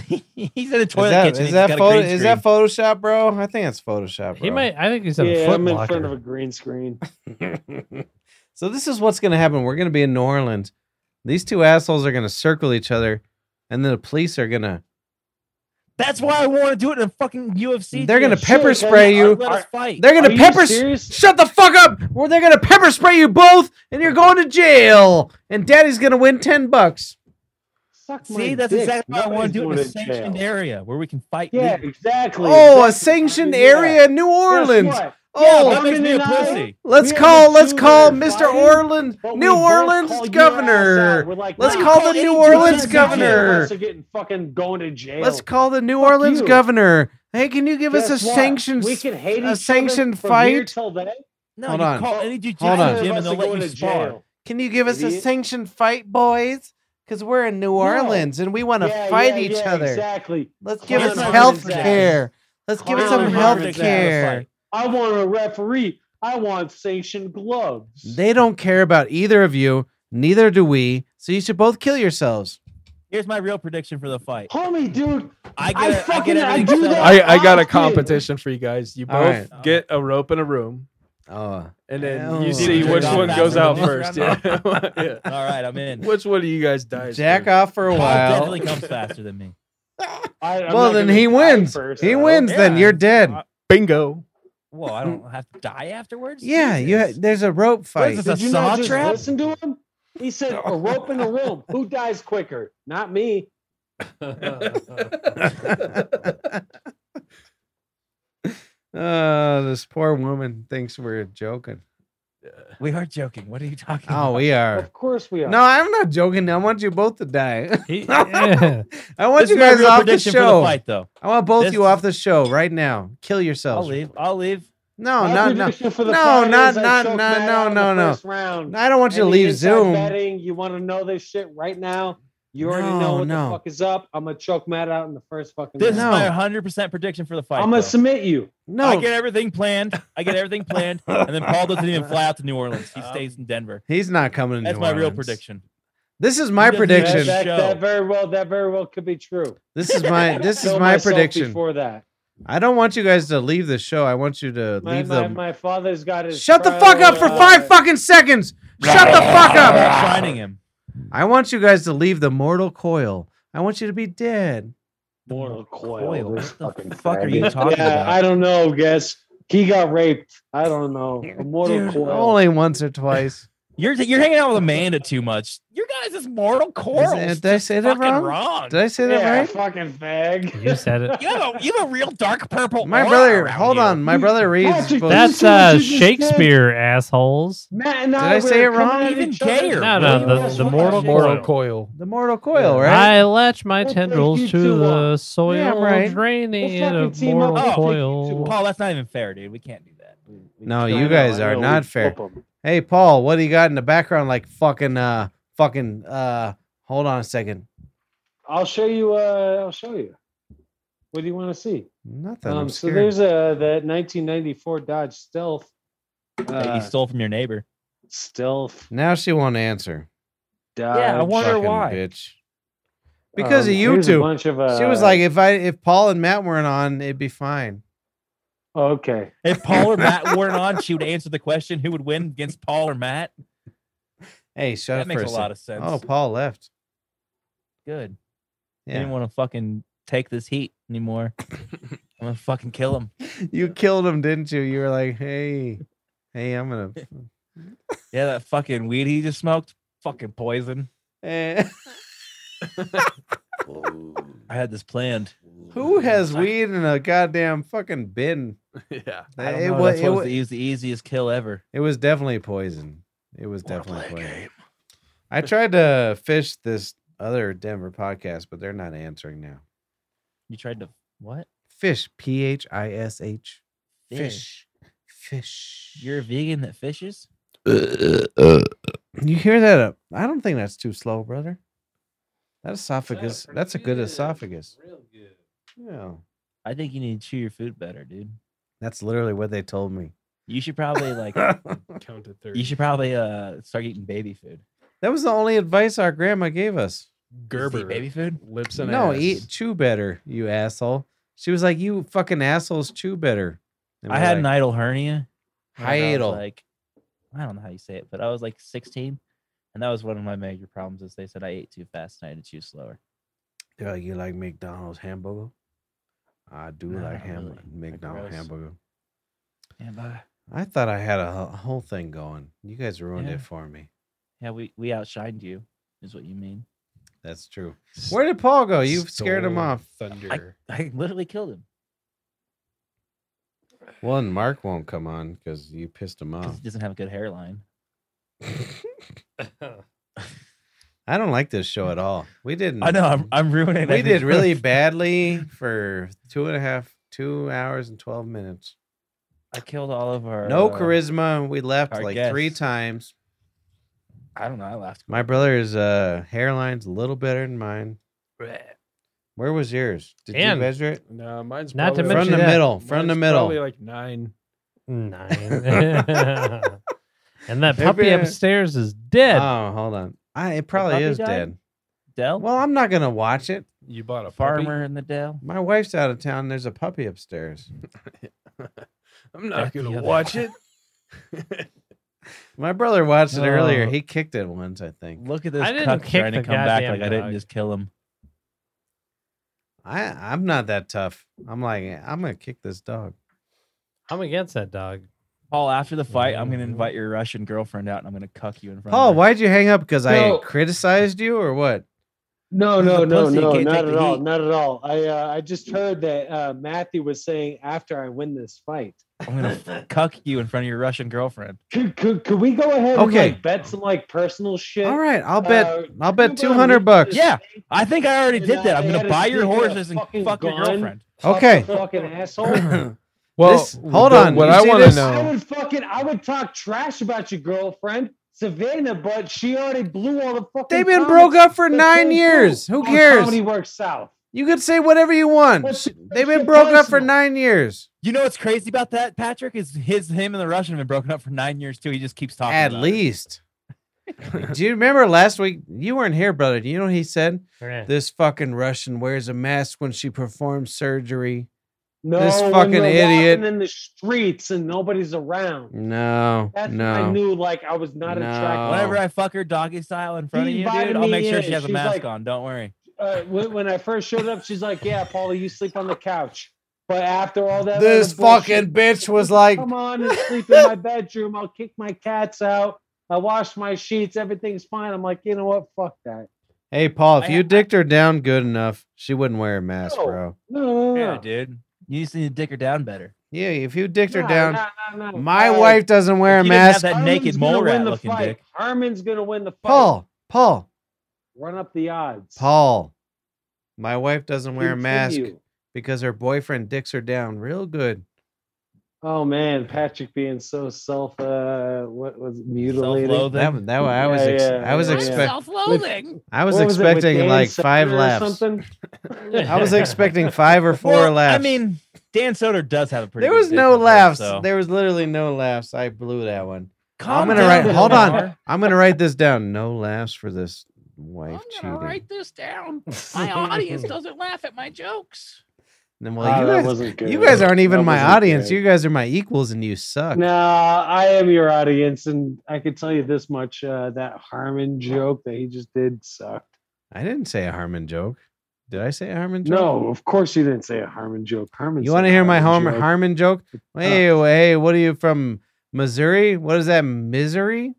he's in the Is toilet that, kitchen. is he's that got a photo? green Is that screen. Photoshop, bro? I think it's Photoshop. Bro. He might. I think he's in Yeah, Foot I'm in Locker. front of a green screen. so this is what's going to happen. We're going to be in New Orleans. These two assholes are going to circle each other, and then the police are going to That's why I want to do it in a fucking UFC. They're gonna dude. pepper Shit, spray let- you. Let us fight. they're going Are to you pepper. s- serious? Shut the fuck up! Or they're going to pepper spray you both, and you're going to jail. And Daddy's going to win ten bucks. Suck my See, that's dick. exactly what I want Nobody's to do in a going to sanctioned jail. area where we can fight. Yeah, legally. exactly. Oh, a exactly. sanctioned Yeah. area in New Guess Orleans. what? Oh, that makes me a Women and I- pussy. let's we call. haven't Let's sued call her, Mr. fighting, Orleans, but we New both Orleans called your ass out. governor. We're like, Let's "Nah, call fuck the any New two Orleans of us out here, governor." us are getting fucking going to jail. Let's call the New Fuck Orleans you. governor. Hey, can you give Guess us a what? sanctions? We can a hate each other sanctioned from here fight? till then. No, Hold you on. call any jujitsu Hold on. gym and they'll None of us are let going you to spar. jail. Can you give us a Idiot. sanctioned fight, boys? Because we're in New Orleans and we want to Yeah, fight yeah, each yeah, other. Exactly. Let's give Clown us Harmon's health ass. care. Let's give us Clown some health Harmon's ass. care. I want a referee. I want sanctioned gloves. They don't care about either of you. Neither do we. So you should both kill yourselves. Here's my real prediction for the fight. Homie, dude, I get, I fucking- I everything do set that. up. I, I got a Opt in. competition for you guys. You All both right. get a rope in a room, Oh, and then Hell. you see Dude, which jack one off goes after out this first. Yeah. round? Yeah. All right, I'm in. Which one of you guys dies? jack first? off for a Paul while. definitely comes faster than me. I, Well, I'm not then gonna he die wins. first, he though. wins. Then Yeah. you're dead. Uh, Bingo. Whoa, I don't have to die afterwards. yeah, you. Ha- Jesus. there's a rope What fight. is this, Did a you not saw just trap? listen to him? He said a rope in a room. Who dies quicker? Not me. Uh, this poor woman thinks we're joking. We are joking. What are you talking? Oh, we are. Of course we are. No, I'm not joking. I want you both to die. He- yeah. I want this you is my guys real off the prediction for show. the fight, though. I want both This- you off the show right now. Kill I'll yourselves. leave. I'll leave. No, My not no. prediction for the No, fight not- is I not- choke no, Matt no, out in no, the no. first round. I don't want you to Any leave inside Zoom. Betting, you want to know this shit right now? You already No, know what no. the fuck is up. I'm gonna choke Matt out in the first fucking. This No. is my 100 percent prediction for the fight. I'm though. gonna submit you. I No, get everything planned. I get everything planned, and then Paul doesn't even fly out to New Orleans. Um, He stays in Denver. he's not coming. to That's New my real Orleans. prediction. This is my He doesn't have prediction. that- That, that very well. That very well could be true. This is my. This is Killed my myself prediction. Before that, I don't want you guys to leave the show. I want you to my, leave my, them. my father's got his. Shut the pro- fuck up for uh, five fucking seconds. Shut the fuck I'm not up. shining him. I want you guys to leave the mortal coil. I want you to be dead. Mortal coil. Coil. this What fucking the fuck are you faggot. talking yeah, about? I don't know, guess. He got raped. I don't know. Immortal Dude, coil. Only once or twice. You're you're hanging out with Amanda too much. Your guys is mortal Is coral. it- did I say that Fucking wrong? wrong. Did I say that yeah, right? fucking fag. You said it. You have a you have a real dark purple. My aura brother, around hold you. on. My brother reads Patrick, books. That's Listen to what uh, you just Shakespeare, assholes. Matt and I say it wrong? Even gayer. No, no, the, Yes, the what mortal the Moral coil. coil. the mortal coil, right? I latch my We'll take you tendrils to two the soil, Yeah, right. draining We'll fucking of team up. mortal I'll take you coil. Paul, that's not even fair, dude. We can't do that. no, you guys are not fair. Him. Hey, Paul, what do you got in the background? Like fucking, uh, fucking, uh, hold on a second. I'll show you. Uh, I'll show you. What do you want to see? Nothing. Um, I'm so scared. there's a that 1994 Dodge Stealth. That you Uh, stole from your neighbor. stealth now she won't answer. Dodge. I wonder Fucking why. Bitch. Because of you Um, here's two. A bunch of, uh, she was like, if I, if Paul and Matt weren't on, it'd be fine. "Okay, If Paul or Matt weren't on, she would answer the question who would win against Paul or Matt. Hey, shut That up makes for a sec- lot of sense. Oh, Paul left. Good. Yeah. I didn't want to fucking take this heat anymore. I'm gonna fucking kill him. You killed him, didn't you? You were like, hey, hey, I'm gonna. Yeah, that fucking weed he just smoked, fucking poison. Eh. I had this planned. Who has weed in a goddamn fucking bin? yeah. I don't It know, wa- that's it what wa- was the, eas- the easiest kill ever. It was definitely poison. It was definitely poison. I tried to fish this other Denver podcast, but they're not answering now. You tried to what? Fish, P H I S H. Fish. Fish. You're a vegan that fishes? You hear that? Up? I don't think that's too slow, brother. That esophagus, that's a good esophagus. Real good. Yeah. I think you need to chew your food better, dude. That's literally what they told me. You should probably like Count to you 30. should probably uh start eating baby food. That was the only advice our grandma gave us. Just eat Gerber. baby food? Lips and no, ass. eat chew better, you asshole. She was like, "You fucking assholes, chew better." And I we're had an like, idle hernia. when I was, Hiatal. Like I don't know how you say it, but I was like 16, and that was one of my major problems. Is they said I ate too fast and I had to chew slower. They're like, "You like McDonald's hamburger?" I do No, like not ham- really. McDonald's Gross. hamburger. Yeah, but I thought I had a wh- whole thing going. You guys ruined Yeah. it for me. yeah, we we outshined you, is what you mean. That's true. Where did Paul go? You scared him Stole off. Thunder. I literally killed him Well, and Mark won't come on because you pissed him because off. he doesn't have a good hairline. I don't like this show at all. We didn't. I know I'm I'm ruining. Mm. We did everything. really badly for two and a half, two hours and twelve minutes. I killed all of our No uh, charisma. We left our like three guests. times. I don't know. I laughed. My brother's uh, hairline's a little better than mine. Where was yours? Did And- you measure it? No, mine's Not to probably From mention the that- middle. From the mine's middle. Probably like nine. Nine. and that Maybe puppy I- upstairs is dead. Oh, hold on. I, it probably puppy is died? Oh. dead. Dell, Well, I'm not gonna watch it. You bought a puppy? farmer in the Dell. My wife's out of town. There's a puppy upstairs. I'm Back not the gonna other- watch it. My brother watched it earlier. Oh. He kicked it once, I think. Look at this I didn't cuck kick trying to the come back goddamn like I didn't dog. just kill him. I I'm not that tough. I'm like I'm gonna kick this dog. I'm against that dog. Paul, after the fight, I'm gonna invite your Russian girlfriend out and I'm gonna cuck you in front Paul, of her. why'd you hang up? Because No. I criticized you or what? No, He's no, a no, pussy, no, can't not take at the all, heat. not at all. I uh, I just heard that uh, Matthew was saying after I win this fight, I'm gonna f- cuck you in front of your Russian girlfriend. could could, could we go ahead Okay. and like bet some like personal shit? All right, I'll bet Uh, I'll bet Cuba two hundred reached bucks. this Yeah. thing, I think I already And did that. now I'm they gonna had buy us your thinking of horses and fuck fucking your gun. girlfriend. fuck Okay. the Fucking asshole. Well, hold on. What You I see want to this? know. I would fucking I would talk trash about your girlfriend, Savannah, but she already blew all the fucking. They've been broke comments. up for That's nine all it years. do. Who All cares? Comedy works south. You could say whatever you want. Let's do They've this been shit broke up for personal. nine years. You know what's crazy about that, Patrick? Is his him and the Russian have been broken up for nine years too. He just keeps talking. At about it. least. Do you remember last week? You weren't here, brother. Do you know what he said? Yeah. This fucking Russian wears a mask when she performs surgery. No, This when fucking you're walking idiot. in the streets and nobody's around. No, That's no. when I knew like I was not No. attracted. Whenever I fuck her doggy style in front She of you, dude, invited I'll me make sure in. she has a She's mask like- on. Don't worry. uh, when, when I first showed up, she's like, "Yeah, Paula, you sleep on the couch." But after all that, this other bullshit, fucking bitch was like, come on and sleep in my bedroom. I'll kick my cats out. I wash my sheets. Everything's fine. I'm like, you know what? Fuck that. "Hey, Paul, if I- you dicked her down good enough, she wouldn't wear a mask, No. bro." No, no, no, Yeah, no. dude. You just need to dick her down better. Yeah, if you dicked her No, down, no, no. my Uh, wife doesn't wear a If you didn't have mask. that Harmon's naked gonna mole win rat the looking fight. dick. Harmon's gonna win the fight. Paul, Paul, run up the odds. Paul. My wife doesn't wear a mask Continue. because her boyfriend dicks her down real good. Oh man, Patrick being so self uh what was it, mutilated. Self-loathing. That that I was Yeah, ex- yeah, I was yeah, I'm expect self-loathing. I was What it, with expecting Dan like five Soder or laughs. Something. I was expecting five or four Well, laughs. I mean, Dan Soder does have a pretty. there good was dick no up there, laughs. so- There was literally no laughs. I blew that one. Calm I'm gonna down, write. Hold on. Lamar. I'm gonna write this down. No laughs for this I'm wife gonna cheating. write this down. My audience doesn't laugh at my jokes. And, Ah, well, that you guys, wasn't good. you guys aren't even That my wasn't audience. good. You guys are my equals, and you suck. No, I am your audience, and I can tell you this much: uh, that Harmon joke that he just did sucked. I didn't say a Harmon joke. Did I say a Harmon joke? No, of course you didn't say a Harmon joke. Harmon. You want to hear my Harmon Harmon joke? Hey, hey, what are you from Missouri? What is that misery?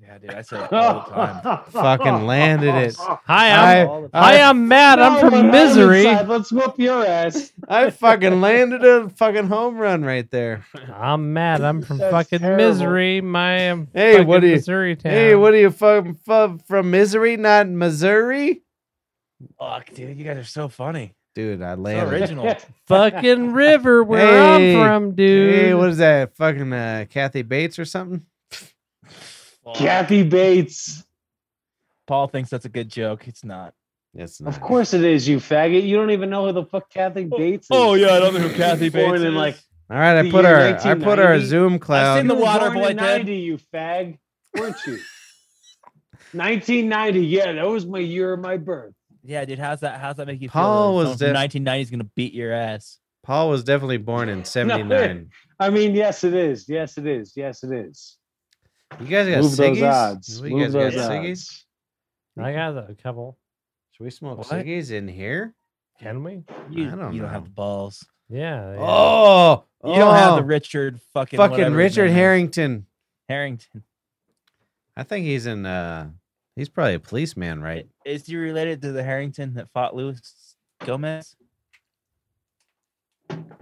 Yeah, dude, I say it all the time. Fucking landed it. Hi, I'm I- hi, I'm Matt. I'm No, from but I'm Misery. inside. Let's whoop your ass. I fucking landed a fucking home run right there. I'm Matt. I'm from That's fucking terrible. Misery. My um, Hey, fucking what do you- Missouri town. Hey, what are you from, from from Misery, not Missouri? Fuck, dude, you guys are so funny. Dude, I So landed. it. Oh, original. fucking river where Hey, I'm from, dude? Hey, what is that? Fucking uh, Kathy Bates or something? Fuck. Kathy Bates. Paul thinks that's a good joke. It's not. Yes. Of course it is, you faggot. You don't even know who the fuck Kathy Bates is. Oh yeah, I don't know who Kathy Born Bates is. in, like, All right, I The put year our I put our 1990? Zoom I've cloud. seen You the were water born boy in did. 90, you fag. Weren't you? 1990. Yeah, that was my year of my birth. yeah, dude, how's that? How's that make you Paul feel? was the def- 1990s is gonna beat your ass. Paul was definitely born in '79. I mean, yes, it is. Yes, it is. Yes, it is. You guys got Move those ciggies? odds. What, Move you guys those got odds. ciggies? I got a couple. Should we smoke What? ciggies in here? Can we? You, I don't you know. don't have the balls. Yeah. yeah. Oh, You don't have the oh, Richard fucking fucking whatever his Richard name is. Harrington. Harrington. I think he's in. uh He's probably a policeman, right? Is he related to the Harrington that fought Luis Gomez?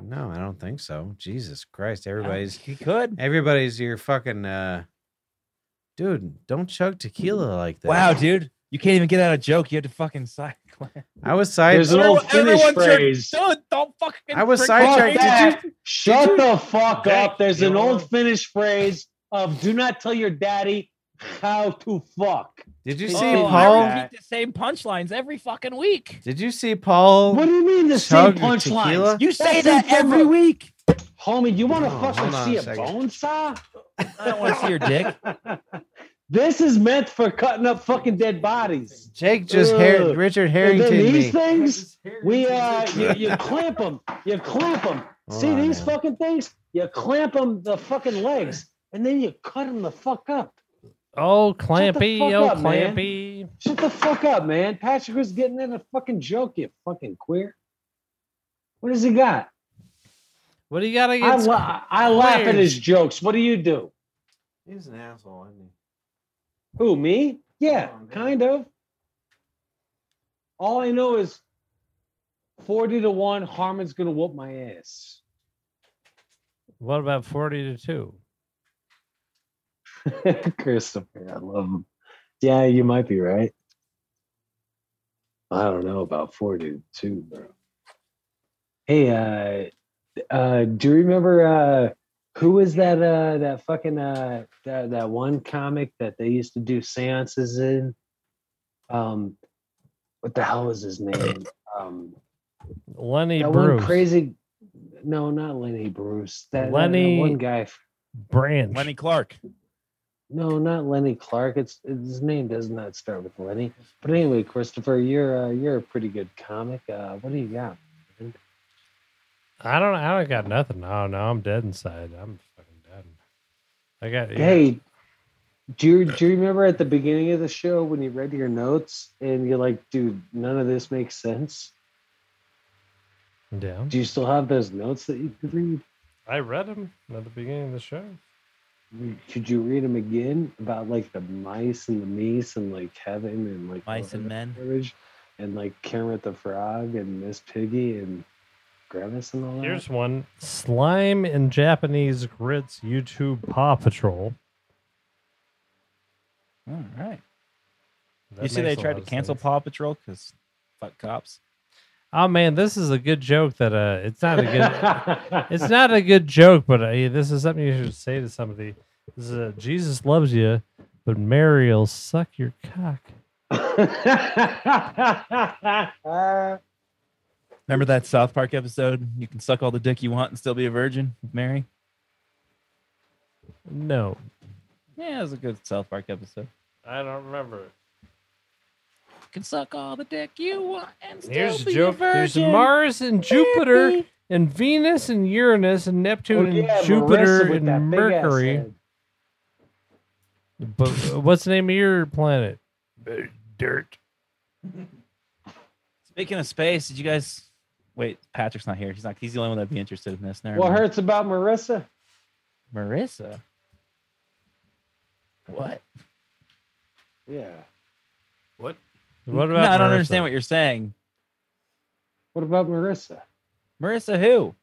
No, I don't think so. Jesus Christ, I don't everybody's think He could. everybody's your fucking. uh Dude, don't chug tequila like that. Wow, dude. You can't even get out a joke. You have to fucking side. I was side. There's an old Everyone- Finnish everyone should- phrase. Dude, don't fucking. I was prick Fuck sidetracked. my- that. Did you? Shut the fuck Hey, up. There's you an don't old know. Finnish phrase of do not tell your daddy how to fuck. Did you Oh, see I Paul? I repeat the same punchlines every fucking week. Did you see Paul? What do you mean the same chug your punchlines? tequila? You say That's that in every February. week. Homie, you want to Oh, fucking hold on see a a, second. bone saw? I don't want to see your dick. This is meant for cutting up fucking dead bodies. Jake just Har- Ugh. Richard And then Harrington these me. things, we uh, you, you clamp them, you clamp them. Hold See on, these man. fucking things? You clamp them the fucking legs, and then you cut them the fuck up. Oh, Shut the Clampy. fuck Oh, up, man. Clampy. Shut the fuck up, man. Patrick was getting in a fucking joke, you fucking queer. What does he got? What do you got I, against? la- I laugh at queers. his jokes. What do you do? He's an asshole, isn't Who, me? Yeah, Come on, man. kind of. All I know is 40 to 1, Harmon's going to whoop my ass. What about forty to two? Christopher, I love him. Yeah, you might be right. I don't know about 42, bro. Hey, uh, uh, do you remember uh, who was that? Uh, that fucking uh, that, that one comic that they used to do seances in. Um, what the hell was his name? Um, Lenny that Bruce. one crazy. No, not Lenny Bruce. That, that- that Lenny- one guy Branch. Lenny Clark. No, not Lenny Clark. It's his name does not start with Lenny. But anyway, Christopher, you're uh, you're a pretty good comic. Uh, what do you got? I don't. I don't got nothing. Oh no, I'm dead inside. I'm fucking dead. I got. Hey, do you do you remember at the beginning of the show when you read your notes and you're like, dude, none of this makes sense? Yeah. Do you still have those notes that you could read? I read them at the beginning of the show. Could you read them again about like the mice and the meese and like heaven and like Mice and men. Courage and like Kermit the Frog and Miss Piggy and Grimace and all that? Here's one Slime and Japanese Grits YouTube Paw Patrol. All right. That you see, they makes a tried lot to of cancel sense. Paw Patrol because fuck cops. Oh man, this is a good joke. That uh, it's not a good. it's not a good joke, but uh, yeah, this is something you should say to somebody. This is a, Jesus loves you, but Mary'll suck your cock. Uh, That's Remember that South Park episode? You can suck all the dick you want and still be a virgin, with Mary. No, Yeah, it was a good South Park episode. I don't remember. You can suck all the dick you want and still here's be a a joke. There's virgin. Mars and Jupiter and Venus and Uranus and Oh, Neptune and Jupiter and Mercury. But uh, what's the name of your planet? Dirt. Speaking of space, did you guys? Wait, Patrick's not here. He's not. He's the only one that'd be interested in this. Never What mind. hurts about Marissa? Marissa. What? Yeah. What? What about? No, I don't understand what you're saying. What about Marissa? Marissa, who?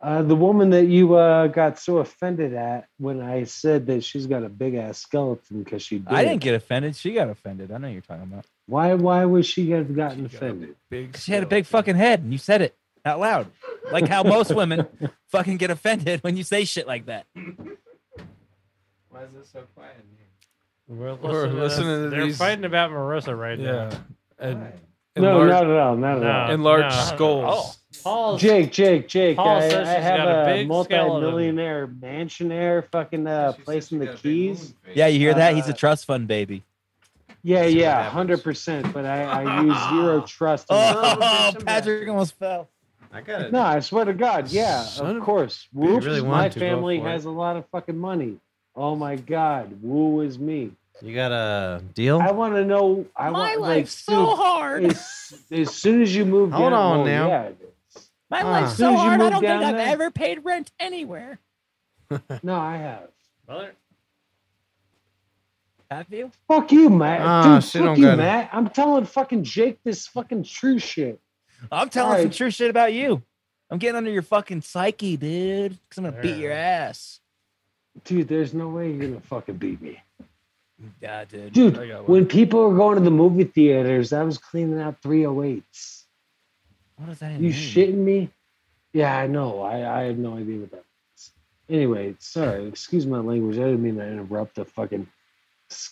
Uh, the woman that you uh, got so offended at when I said that she's got a big ass skeleton because she did. I didn't get offended. She got offended. I know you're talking about. Why? Why would she have gotten offended? Big. She had a big fucking head, and you said it out loud, like how most women fucking get offended when you say shit like that. Why is it so quiet in here? We're listening, We're to listening this. to They're these- fighting about Marissa right Yeah. And no, enlarged- not at all. Not at now. all. No, enlarged no. Oh, skulls. Oh. Paul's Jake, Jake, Jake. Paul I, I says she's have got a a, big multi-millionaire mansionaire fucking uh, place in the Keys. Yeah, you hear that? He's a trust fund baby. Yeah, yeah, hundred percent. But I, I use zero trust. in my- Oh, Patrick almost fell. I got it. No, I swear to God, yeah, Son of of- course. you Whoops, really my want to, go family for has it. a lot of fucking money. Oh my God, woo is me. You got a deal? I want to know. I My want like life's so soon- hard. As, as soon as you mmoved, Hold down, on well, now. yeah, it is. My Ah. life's As so soon as you hard. I move don't think down I've there- ever paid rent anywhere. No, I have. Have you? Fuck you, Matt. Ah, Dude, she fuck don't you, got it. Matt. I'm telling fucking Jake this fucking true shit. I'm telling some Alright. true shit about you. I'm getting under your fucking psyche, dude. Because I'm gonna beat your ass. Dude, there's no way you're gonna fucking beat me. Yeah, dude. Dude, I got one. when people were going to the movie theaters, I was cleaning out 308s. What does that even You mean? shitting me? Yeah, I know. I, I have no idea what that means. Anyway, sorry. Excuse my language. I didn't mean to interrupt the fucking. s-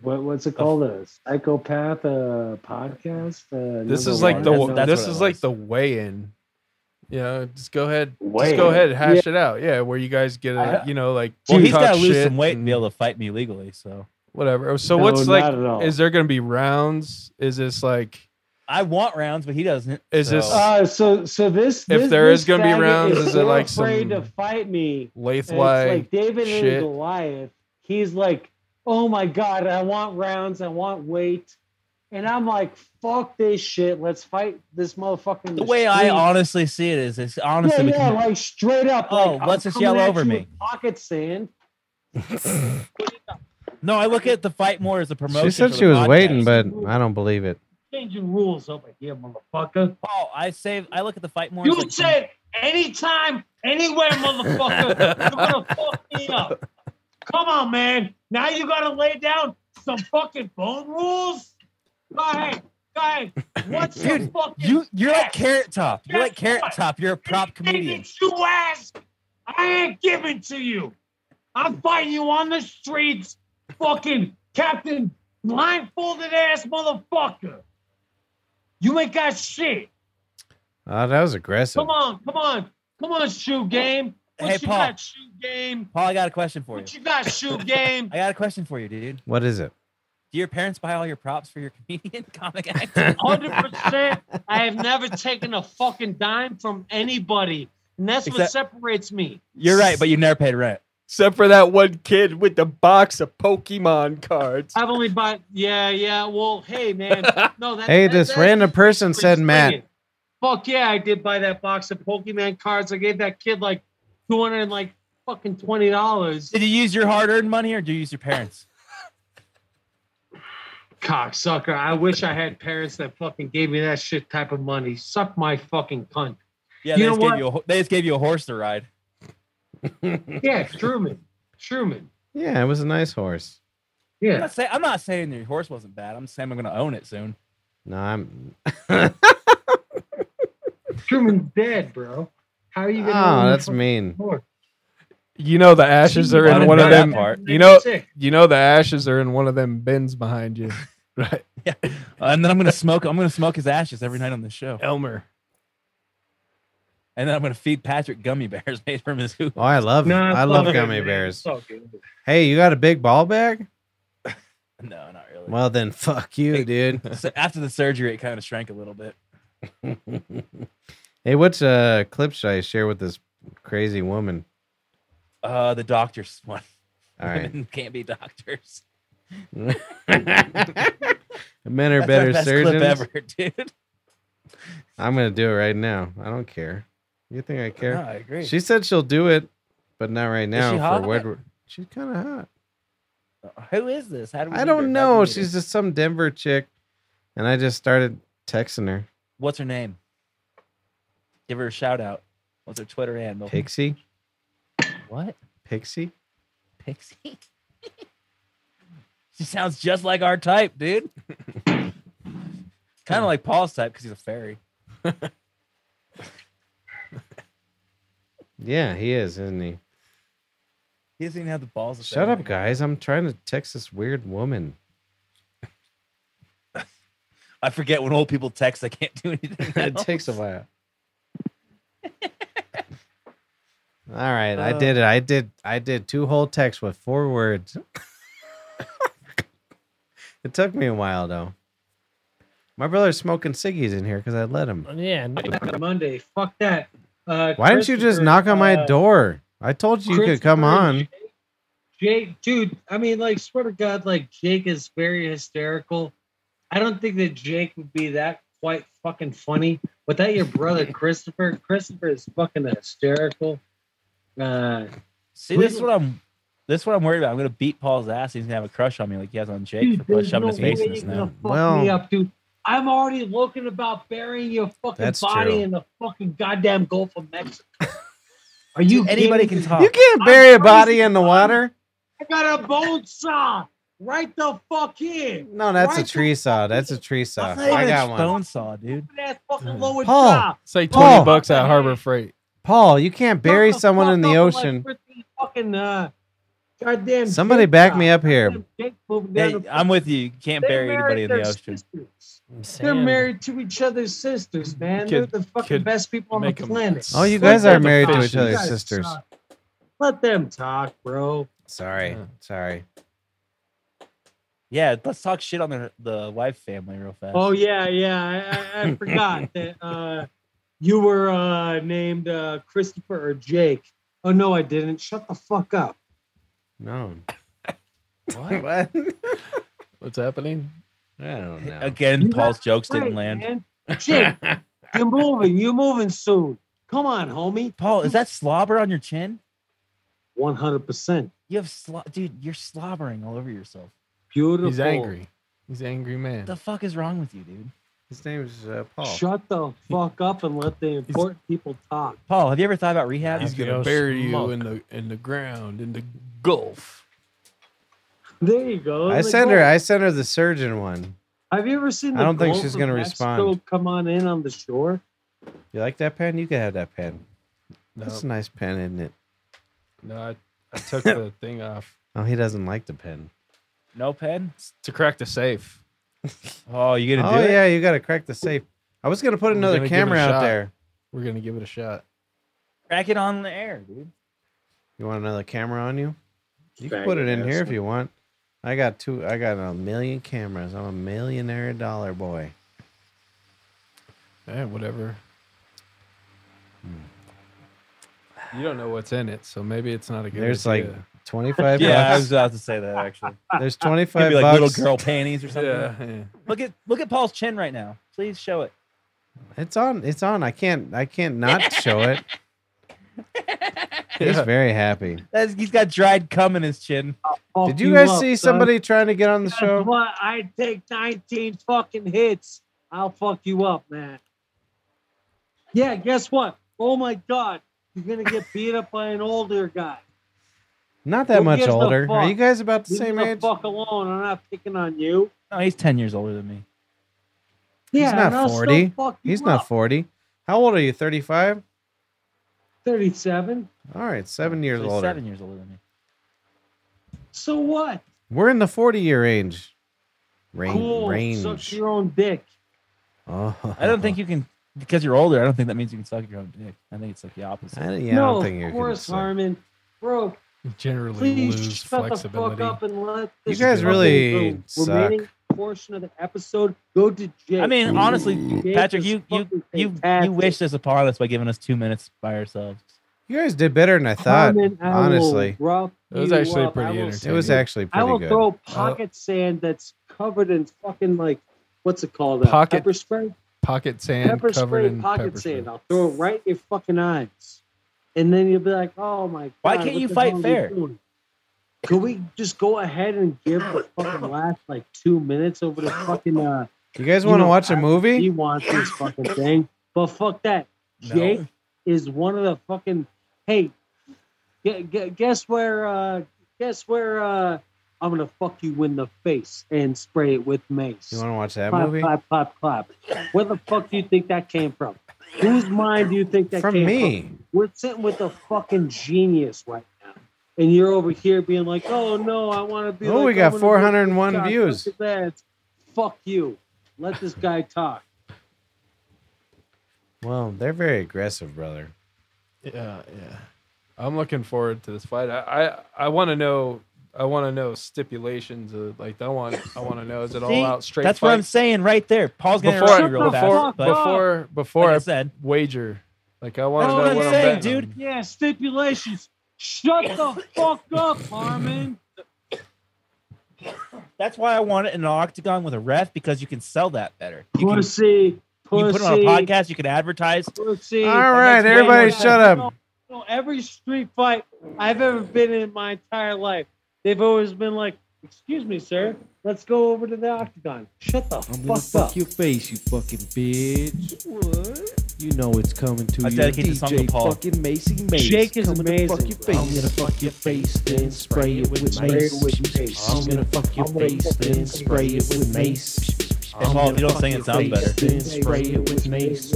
What, what's it called? A psychopath uh, podcast? Uh, This number is like one? the That's- that's what this it is was. like the weigh-in. You know, just go ahead, Weigh-in. just go ahead, and hash it out. Yeah, where you guys get a, I- you know, like Well, we'll he's talk gotta lose shit some weight and and be able to fight me legally. So whatever. So No, what's not at all. like? Is there gonna be rounds? Is this like? I want rounds, but he doesn't. Is so- this- Uh, so so this If this, there this is gonna be faggot rounds, is it so like afraid some to fight me? And Lathwai. It's like David shit. and Goliath. He's like, oh my god, I want rounds, I want weight, and I'm like, fuck this shit. Let's fight this motherfucker. in the way I street. honestly see it is, it's honestly yeah, become- yeah, like straight up. Oh, like, I'm let's just coming yell at over you me. with Pocket sand. No, I look at the fight more as a promotion. She said for she the was podcast. waiting, but I don't believe it. Changing rules over here, motherfucker. Paul, Oh, I save. I look at the fight more. You as like some- said anytime, anywhere, motherfucker. you're gonna fuck me up. Come on, man. Now you gotta lay down some fucking bone rules. Go ahead, go ahead. What's the Dude, fucking you. You're like Yes. Carrot Top. You're like Guess Carrot what? Top. You're a prop comedian. Anything you ask, I ain't giving to you. I'm fighting you on the streets, fucking Captain blindfolded ass motherfucker. You ain't got shit. Oh, that was aggressive. Come on, come on, come on, shoe game. What Hey, you Paul. got, shoe game? Paul, I got a question for you. What you got, shoe game? I got a question for you, dude. What is it? Do your parents buy all your props for your comedian comic act? Hundred percent. I have never taken a fucking dime from anybody, and that's what Except- separates me. You're right, but you never paid rent. Except for that one kid with the box of Pokemon cards. I've only bought. Yeah, yeah. Well, hey, man. No, that, Hey, that- this that- random person Let's said bring Matt. it. Fuck yeah, I did buy that box of Pokemon cards. I gave that kid like two hundred and like fucking twenty dollars. Did you use your hard-earned money or do you use your parents? Cocksucker. I wish I had parents that fucking gave me that shit type of money. Suck my fucking cunt. Yeah, You they know just gave what? you. A, ho- they just gave you a horse to ride. Yeah, Truman. Truman. Yeah, it was a nice horse. I'm Yeah. not, say, I'm not saying your horse wasn't bad. I'm saying I'm going to own it soon. No, I'm. Truman's dead, bro. How are you gonna Oh, own that's fucking mean. horse? You know the ashes are I in didn't one know of that them. part. You know, Sick. you know the ashes are in one of them bins behind you, right? And then I'm going to smoke. I'm going to smoke his ashes every night on the show. Elmer. And then I'm going to feed Patrick gummy bears made from his hoop. Oh, I love. Nah, I it's love all good, gummy man. bears. It's all good. Hey, you got a big ball bag? No, not really. Well, then fuck you, dude. So after the surgery, it kind of shrank a little bit. Hey, what's uh clip should I share with this crazy woman? Uh, the doctor's one. All right. Women can't be doctors. Men are That's our better best clip surgeons. ever, dude. I'm gonna do it right now. I don't care. You think I care? No, I agree. She said she'll do it, but not right now. she hot? For what? She's kind of hot. Who is this? How do we I meet her? don't How'd you know. meet her? She's just some Denver chick, and I just started texting her. What's her name? Give her a shout out. What's her Twitter handle? Pixie. What? Pixie. Pixie. she sounds just like our type, dude. kind of like Paul's type because he's a fairy. Yeah, he is, isn't he? He doesn't even have the balls. to say Shut up, anything. guys. I'm trying to text this weird woman. I forget when old people text. I can't do anything. it now. takes a while. All right, I did it. I did. I did two whole texts with four words. it took me a while though. My brother's smoking ciggies in here because I let him. Yeah, Monday. Fuck that. Uh, Why didn't you just Christopher, knock on my uh, door? I told you you could come on. Jake, dude, I mean, like, swear to God, like, Jake is very hysterical. I don't think that Jake would be that quite fucking funny without your brother Christopher. Christopher is fucking hysterical. Uh, See, this is what I'm. This is what I'm worried about. I'm gonna beat Paul's ass. He's gonna have a crush on me like he has on Jake for there's shoving no his face way in his you're gonna snow. fuck me up, dude. I'm already looking about burying your fucking That's body true. in the fucking goddamn Gulf of Mexico. Are you anybody kidding can me? talk? You can't bury a body in the water. I got a bone saw right the fuck here. No, that's a right tree saw. That's a tree saw. That's not even I a got Bone one. saw, dude. the ass Mm. fucking lower Paul, jaw. It's like 20 Paul. bucks at Harbor Freight. Paul, you can't bury someone in the Fuck up ocean. Like freaking fucking uh, goddamn. Somebody Jake back saw. me up here. Goddamn Jake moving down Hey, the- I'm with you. You can't They bury anybody in married the their ocean. sisters. They're married to each other's sisters, man. Could- They're the fucking could best people on the make 'em planet. Oh, you Let guys are them married to talk. each You other's guys sisters. suck. Let them talk, bro. Sorry, sorry. Yeah, let's talk shit on the the wife family real fast. Oh yeah, yeah. I, I, I forgot that uh, you were uh, named uh, Christopher or Jake. Oh no, I didn't. Shut the fuck up. No. What? What? What's happening? I don't know. Again, You Paul's got jokes Great, didn't land. man. Jake, you're moving. You're moving soon. Come on, homie. Paul, is that slobber on your chin? One hundred percent You have slo- dude. You're slobbering all over yourself. beautiful. He's angry. He's an angry man. What the fuck is wrong with you, dude? His name is uh, Paul. Shut the fuck up and let the important people talk. Paul, have you ever thought about rehab? He's Have gonna you bury smoke? you in the in the ground in the gulf. There you go. I Like, sent oh, her. I sent her the surgeon one. Have you ever seen? I The don't think Gulf she's of gonna Mexico respond. Come on in on the shore. You like that pen? You can have that pen. No, That's a nice pen, isn't it? no, I, I took the thing off Oh, he doesn't like the pen. No pen? to crack the safe. Oh, you gonna Oh do yeah, you got to crack the safe. I was gonna put We're another gonna give it a camera out shot. there. We're gonna give it a shot. it? Crack it on the air, dude. You want another camera on you? You can Bag put it in ass. here if you want. I got two. I got a million cameras. I'm a millionaire dollar boy. Eh, whatever. You don't know what's in it, so maybe it's not a good. There's like idea. twenty five Yeah, I was bucks. about to say that actually. There's Could twenty-five be like bucks. little girl panties or something. yeah, yeah. Look at look at Paul's chin right now. Please show it. It's on. It's on. I can't. I can't not show it. He's very happy. That's, he's got dried cum in his chin. Fuck Did you guys Oh, up, see son. somebody trying to get on the Guess show? What? I take 19 fucking hits. I'll fuck you up, man. Yeah, guess what? Oh my god, you're gonna get beat up by an older guy. Not Who that much gives a older. Are fuck? you guys about the Leave same me the age? fuck alone. I'm not picking on you. No, he's ten years older than me. Yeah, not and I'll still 40. fuck you He's not up. forty. How old are you? Thirty-five. 37. All right, seven years So he's older. Seven years older than me. So what? We're in the forty-year range. Range. cool. Suck range. your own dick. Oh. I don't think you can because you're older. I don't think that means you can suck your own dick. I think it's like the opposite. I don't, yeah, no, I don't think you of can. course, say- Harmon. Bro, generally please lose shut the fuck flexibility. up and let You this guys fucking really re- suck. remaining portion of the episode go to Jake. I mean, honestly, Jake Patrick, is you you fucking you you fantastic. wish this upon us by giving us two minutes by ourselves. You guys did better than I thought. Harmon, I will honestly, rough It was you actually up. I pretty will- entertaining. Uh, it was actually I pretty will good. throw pocket sand that's covered in fucking like what's it called? Uh, Pocket pepper spray. Pocket sand Pepper covered spray, in pocket pepper sand. spray. I'll throw it right in your fucking eyes, and then you'll be like, "Oh my god!" Why can't what you the fight hell are we fair? doing? Could we just go ahead and give the fucking last like two minutes over the fucking? Uh, You guys want to know, watch a movie? He wants this fucking thing, but fuck that. Jake is one of the fucking. Hey, gu- gu- guess where? Uh, guess where? Uh, I'm gonna fuck you in the face and spray it with mace. You want to watch that clap, movie? clap, clap, clap. Where the fuck do you think that came from? Whose mind do you think that From came me. from? We're sitting with a fucking genius right now, and you're over here being like, "Oh no, I want to be." Oh, like, we I got wanna be 401 like views. Look at that. Fuck you. Let this guy talk. Well, they're very aggressive, brother. Yeah, yeah. I'm looking forward to this fight. I I, I want to know. I want to know stipulations. Of, like I want. I want to know. Is it all See? out straight? That's fight? what I'm saying right there. Paul's gonna Before, interrupt you real before, fast. But before, before like I I said, wager. Like I want that's to what know I'm what saying, betting on. dude. Yeah, stipulations. Shut the fuck up, Harmon. That's why I want it in an octagon with a ref because you can sell that better. You can, Pussy. you Pussy. can put it on a podcast. You can advertise. Pussy. All right, makes way everybody, more shut up. You know, every street fight I've ever been in my entire life, they've always been like, "Excuse me, sir, let's go over to the octagon." Shut the fuck, up. your face, you fucking bitch. You know it's coming to I you. dedicate this song to DJ Paul. fucking Macy Mace. Jake is coming amazing, To fuck your bro. face. I'm gonna fuck your face, then spray it with Spray it mace. with mace. I'm gonna fuck your I'm gonna face, fuck your then face. spray it with mace. Hey, Paul, if you don't sing, it sounds better. Then spray it with mace.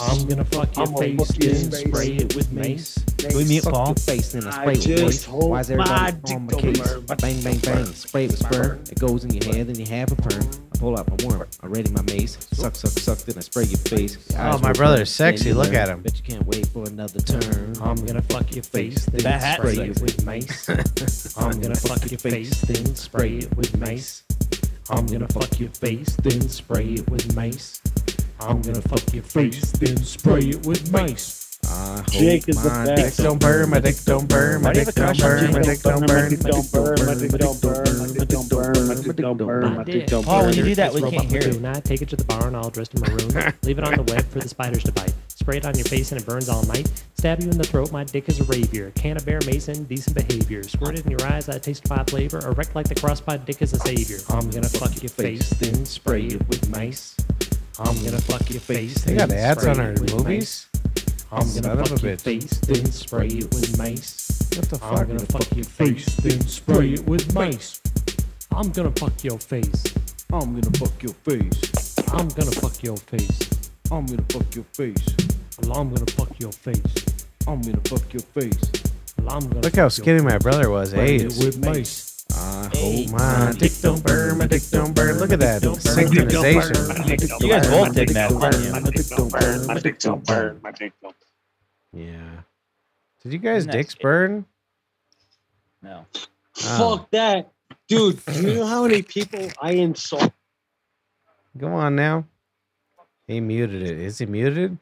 I'm gonna fuck your I'm gonna face, fuck your then face. spray it with mace. Can we mute Fuck Paul? your face, then I I spray it with just mace. hold Why is my everybody dick on my case? over my Bang, bang, bang. Spray it with sperm. It goes in your hand, then you have a perm. I pull out my worm. I ready my mace. Suck, suck, suck. Then I spray your face. Your eyes Oh, my roll brother's back, sexy, then you look learn. at him. Bet you can't wait for another turn. I'm gonna fuck your face, then That hat's spray sexy. it with mace. I'm gonna fuck your face, then spray it with mace. I'm gonna fuck your face, then spray it with mace. I'm gonna fuck your face, then spray it with mace. I hope Jake is the my best. dick don't burn, my dick don't burn, my Why do you dick have a don't crush burn, on my Jake? dick don't burn, my dick don't burn, my dick don't burn, my dick don't burn, my dick don't burn, my dick don't burn. Paul, when you do that, we can't hear it. Luna, take it to the barn all dressed in maroon. Leave it on the web for the spiders to bite. Spray it on your face and it burns all night. Stab you in the throat, my dick is a ravier. Can of bear mason, decent behavior. Squirt it in your eyes, I taste my flavor. Erect like the crosspod, dick is a savior. I'm gonna fuck your face, then spray it with mace. I'm gonna fuck your face. They got then ads on spray our it with movies? mace. I'm Son gonna of fuck a your bitch. face, then spray it with mace. What the fuck? I'm gonna fuck your face, then spray it with mace. I'm gonna fuck your face. I'm gonna fuck your face. I'm gonna fuck your face. I'm gonna fuck your face. Well, I'm gonna fuck your face. I'm gonna fuck your face. Well, I'm gonna Look how fuck your skinny my brother was. Spray Hey, it with mace. I Hey, hope Oh, my dick don't burn, my dick don't burn. Look at that synchronization. You guys both did that. didn't you? Yeah. Did you guys Nice. dicks burn? No. Oh. Fuck that, dude. Do you know how many people I insult? Go on now. He muted it. Is he muted?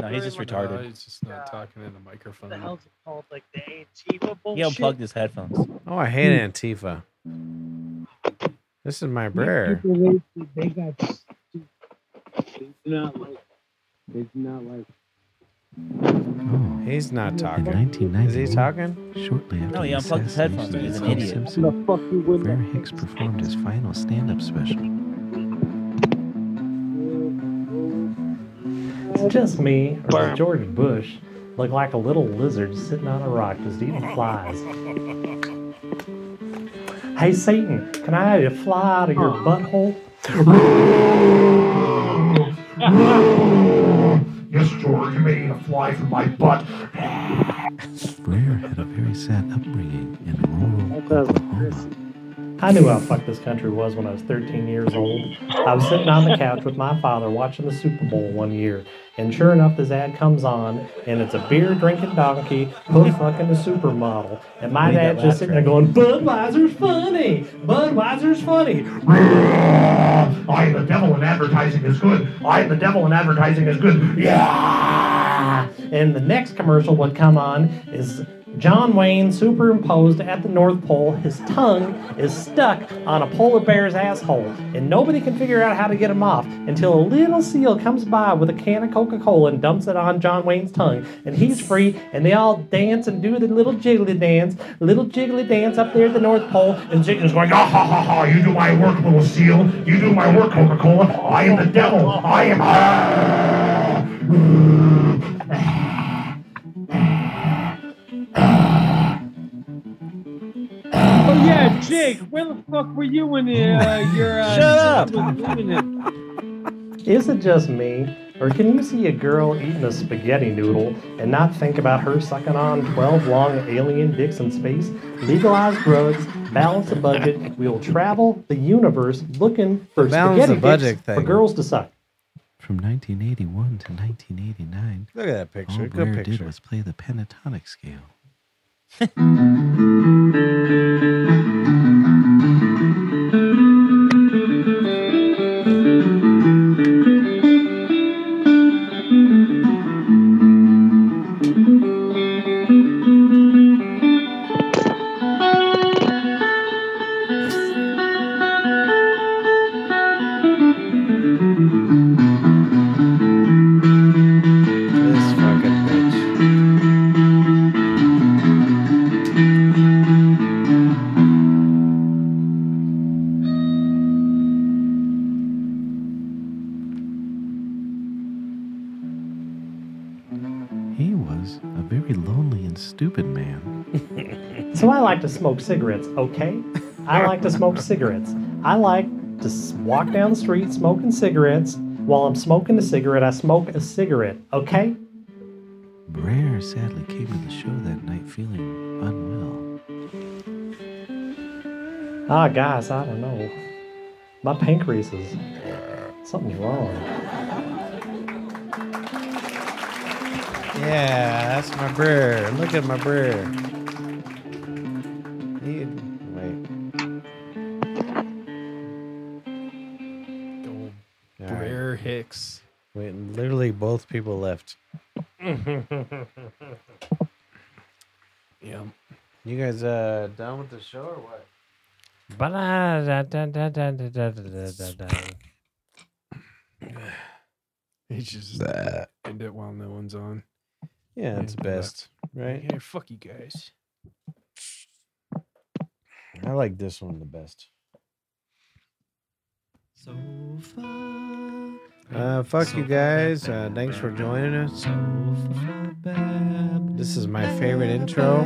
No, he's just No, retarded. he's just not talking in the microphone. What the hell's it called? Like the Antifa He bullshit. unplugged his headphones. Oh, I hate Antifa. This is my prayer. People, They, they got. stupid. They do not like. They do not like. He's not In talking. Is 1990, he talking? shortly after No, he the unplugged his assassination headphones. of He's an Homer idiot. Simpson, The fuck you win Where that Hicks performed his final stand-up special. It's just me, or George Bush, look like a little lizard sitting on a rock just eating flies. hey Satan, can I have you fly out of your butthole? Yes, George, you made a fly from my butt. Ware had a very sad upbringing in rural Oklahoma. I knew how fucked this country was when I was 13 years old. I was sitting on the couch with my father watching the Super Bowl one year, and sure enough, this ad comes on, and it's a beer drinking donkey hoof fucking a supermodel. And my We need that dad just laugh sitting there going, Budweiser's funny! Budweiser's funny! I, the devil in advertising is good. I, the devil in advertising is good. Yeah. Ah. And the next commercial would come on is John Wayne superimposed at the North Pole, his tongue is stuck on a polar bear's asshole, and nobody can figure out how to get him off until a little seal comes by with a can of Coca Cola and dumps it on John Wayne's tongue, and he's free, and they all dance and do the little jiggly dance, little jiggly dance up there at the North Pole, and Jig is going, ah ha ha ha, you do my work, little seal, you do my work, Coca Cola, I am the devil, I am. Oh yeah, Jake, where the fuck were you when the, uh, your uh, Shut up? Is it just me, or can you see a girl eating a spaghetti noodle and not think about her sucking on 12 long alien dicks in space? Legalize drugs, balance the budget. We will travel the universe looking for Balance the spaghetti budget dicks for thing. girls to suck. From 1981 to 1989. Look at that picture. All Good Blair did picture. was play the pentatonic scale. This fucking bitch. He was a very lonely and stupid man. So I like to smoke cigarettes, okay? I like to smoke cigarettes. I like to s- walk down the street smoking cigarettes. While I'm smoking a cigarette, I smoke a cigarette, okay? Brer sadly came to the show that night feeling unwell. Ah, guys, I don't know. My pancreas is. Something's wrong. Yeah, that's my brother. Look at my brother. He, wait. All right. Brer Hicks. Wait, and literally both people left. Yeah. You guys uh done with the show or what? It's just end it while no one's on. Yeah, it's best, right? Yeah, fuck you guys. I like this one the best. So far. Uh, fuck you guys. Uh, thanks for joining us. This is my favorite intro.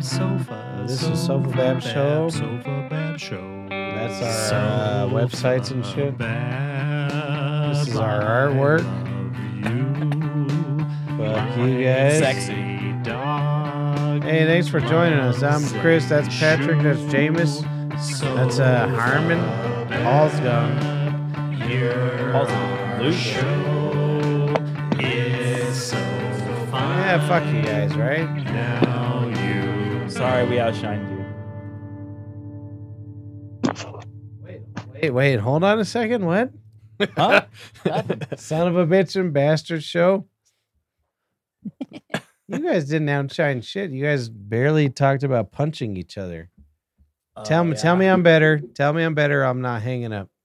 Sofa. This is Sofa Bab Show. Sofa Bab Show. That's our uh, websites and shit. This is our artwork. Fuck you guys. Hey, thanks for joining us. I'm Chris. That's Patrick. That's Jameis. That's uh, Harmon. Paul's gone. Your show is so fun. Yeah, fuck you guys, right? Now you. Sorry, we outshined you. Wait, wait, hold on a second. What? Huh? Son of a bitch and bastard show. you guys didn't outshine shit. You guys barely talked about punching each other. tell me, tell me, I'm better. Tell me, I'm better. I'm not hanging up.